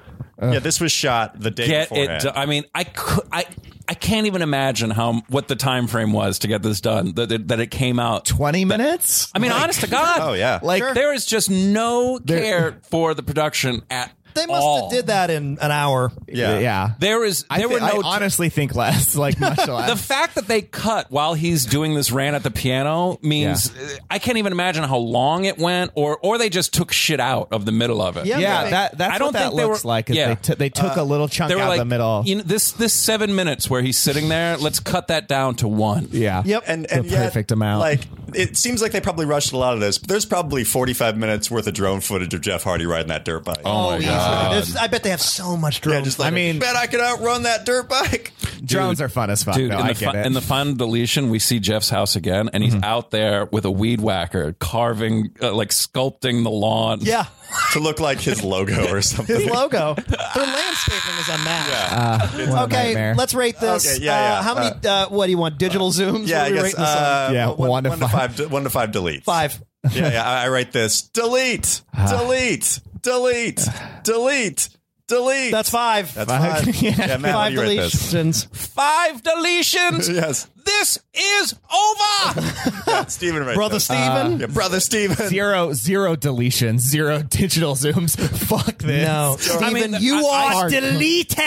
[SPEAKER 4] yeah. This was shot the day
[SPEAKER 6] get
[SPEAKER 4] before.
[SPEAKER 6] it. Do- I mean, I could, I, I can't even imagine how what the time frame was to get this done. That that, that it came out.
[SPEAKER 5] Twenty minutes.
[SPEAKER 6] I mean, honest to God.
[SPEAKER 4] oh yeah,
[SPEAKER 8] Like
[SPEAKER 6] there is just no care for the production at
[SPEAKER 8] they must
[SPEAKER 6] all.
[SPEAKER 8] have did that in an hour.
[SPEAKER 4] yeah,
[SPEAKER 5] yeah.
[SPEAKER 6] There is there
[SPEAKER 5] I,
[SPEAKER 6] were
[SPEAKER 5] thi- I
[SPEAKER 6] no
[SPEAKER 5] honestly think less, like much
[SPEAKER 6] the
[SPEAKER 5] less.
[SPEAKER 6] fact that they cut while he's doing this rant at the piano means uh, I can't even imagine how long it went, or or they just took shit out of the middle of it.
[SPEAKER 8] Yeah.
[SPEAKER 5] yeah,
[SPEAKER 8] they-
[SPEAKER 5] that that's
[SPEAKER 6] I don't
[SPEAKER 5] what that
[SPEAKER 6] think they
[SPEAKER 5] looks
[SPEAKER 6] were-
[SPEAKER 5] like. Is
[SPEAKER 6] yeah.
[SPEAKER 5] they, t- they took a little chunk
[SPEAKER 6] They were
[SPEAKER 5] out
[SPEAKER 6] like,
[SPEAKER 5] the middle.
[SPEAKER 6] you know, this this seven minutes where he's sitting there. Let's cut that down to one.
[SPEAKER 5] yeah.
[SPEAKER 8] Yep.
[SPEAKER 4] And,
[SPEAKER 5] The
[SPEAKER 4] and yet,
[SPEAKER 5] perfect amount.
[SPEAKER 4] Like it seems like they probably rushed a lot of this, but there's probably 45 minutes worth of drone footage of Jeff Hardy riding that dirt bike.
[SPEAKER 6] Oh, my god!
[SPEAKER 8] There's- I bet they have so much drone.
[SPEAKER 4] yeah, just like
[SPEAKER 5] I mean-
[SPEAKER 4] bet I could outrun that dirt bike.
[SPEAKER 5] Drones are fun as fuck.
[SPEAKER 6] Dude,
[SPEAKER 5] though,
[SPEAKER 6] in,
[SPEAKER 5] I
[SPEAKER 6] the
[SPEAKER 5] get
[SPEAKER 6] fi-
[SPEAKER 5] it.
[SPEAKER 6] in the final deletion, we see Jeff's house again, and he's out there with a weed whacker, carving, uh, like sculpting the lawn.
[SPEAKER 8] yeah,
[SPEAKER 4] to look like his logo or something.
[SPEAKER 8] his logo. Their landscaping is unmatched.
[SPEAKER 5] What a
[SPEAKER 8] Okay,
[SPEAKER 5] nightmare.
[SPEAKER 8] let's rate this.
[SPEAKER 4] Okay, yeah, yeah.
[SPEAKER 8] Uh, how many? Uh, what do you want? Digital zooms?
[SPEAKER 4] Yeah,
[SPEAKER 8] What
[SPEAKER 4] I
[SPEAKER 8] do we
[SPEAKER 4] guess.
[SPEAKER 8] rate this on?
[SPEAKER 4] Uh,
[SPEAKER 5] Yeah,
[SPEAKER 4] one,
[SPEAKER 5] one to
[SPEAKER 4] to
[SPEAKER 5] five.
[SPEAKER 4] five. de- One to five deletes.
[SPEAKER 8] Five.
[SPEAKER 4] yeah, yeah. I, I write this. Delete. Delete. Delete. Delete. Delete.
[SPEAKER 8] That's five.
[SPEAKER 4] That's five. yeah, Matt, how
[SPEAKER 8] five
[SPEAKER 4] do you rate this?
[SPEAKER 8] deletions.
[SPEAKER 6] Five deletions.
[SPEAKER 4] Yes.
[SPEAKER 6] This is over.
[SPEAKER 4] Yeah, Steven right
[SPEAKER 8] Brother
[SPEAKER 4] this. Uh,
[SPEAKER 8] Steven?
[SPEAKER 4] yeah, brother Steven.
[SPEAKER 5] zero zero deletions, zero digital zooms. fuck this.
[SPEAKER 8] No, Steven,
[SPEAKER 6] I mean,
[SPEAKER 8] you
[SPEAKER 6] I-
[SPEAKER 8] are
[SPEAKER 6] I-
[SPEAKER 8] deleted.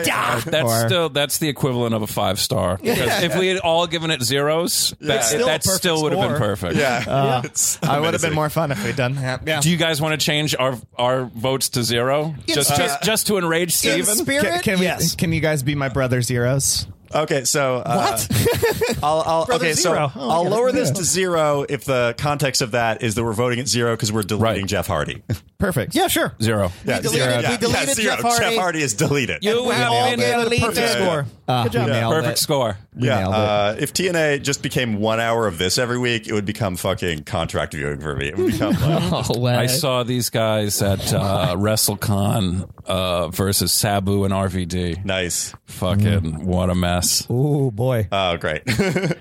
[SPEAKER 6] That's
[SPEAKER 5] Or-
[SPEAKER 6] still that's the equivalent of a five star. Because if we had all given it zeros, that
[SPEAKER 4] still
[SPEAKER 8] a
[SPEAKER 6] that
[SPEAKER 8] perfect
[SPEAKER 6] still would have been
[SPEAKER 8] score.
[SPEAKER 6] perfect.
[SPEAKER 4] Yeah.
[SPEAKER 5] I would have been more fun if we'd done that. Yeah.
[SPEAKER 6] Do you guys want to change our our votes to zero? Just just, just to enrage
[SPEAKER 8] In
[SPEAKER 6] Steven?
[SPEAKER 8] spirit,
[SPEAKER 5] Can, can we,
[SPEAKER 8] yes.
[SPEAKER 5] Can you guys be my brother zeros?
[SPEAKER 4] Okay, so uh, I'll, I'll
[SPEAKER 8] Brother
[SPEAKER 4] okay,
[SPEAKER 8] zero.
[SPEAKER 4] so
[SPEAKER 8] Oh,
[SPEAKER 4] I'll
[SPEAKER 8] yeah.
[SPEAKER 4] lower this to zero if the context of that is that we're voting at zero because we're deleting
[SPEAKER 6] Right.
[SPEAKER 4] Jeff Hardy.
[SPEAKER 5] Perfect.
[SPEAKER 8] yeah, sure.
[SPEAKER 6] Zero.
[SPEAKER 4] Yeah,
[SPEAKER 8] deleted-
[SPEAKER 4] zero.
[SPEAKER 8] we
[SPEAKER 4] Yeah,
[SPEAKER 8] deleted
[SPEAKER 4] yeah, zero.
[SPEAKER 8] Jeff Hardy.
[SPEAKER 4] Jeff Hardy is deleted.
[SPEAKER 6] You
[SPEAKER 8] We all
[SPEAKER 6] have
[SPEAKER 8] get
[SPEAKER 6] been
[SPEAKER 8] a perfect
[SPEAKER 4] Yeah, yeah,
[SPEAKER 8] score.
[SPEAKER 5] Uh,
[SPEAKER 8] job.
[SPEAKER 5] we nailed
[SPEAKER 6] perfect
[SPEAKER 5] it.
[SPEAKER 6] score.
[SPEAKER 5] We
[SPEAKER 4] Yeah,
[SPEAKER 5] nailed it.
[SPEAKER 4] uh, if TNA just became one hour of this every week, it would become fucking contract viewing for me. It would become uh, like,
[SPEAKER 5] Oh, well.
[SPEAKER 6] I saw these guys at uh, WrestleCon uh, versus Sabu and RVD.
[SPEAKER 4] nice.
[SPEAKER 6] Fucking what a mess.
[SPEAKER 8] Oh boy.
[SPEAKER 4] Oh, great.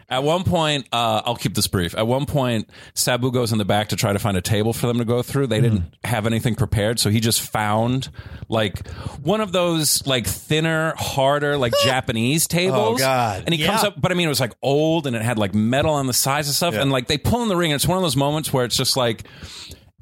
[SPEAKER 6] At one point, uh, I'll keep this brief. At one point, Sabu goes in the back to try to find a table for them to go through. They didn't
[SPEAKER 4] Mm-hmm.
[SPEAKER 6] have anything prepared, so he just found like one of those like thinner, harder, like Japanese tables.
[SPEAKER 4] Oh, God.
[SPEAKER 6] And he comes up, but I mean, it was like old and it had like metal on the sides and stuff.
[SPEAKER 4] Yeah.
[SPEAKER 6] And like they pull in the ring, and it's one of those moments where it's just like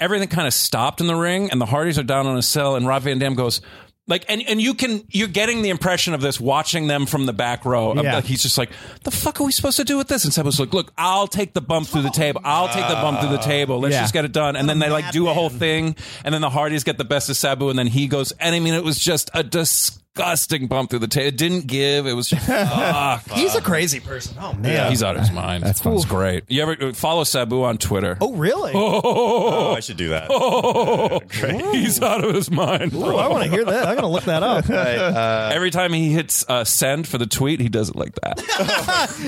[SPEAKER 6] everything kind of stopped in the ring, and the Hardys are down on a cell, and Rob Van Dam goes. Like and, and you can you're getting the impression of this watching them from the back row. I'm
[SPEAKER 5] Yeah.
[SPEAKER 6] like, he's just like, the fuck are we supposed to do with this? And Sabu's like, look, I'll take the bump through the table. I'll take the bump through the table. Let's
[SPEAKER 5] Yeah.
[SPEAKER 6] just get it done. And then they like do a whole thing, and then the Hardys get the best of Sabu, and then he goes. And I mean, it was just a disgusting bump through the table. It didn't give. It was just fuck.
[SPEAKER 8] He's
[SPEAKER 4] uh,
[SPEAKER 8] a crazy person. Oh man.
[SPEAKER 6] Yeah, he's out of his mind. That's
[SPEAKER 5] fun.
[SPEAKER 6] It's great. You ever uh, follow Sabu on Twitter?
[SPEAKER 8] Oh really?
[SPEAKER 4] oh, I should do that.
[SPEAKER 6] He's out of his mind.
[SPEAKER 8] Ooh, Oh, I want to hear that. I'm gonna look that up.
[SPEAKER 4] Right, uh,
[SPEAKER 6] Every time he hits uh, send for the tweet, he does it like that.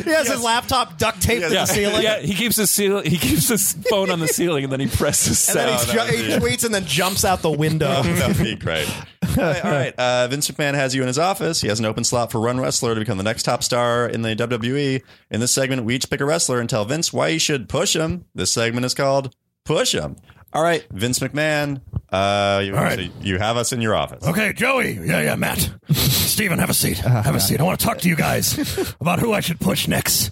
[SPEAKER 8] he has his laptop duct taped to
[SPEAKER 4] Yeah.
[SPEAKER 8] the ceiling.
[SPEAKER 6] yeah, he keeps his seal. He keeps his phone on the ceiling, and then he presses
[SPEAKER 8] And
[SPEAKER 6] send.
[SPEAKER 8] then
[SPEAKER 4] Oh,
[SPEAKER 8] he,
[SPEAKER 4] that
[SPEAKER 8] ju-
[SPEAKER 4] would
[SPEAKER 8] he
[SPEAKER 4] be-
[SPEAKER 8] tweets and then jumps out the window.
[SPEAKER 4] that would be great. All right, all right. Uh, Vince McMahon has you in his office. He has an open slot for Run Wrestler to become the next top star in the WWE. In this segment, we each pick a wrestler and tell Vince why he should push him. This segment is called Push Him. All right, Vince McMahon, uh, you, so you have us in your office.
[SPEAKER 11] Okay, Joey. Yeah, yeah, Matt. Steven, have a seat. Have a seat. I want to talk to you guys about who I should push next.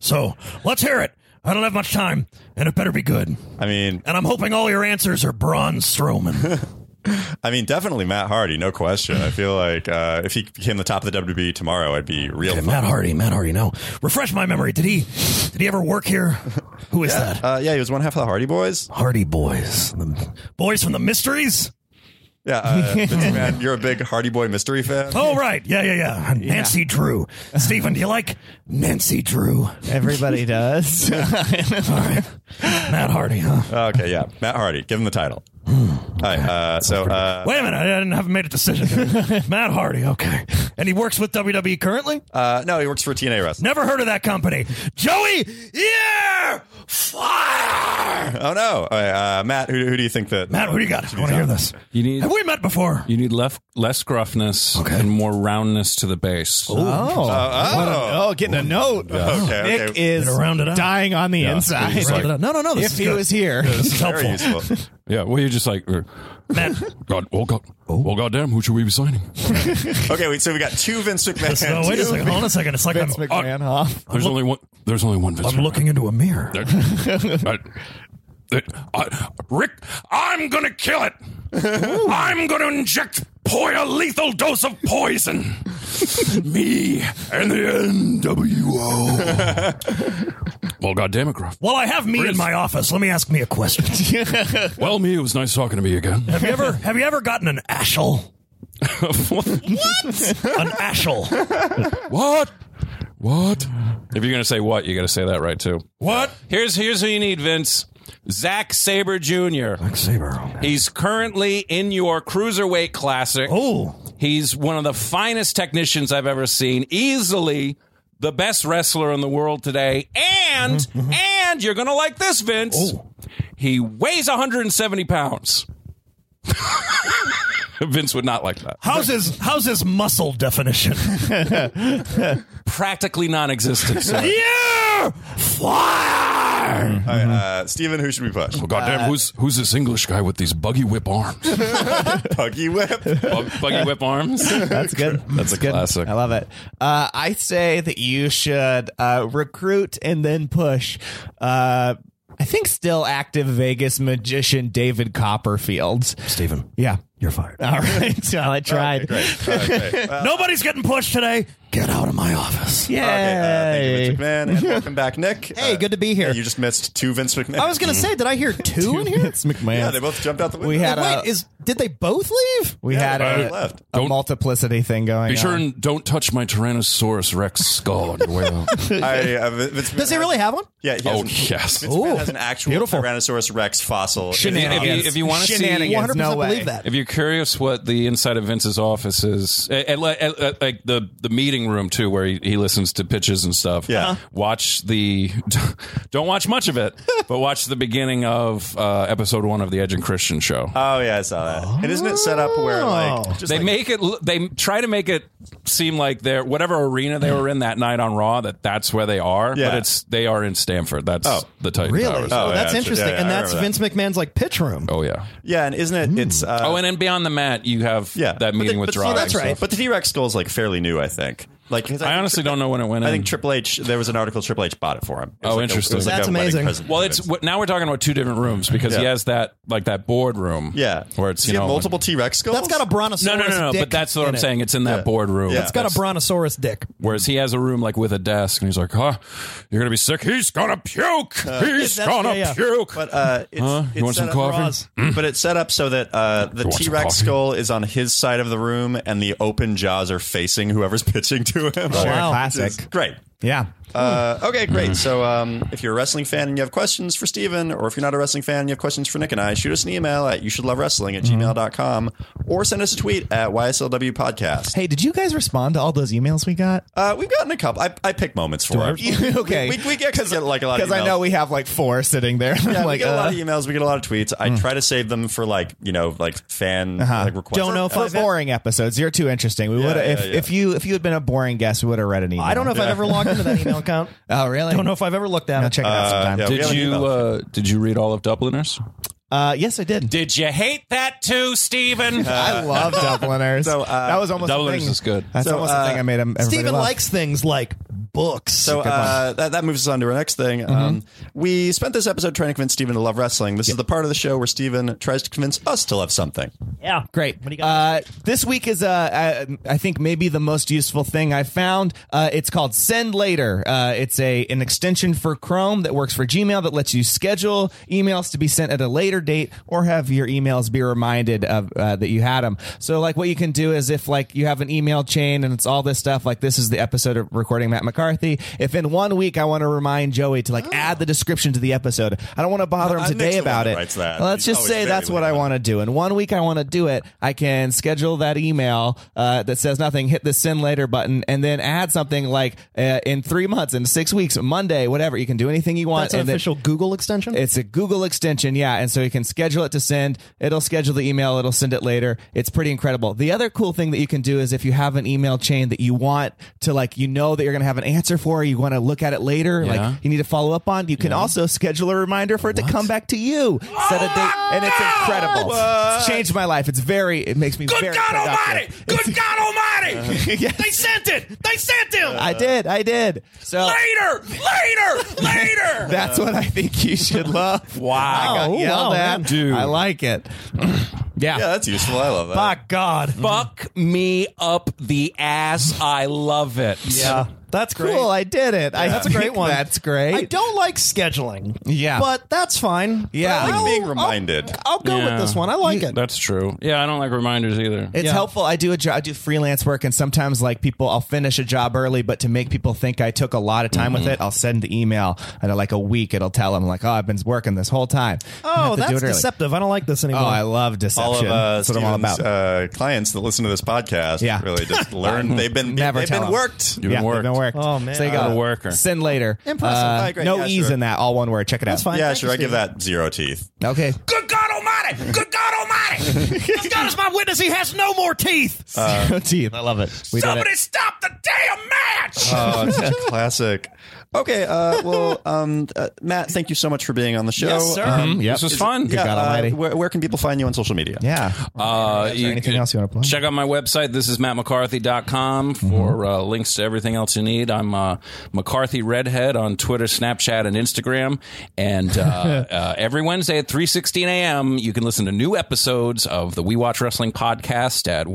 [SPEAKER 11] So let's hear it. I don't have much time, and it better be good.
[SPEAKER 4] I mean,
[SPEAKER 11] And I'm hoping all your answers are Braun Strowman.
[SPEAKER 4] I mean, definitely Matt Hardy, no question. I feel like uh, if he became the top of the WWE tomorrow, I'd be real.
[SPEAKER 11] Okay,
[SPEAKER 4] fu-
[SPEAKER 11] Matt Hardy, Matt Hardy. Now, refresh my memory. Did he? Did he ever work here? Who is that?
[SPEAKER 4] Uh, yeah, he was one half of the Hardy Boys.
[SPEAKER 11] Hardy Boys, the boys from the Mysteries.
[SPEAKER 4] Yeah, uh, Vince McMahon, you're a big Hardy Boy mystery fan.
[SPEAKER 11] Oh right, yeah, yeah, yeah. Nancy Drew. Stephen, do you like Nancy Drew?
[SPEAKER 5] Everybody does.
[SPEAKER 11] All right, Matt Hardy, huh?
[SPEAKER 4] Uh, Okay, yeah, Matt Hardy, give him the title.
[SPEAKER 11] Hmm.
[SPEAKER 4] Hi, uh, so uh,
[SPEAKER 11] Wait a minute, I didn't haven't made a decision. Matt Hardy, okay, and he works with WWE currently.
[SPEAKER 4] uh, no, he works for TNA Wrestling.
[SPEAKER 11] Never heard of that company. Joey, yeah, fire.
[SPEAKER 4] Oh no, All right, uh, Matt, who, who do you think that?
[SPEAKER 11] Matt, who do you got? I want to hear this.
[SPEAKER 6] You need-
[SPEAKER 11] Have we met before?
[SPEAKER 6] You need left, less gruffness
[SPEAKER 11] Okay.
[SPEAKER 6] and more roundness to the base. Uh,
[SPEAKER 5] Oh,
[SPEAKER 4] Oh,
[SPEAKER 5] oh, getting a note.
[SPEAKER 4] Okay,
[SPEAKER 5] Nick
[SPEAKER 4] okay.
[SPEAKER 5] is
[SPEAKER 11] Better round it out.
[SPEAKER 5] dying on the inside.
[SPEAKER 11] Round it up. no, no, no. This
[SPEAKER 5] if
[SPEAKER 11] is
[SPEAKER 5] he
[SPEAKER 11] good.
[SPEAKER 5] was here,
[SPEAKER 11] this is
[SPEAKER 4] very
[SPEAKER 11] helpful.
[SPEAKER 4] useful.
[SPEAKER 6] Yeah, well, you're just like, er,
[SPEAKER 11] Matt,
[SPEAKER 6] God, oh, God, oh, goddamn, who should we be signing?
[SPEAKER 4] Okay, wait, so we got two Vince McMahon.
[SPEAKER 11] no, oh, wait
[SPEAKER 4] two
[SPEAKER 11] a second. Hold on a second. It's like
[SPEAKER 5] Vince
[SPEAKER 4] Oh,
[SPEAKER 11] I'm,
[SPEAKER 5] McMahon, huh?
[SPEAKER 6] There's only one. There's only one Vince.
[SPEAKER 11] I'm looking into a mirror.
[SPEAKER 6] McMahon. I- I- I- uh, Rick, I'm gonna kill it. I'm gonna inject poi- a lethal dose of poison. Me and the NWO. well, goddamn it, Gruff.
[SPEAKER 11] Well, I have me in my office. Let me ask me a question.
[SPEAKER 6] Well, me, it was nice talking to me again.
[SPEAKER 11] have you ever have you ever gotten an ashel?
[SPEAKER 6] what?
[SPEAKER 11] An ashel.
[SPEAKER 6] What? What? If you're gonna say what, you gotta say that right too. What? Here's here's who you need, Vince. Zach Saber Jr.
[SPEAKER 11] Saber.
[SPEAKER 6] He's currently in your cruiserweight classic.
[SPEAKER 11] Oh,
[SPEAKER 6] He's one of the finest technicians I've ever seen. Easily the best wrestler in the world today. And and you're gonna like this, Vince. He weighs 170 pounds. Vince would not like that.
[SPEAKER 11] how's his how's his muscle definition?
[SPEAKER 6] Practically non-existent. sir.
[SPEAKER 11] yeah, fire.
[SPEAKER 4] All right, uh, Steven, who should we push?
[SPEAKER 6] Well, Oh, goddamn, who's who's this English guy with these buggy whip arms?
[SPEAKER 4] Puggy Whip.
[SPEAKER 6] buggy whip arms.
[SPEAKER 5] That's good. That's
[SPEAKER 6] a
[SPEAKER 5] good.
[SPEAKER 6] classic.
[SPEAKER 5] I love it. Uh, I say that you should uh, recruit and then push. Uh, I think still active Vegas magician David Copperfield.
[SPEAKER 11] Stephen,
[SPEAKER 5] Yeah.
[SPEAKER 11] you're fired.
[SPEAKER 5] All right. Well, I tried.
[SPEAKER 4] Great. All right, great. Uh,
[SPEAKER 11] Nobody's getting pushed today. Get out of my office.
[SPEAKER 4] okay, uh, thank you,
[SPEAKER 5] Yay.
[SPEAKER 4] Vince McMahon, and welcome back, Nick.
[SPEAKER 8] Hey,
[SPEAKER 4] Uh,
[SPEAKER 8] good to be here.
[SPEAKER 4] You just missed two Vince McMahon.
[SPEAKER 8] I was gonna say, did I hear two in here?
[SPEAKER 5] It's McMahon.
[SPEAKER 4] yeah, they both jumped out the window.
[SPEAKER 5] we had
[SPEAKER 8] Wait,
[SPEAKER 5] a
[SPEAKER 8] is did they both leave?
[SPEAKER 5] we
[SPEAKER 4] Yeah,
[SPEAKER 5] had
[SPEAKER 4] they
[SPEAKER 5] a,
[SPEAKER 4] both left.
[SPEAKER 5] a
[SPEAKER 6] Don't-
[SPEAKER 5] multiplicity thing going.
[SPEAKER 6] Be sure
[SPEAKER 5] on.
[SPEAKER 6] and don't touch my Tyrannosaurus Rex skull on your way out.
[SPEAKER 4] I, uh, Vince
[SPEAKER 8] Does he
[SPEAKER 4] McMahon-
[SPEAKER 8] really have one?
[SPEAKER 4] Yeah, he
[SPEAKER 6] Oh,
[SPEAKER 4] has,
[SPEAKER 6] yes.
[SPEAKER 4] Vince McMahon has an actual
[SPEAKER 5] Beautiful.
[SPEAKER 4] Tyrannosaurus Rex fossil.
[SPEAKER 6] If you- if you- if you wanna see-
[SPEAKER 5] Shenanigans,
[SPEAKER 8] 100%
[SPEAKER 5] no way.
[SPEAKER 8] believe that.
[SPEAKER 6] If you're curious what the inside of Vince's office is, at, at, at- at, like the, the meeting room too, where he, he listens to pitches and stuff.
[SPEAKER 4] Yeah. Uh-huh.
[SPEAKER 6] Watch the, don't watch much of it, but watch the beginning of uh, episode one of the Edge and Christian show.
[SPEAKER 4] Oh yeah, I saw that. And isn't it set up where
[SPEAKER 8] Oh.
[SPEAKER 4] like just
[SPEAKER 6] they
[SPEAKER 4] like,
[SPEAKER 6] make it. l- They try to make it seem like they're whatever arena they were in that night on Raw. That that's where they are.
[SPEAKER 4] Yeah.
[SPEAKER 6] But it's they are in Stanford. That's
[SPEAKER 4] Oh.
[SPEAKER 6] the Titan
[SPEAKER 8] Really?
[SPEAKER 6] Towers.
[SPEAKER 4] Oh, yeah,
[SPEAKER 8] that's
[SPEAKER 4] that's-
[SPEAKER 8] interesting.
[SPEAKER 4] yeah, yeah,
[SPEAKER 8] and
[SPEAKER 4] I
[SPEAKER 8] that's Vince
[SPEAKER 4] remember
[SPEAKER 8] McMahon's like pitch room.
[SPEAKER 6] Oh yeah.
[SPEAKER 4] yeah, and isn't it? It's uh,
[SPEAKER 6] Oh, and then beyond the mat, you have
[SPEAKER 4] yeah
[SPEAKER 6] that
[SPEAKER 4] But
[SPEAKER 6] meeting
[SPEAKER 4] the-
[SPEAKER 6] with
[SPEAKER 4] but-
[SPEAKER 6] Drago.
[SPEAKER 4] oh, that's
[SPEAKER 6] and
[SPEAKER 4] right.
[SPEAKER 6] stuff.
[SPEAKER 4] But the T Rex skull is like fairly new, I think. Like 'cause
[SPEAKER 6] I honestly don't know when it went
[SPEAKER 4] I
[SPEAKER 6] in.
[SPEAKER 4] think Triple H. There was an article Triple H bought it for him. It was
[SPEAKER 6] Oh,
[SPEAKER 4] like a- it
[SPEAKER 6] interesting.
[SPEAKER 4] was like
[SPEAKER 8] That's
[SPEAKER 4] a wedding
[SPEAKER 8] amazing.
[SPEAKER 4] present
[SPEAKER 6] Well,
[SPEAKER 4] for
[SPEAKER 6] it's
[SPEAKER 4] Vince.
[SPEAKER 6] w- now we're talking about two different rooms because he
[SPEAKER 4] Yeah.
[SPEAKER 6] has that like that board room.
[SPEAKER 4] yeah.
[SPEAKER 6] where it's
[SPEAKER 4] Does he
[SPEAKER 6] you know
[SPEAKER 4] have multiple T Rex skulls.
[SPEAKER 8] That's got a
[SPEAKER 6] No,
[SPEAKER 8] brontosaurus.
[SPEAKER 6] no, no, no.
[SPEAKER 8] dick
[SPEAKER 6] But that's what
[SPEAKER 8] in
[SPEAKER 6] I'm
[SPEAKER 8] it.
[SPEAKER 6] saying. It's in that board room.
[SPEAKER 4] Yeah.
[SPEAKER 8] It's got a brontosaurus dick.
[SPEAKER 6] Whereas he has a room like with a desk, and he's like, "Huh, you're gonna be sick. He's gonna puke. he's
[SPEAKER 8] that's-
[SPEAKER 6] gonna
[SPEAKER 8] yeah, yeah.
[SPEAKER 6] puke."
[SPEAKER 4] Uh, But uh, it's,
[SPEAKER 6] Huh?
[SPEAKER 4] it's
[SPEAKER 6] You want
[SPEAKER 4] set
[SPEAKER 6] some
[SPEAKER 4] up-
[SPEAKER 6] coffee? Mm.
[SPEAKER 4] But it's set up so that uh, the
[SPEAKER 6] You want some
[SPEAKER 4] T Rex
[SPEAKER 6] coffee?
[SPEAKER 4] skull is on his side of the room, and the open jaws are facing whoever's pitching to him.
[SPEAKER 5] Wow.
[SPEAKER 4] Which is
[SPEAKER 5] Classic.
[SPEAKER 4] Great.
[SPEAKER 5] Yeah.
[SPEAKER 4] Uh, okay, great. So um, if you're a wrestling fan and you have questions for Steven, or if you're not a wrestling fan and you have questions for Nick and I, shoot us an email at you should love wrestling
[SPEAKER 6] Mm-hmm.
[SPEAKER 4] at gmail.com or send us a tweet at YSLW podcast.
[SPEAKER 5] Hey, did you guys respond to all those emails we got?
[SPEAKER 4] Uh, we've gotten a couple. I, I pick moments for it.
[SPEAKER 5] okay.
[SPEAKER 4] We, we get, 'cause get like a lot of
[SPEAKER 5] Because I
[SPEAKER 4] emails.
[SPEAKER 5] know we have like four sitting there.
[SPEAKER 4] Yeah,
[SPEAKER 5] I'm like,
[SPEAKER 4] we get a lot
[SPEAKER 5] uh, Hmm.
[SPEAKER 4] of emails. We get a lot of tweets. I try to save them for like you know like fan like requests.
[SPEAKER 5] Uh-huh. don't know if for boring episodes. You're too interesting. We would
[SPEAKER 4] yeah,
[SPEAKER 5] if
[SPEAKER 4] yeah.
[SPEAKER 5] if you if you had been a boring guest, we would have read an email.
[SPEAKER 8] I don't know if I've ever logged into that email account.
[SPEAKER 5] Oh, really?
[SPEAKER 8] Don't know if I've ever looked at
[SPEAKER 5] I'll
[SPEAKER 8] it. Uh,
[SPEAKER 5] check it out sometime.
[SPEAKER 4] yeah, we
[SPEAKER 6] did
[SPEAKER 4] have an
[SPEAKER 6] you
[SPEAKER 4] email.
[SPEAKER 6] uh, did you read all of Dubliners?
[SPEAKER 5] Uh, yes, I did.
[SPEAKER 6] Did you hate that too, Steven?
[SPEAKER 5] I love Dubliners.
[SPEAKER 4] So, uh,
[SPEAKER 5] that was almost a
[SPEAKER 6] Dubliners
[SPEAKER 5] thing-
[SPEAKER 6] is good.
[SPEAKER 5] That's
[SPEAKER 4] So,
[SPEAKER 5] almost
[SPEAKER 4] uh,
[SPEAKER 5] the thing I made him. everybody
[SPEAKER 8] Steven
[SPEAKER 5] love.
[SPEAKER 8] likes things like books.
[SPEAKER 4] So uh, that, that moves us on to our next
[SPEAKER 5] Mm-hmm.
[SPEAKER 4] thing. Um, we spent this episode trying to convince Steven to love wrestling. This is the part of the show where Steven tries to convince us to love something.
[SPEAKER 8] yeah,
[SPEAKER 5] Great. Uh, this week is, uh, uh, I think, maybe the most useful thing I found. Uh, it's called Send Later. Uh, it's a an extension for Chrome that works for Gmail that lets you schedule emails to be sent at a later date or have your emails be reminded of uh, that you had them. So, like, what you can do is if like you have an email chain and it's all this stuff. Like, this is the episode of recording Matt McCarthy. If in one week I want to remind Joey to like add the description to the episode, I don't want to bother him
[SPEAKER 4] Uh, Nick's
[SPEAKER 5] today
[SPEAKER 4] the one
[SPEAKER 5] about
[SPEAKER 4] that
[SPEAKER 5] it.
[SPEAKER 4] writes that.
[SPEAKER 5] Let's
[SPEAKER 4] He's
[SPEAKER 5] just
[SPEAKER 4] always
[SPEAKER 5] say
[SPEAKER 4] very
[SPEAKER 5] that's what I
[SPEAKER 4] limited.
[SPEAKER 5] want want to do. And one week I want to do it, I can schedule that email uh, that says nothing, hit the send later button, and then add something like uh, in three months, in six weeks, Monday, whatever. You can do anything you want.
[SPEAKER 8] that's an
[SPEAKER 5] and then-
[SPEAKER 8] official Google extension.
[SPEAKER 5] it's a Google extension, yeah, and so you can schedule it to send. It'll schedule the email. It'll send it later. It's pretty incredible. The other cool thing that you can do is if you have an email chain that you want to like, you know that you're gonna have an answer for, you want to look at it later,
[SPEAKER 6] Yeah.
[SPEAKER 5] like you need to follow up on. You can also schedule a reminder for it to come back to you, set a date, and it's incredible. It's changed my life. It's very. It makes me
[SPEAKER 11] Good
[SPEAKER 5] very
[SPEAKER 11] God
[SPEAKER 5] productive.
[SPEAKER 11] Almighty! Good God
[SPEAKER 4] Uh-huh.
[SPEAKER 11] Almighty!
[SPEAKER 5] Yes.
[SPEAKER 11] They sent it! They sent him!
[SPEAKER 5] I did. I did. So.
[SPEAKER 11] Later! Later! Later!
[SPEAKER 5] That's what I think you should love.
[SPEAKER 6] Wow.
[SPEAKER 5] I got
[SPEAKER 8] Oh,
[SPEAKER 5] yelled
[SPEAKER 8] wow,
[SPEAKER 5] at.
[SPEAKER 8] man.
[SPEAKER 6] Dude.
[SPEAKER 5] I like it. yeah.
[SPEAKER 4] Yeah, that's useful. I love that.
[SPEAKER 5] Ah,
[SPEAKER 8] My God.
[SPEAKER 6] Mm-hmm. Fuck me up the ass. I love it.
[SPEAKER 8] Yeah, that's great.
[SPEAKER 5] Cool, I did it. I
[SPEAKER 8] That's a great
[SPEAKER 5] think
[SPEAKER 8] one.
[SPEAKER 5] That's great.
[SPEAKER 8] I don't like scheduling.
[SPEAKER 5] Yeah.
[SPEAKER 8] But that's fine.
[SPEAKER 5] Yeah.
[SPEAKER 8] But
[SPEAKER 5] Like
[SPEAKER 8] I'll-
[SPEAKER 4] being
[SPEAKER 8] I'll-
[SPEAKER 4] reminded.
[SPEAKER 8] I'll, go
[SPEAKER 6] Yeah.
[SPEAKER 8] with this one. I like it.
[SPEAKER 6] That's true. Yeah, I don't like reminders either.
[SPEAKER 5] It's
[SPEAKER 8] Yeah.
[SPEAKER 5] helpful. I do a job. I do freelance work, and sometimes like people, I'll finish a job early, but to make people think I took a lot of time with it, I'll send the email, and in like a week, it'll tell them like, "Oh, I've been working this whole time." I have
[SPEAKER 8] Oh,
[SPEAKER 5] to do
[SPEAKER 8] that's
[SPEAKER 5] it early.
[SPEAKER 8] deceptive. I don't like this
[SPEAKER 5] Oh,
[SPEAKER 8] anymore.
[SPEAKER 5] I love
[SPEAKER 4] all of
[SPEAKER 5] deception.
[SPEAKER 4] uh,
[SPEAKER 5] that's what I'm all
[SPEAKER 4] Steven's,
[SPEAKER 5] about.
[SPEAKER 4] uh, clients that listen to this podcast
[SPEAKER 5] Yeah.
[SPEAKER 4] really just learn they've been
[SPEAKER 5] Never
[SPEAKER 4] they've
[SPEAKER 5] tell
[SPEAKER 4] been
[SPEAKER 5] them.
[SPEAKER 4] worked.
[SPEAKER 6] You've
[SPEAKER 5] yeah,
[SPEAKER 6] been
[SPEAKER 5] they've
[SPEAKER 6] worked.
[SPEAKER 5] been worked.
[SPEAKER 8] Oh, man.
[SPEAKER 5] so you
[SPEAKER 6] Out
[SPEAKER 5] got
[SPEAKER 6] of worker.
[SPEAKER 5] Send later.
[SPEAKER 8] Impressive.
[SPEAKER 5] Uh,
[SPEAKER 4] All right, great.
[SPEAKER 5] No
[SPEAKER 4] Yeah,
[SPEAKER 5] ease
[SPEAKER 4] sure.
[SPEAKER 5] in that. All one word. Check it
[SPEAKER 8] That's
[SPEAKER 5] out.
[SPEAKER 8] fine.
[SPEAKER 4] Yeah,
[SPEAKER 8] Thank
[SPEAKER 4] sure.
[SPEAKER 8] you,
[SPEAKER 4] I give
[SPEAKER 8] Steven.
[SPEAKER 4] that zero teeth.
[SPEAKER 5] Okay.
[SPEAKER 11] Good God Almighty! Good God Almighty! As God is my witness, he has no more teeth!
[SPEAKER 5] Teeth. I love it. We did it.
[SPEAKER 11] Somebody stop the damn match!
[SPEAKER 4] Oh, it's such a classic. Okay, uh, well, um, uh, Matt, thank you so much for being on the show.
[SPEAKER 8] Yes, sir.
[SPEAKER 5] Mm-hmm.
[SPEAKER 4] Um,
[SPEAKER 6] This was fun.
[SPEAKER 4] yeah,
[SPEAKER 5] God
[SPEAKER 4] uh,
[SPEAKER 5] Almighty.
[SPEAKER 4] where, where can people find you on social media?
[SPEAKER 5] Yeah.
[SPEAKER 6] Uh,
[SPEAKER 5] there anything
[SPEAKER 6] can
[SPEAKER 5] else you wanna plug? Mm-hmm.
[SPEAKER 6] Check out my website. This is mattmccarthy.com for uh, links to everything else you need. I'm uh, McCarthy Redhead on Twitter, Snapchat, and Instagram. And uh, uh, every Wednesday at 3.16 a.m., you can listen to new episodes of the We Watch Wrestling podcast at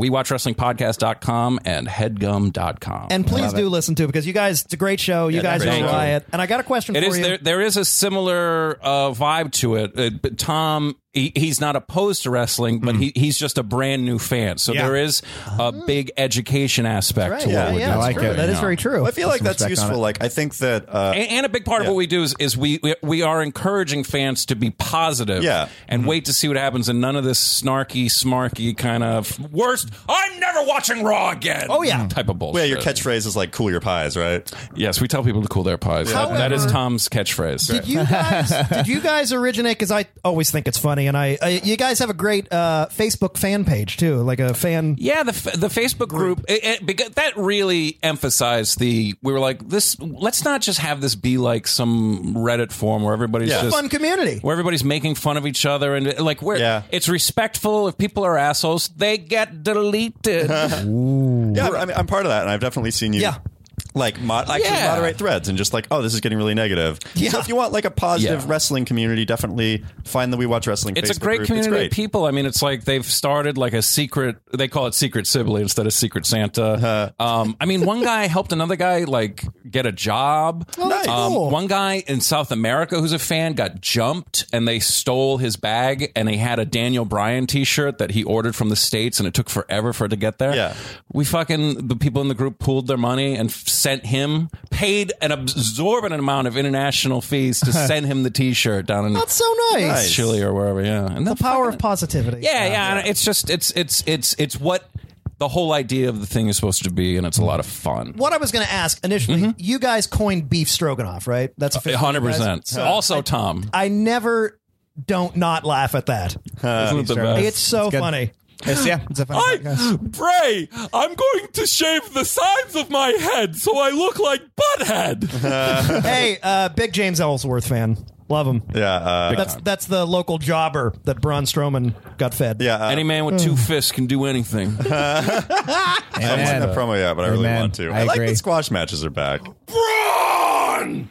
[SPEAKER 6] wewatchwrestlingpodcast.com and headgum.com.
[SPEAKER 8] And please do listen to it because you guys, it's a great show. You guys
[SPEAKER 4] great
[SPEAKER 8] are
[SPEAKER 6] show.
[SPEAKER 8] riot. And I got a question
[SPEAKER 6] It
[SPEAKER 8] for
[SPEAKER 6] is
[SPEAKER 8] you.
[SPEAKER 6] there. There is a similar uh, vibe to it. Uh, but Tom, he, he's not opposed to wrestling, but he, he's just a brand new fan. So there is a big education aspect to
[SPEAKER 8] yeah,
[SPEAKER 6] what we're
[SPEAKER 8] yeah,
[SPEAKER 6] doing.
[SPEAKER 8] Ah. that's
[SPEAKER 5] like
[SPEAKER 8] true.
[SPEAKER 5] it.
[SPEAKER 8] That is
[SPEAKER 6] Yeah.
[SPEAKER 8] very true.
[SPEAKER 4] I feel like that's useful. Like, I think that uh,
[SPEAKER 6] And, and a big part of what we do is, is we we- we are encouraging fans to be positive
[SPEAKER 4] Yeah. Mm-hmm.
[SPEAKER 6] and wait to see what happens and none of this snarky, smarky kind of worst. I'm never watching Raw again. Oh
[SPEAKER 8] yeah.
[SPEAKER 6] type of bullshit.
[SPEAKER 4] yeah, your catchphrase is like "cool your pies," right?
[SPEAKER 6] Yes, we tell people to cool their pies. That- that is
[SPEAKER 8] However-
[SPEAKER 6] Tom's catchphrase.
[SPEAKER 8] Did you guys? did you guys originate? Because I always think it's funny, and I, I you guys have a great uh, Facebook fan page too, like a fan.
[SPEAKER 6] Yeah, the f- the Facebook group it, it, because that really emphasized the we were like this. Let's not just have this be like some Reddit forum where everybody's
[SPEAKER 4] Yeah.
[SPEAKER 6] just
[SPEAKER 8] Fun community.
[SPEAKER 6] where everybody's making fun of each other and like where
[SPEAKER 4] Yeah.
[SPEAKER 6] it's respectful. If people are assholes, they get deleted.
[SPEAKER 4] Yeah, I'm- I'm, I'm part of that, and I've definitely seen you.
[SPEAKER 8] Yeah.
[SPEAKER 4] Like mod- I can
[SPEAKER 6] Yeah.
[SPEAKER 4] moderate threads and just like, oh, this is getting really negative.
[SPEAKER 8] Yeah.
[SPEAKER 4] So if you want like a positive
[SPEAKER 6] Yeah.
[SPEAKER 4] wrestling community, definitely find the We Watch Wrestling.
[SPEAKER 6] it's a
[SPEAKER 4] Facebook
[SPEAKER 6] great
[SPEAKER 4] group.
[SPEAKER 6] community
[SPEAKER 4] It's
[SPEAKER 6] of
[SPEAKER 4] great.
[SPEAKER 6] people. I mean, it's like they've started like a secret. They call it Secret Sibling instead of Secret
[SPEAKER 4] Uh-huh.
[SPEAKER 6] Santa. Um, I mean, one guy helped another guy like get a job.
[SPEAKER 8] Oh, that's
[SPEAKER 6] Um,
[SPEAKER 8] cool.
[SPEAKER 6] One guy in South America who's a fan got jumped and they stole his bag and he had a Daniel Bryan T-shirt that he ordered from the states and it took forever for it to get there.
[SPEAKER 4] Yeah.
[SPEAKER 6] we fucking the people in the group pooled their money and f- sent him paid an absorbent amount of international fees to send him the T-shirt down in
[SPEAKER 8] That's so nice.
[SPEAKER 4] Nice.
[SPEAKER 6] Chile or wherever. Yeah, and
[SPEAKER 8] The power of positivity.
[SPEAKER 6] yeah, yeah, and It's just it's it's it's it's what the whole idea of the thing is supposed to be, and it's a lot of fun.
[SPEAKER 8] What I was going to ask initially,
[SPEAKER 5] Mm-hmm.
[SPEAKER 8] you guys coined beef stroganoff, right? That's
[SPEAKER 5] Uh,
[SPEAKER 8] a
[SPEAKER 6] Hundred percent.
[SPEAKER 8] So
[SPEAKER 6] Also, Tom,
[SPEAKER 8] I never don't not laugh at that.
[SPEAKER 6] isn't it the best?
[SPEAKER 8] It's so
[SPEAKER 5] good.
[SPEAKER 8] funny.
[SPEAKER 5] It's- yeah. It's a
[SPEAKER 6] Oh
[SPEAKER 5] funny podcast.
[SPEAKER 6] I pray I'm going to shave the sides of my head so I look like Butthead.
[SPEAKER 8] hey, uh, big James Ellsworth fan. Love him.
[SPEAKER 4] Yeah, uh,
[SPEAKER 8] That's that's the local jobber that Braun Strowman got fed.
[SPEAKER 4] yeah. Uh,
[SPEAKER 6] Any man with two fists can do anything.
[SPEAKER 4] I haven't seen
[SPEAKER 5] Amen. uh,
[SPEAKER 4] that promo yet, but I really
[SPEAKER 5] Amen.
[SPEAKER 4] want to.
[SPEAKER 5] I
[SPEAKER 4] I, like
[SPEAKER 5] agree.
[SPEAKER 4] that squash matches are back.
[SPEAKER 6] Bro,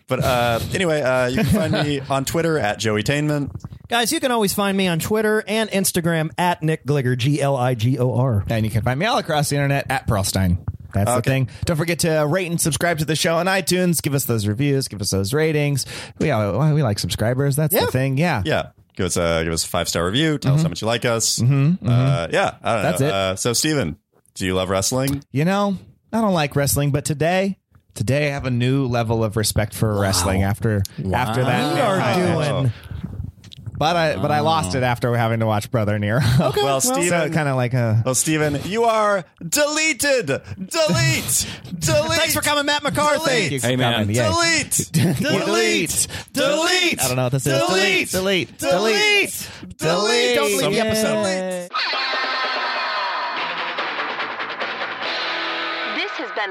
[SPEAKER 4] But uh, anyway, uh, you can find me on Twitter at Joeytainment.
[SPEAKER 8] Guys, you can always find me on Twitter and Instagram at Nick Gligor, G L I G O R.
[SPEAKER 5] And you can find me all across the internet at Perlstein. That's the thing. Don't forget to rate and subscribe to the show on iTunes. Give us those reviews. Give us those ratings. We all, we like subscribers. That's
[SPEAKER 8] Yeah.
[SPEAKER 5] the thing. Yeah.
[SPEAKER 4] Yeah. Give us a give us a five star review. Tell us how much you like us. Uh, yeah, I don't
[SPEAKER 5] Mm-hmm. That's
[SPEAKER 4] know.
[SPEAKER 5] it.
[SPEAKER 4] Uh, so, Steven, do you love wrestling?
[SPEAKER 5] You know, I don't like wrestling, but today, today I have a new level of respect for wrestling after after that.
[SPEAKER 8] We are doing.
[SPEAKER 5] But I but I lost it after having to watch Brother Nero. Okay.
[SPEAKER 4] Well,
[SPEAKER 5] so
[SPEAKER 4] Steven-
[SPEAKER 5] kind of like a
[SPEAKER 4] Well, Steven, you are deleted. Delete. Delete. Thanks for coming, Matt McCarthy.
[SPEAKER 5] Thank you
[SPEAKER 6] Hey,
[SPEAKER 5] for
[SPEAKER 6] man.
[SPEAKER 5] coming. Yay.
[SPEAKER 4] Delete. Delete. Delete.
[SPEAKER 5] I don't know what this is.
[SPEAKER 4] Delete.
[SPEAKER 5] Delete.
[SPEAKER 4] Delete. Delete.
[SPEAKER 5] Delete.
[SPEAKER 4] Don't leave the episode.
[SPEAKER 1] This has been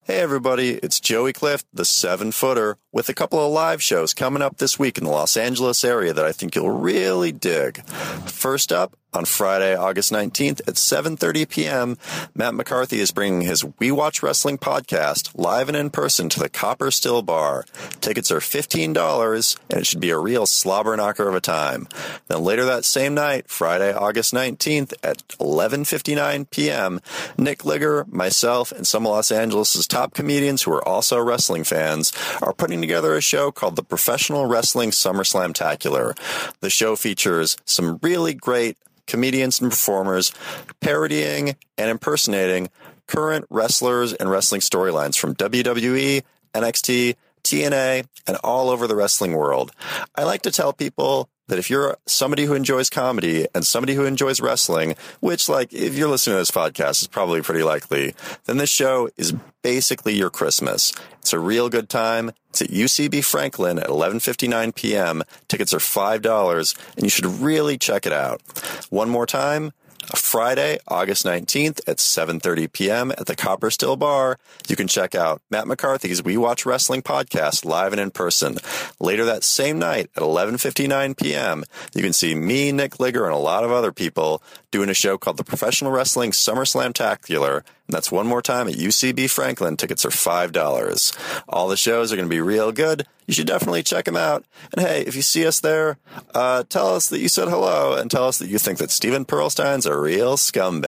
[SPEAKER 4] Hey, everybody, it's Joey Clift, the seven footer, with a couple of live shows coming up this week in the Los Angeles area that I think you'll really dig. First up, on Friday, August 19th at 7:30 p.m., Matt McCarthy is bringing his We Watch Wrestling podcast live and in person to the Copper Still Bar. Tickets are $15 and it should be a real slobber knocker of a time. Then later that same night, Friday, August 19th at 11:59 p.m., Nick Ligger, myself, and some of Los Angeles' top comedians who are also wrestling fans are putting together a show called the Professional Wrestling SummerSlam Tacular. The show features some really great comedians and performers parodying and impersonating current wrestlers and wrestling storylines from E, WWE, NXT, TNA, and all over the wrestling world. I like to tell people that if you're somebody who enjoys comedy and somebody who enjoys wrestling, which, like, if you're listening to this podcast, is probably pretty likely, then this show is basically your Christmas. It's a real good time. It's at UCB Franklin at 11:59 p.m. Tickets are five dollars, and you should really check it out. One more time. Friday, August 19th at 7:30 p.m. at the Copper Still Bar. You can check out Matt McCarthy's We Watch Wrestling podcast live and in person. Later that same night at 11:59 p.m., you can see me, Nick Ligger, and a lot of other people doing a show called the Professional Wrestling SummerSlam Tacular. And that's one more time at UCB Franklin. Tickets are $5. All the shows are going to be real good. You should definitely check them out. And hey, if you see us there, uh, tell us that you said hello and tell us that you think that Steven Pearlstein's a real scumbag.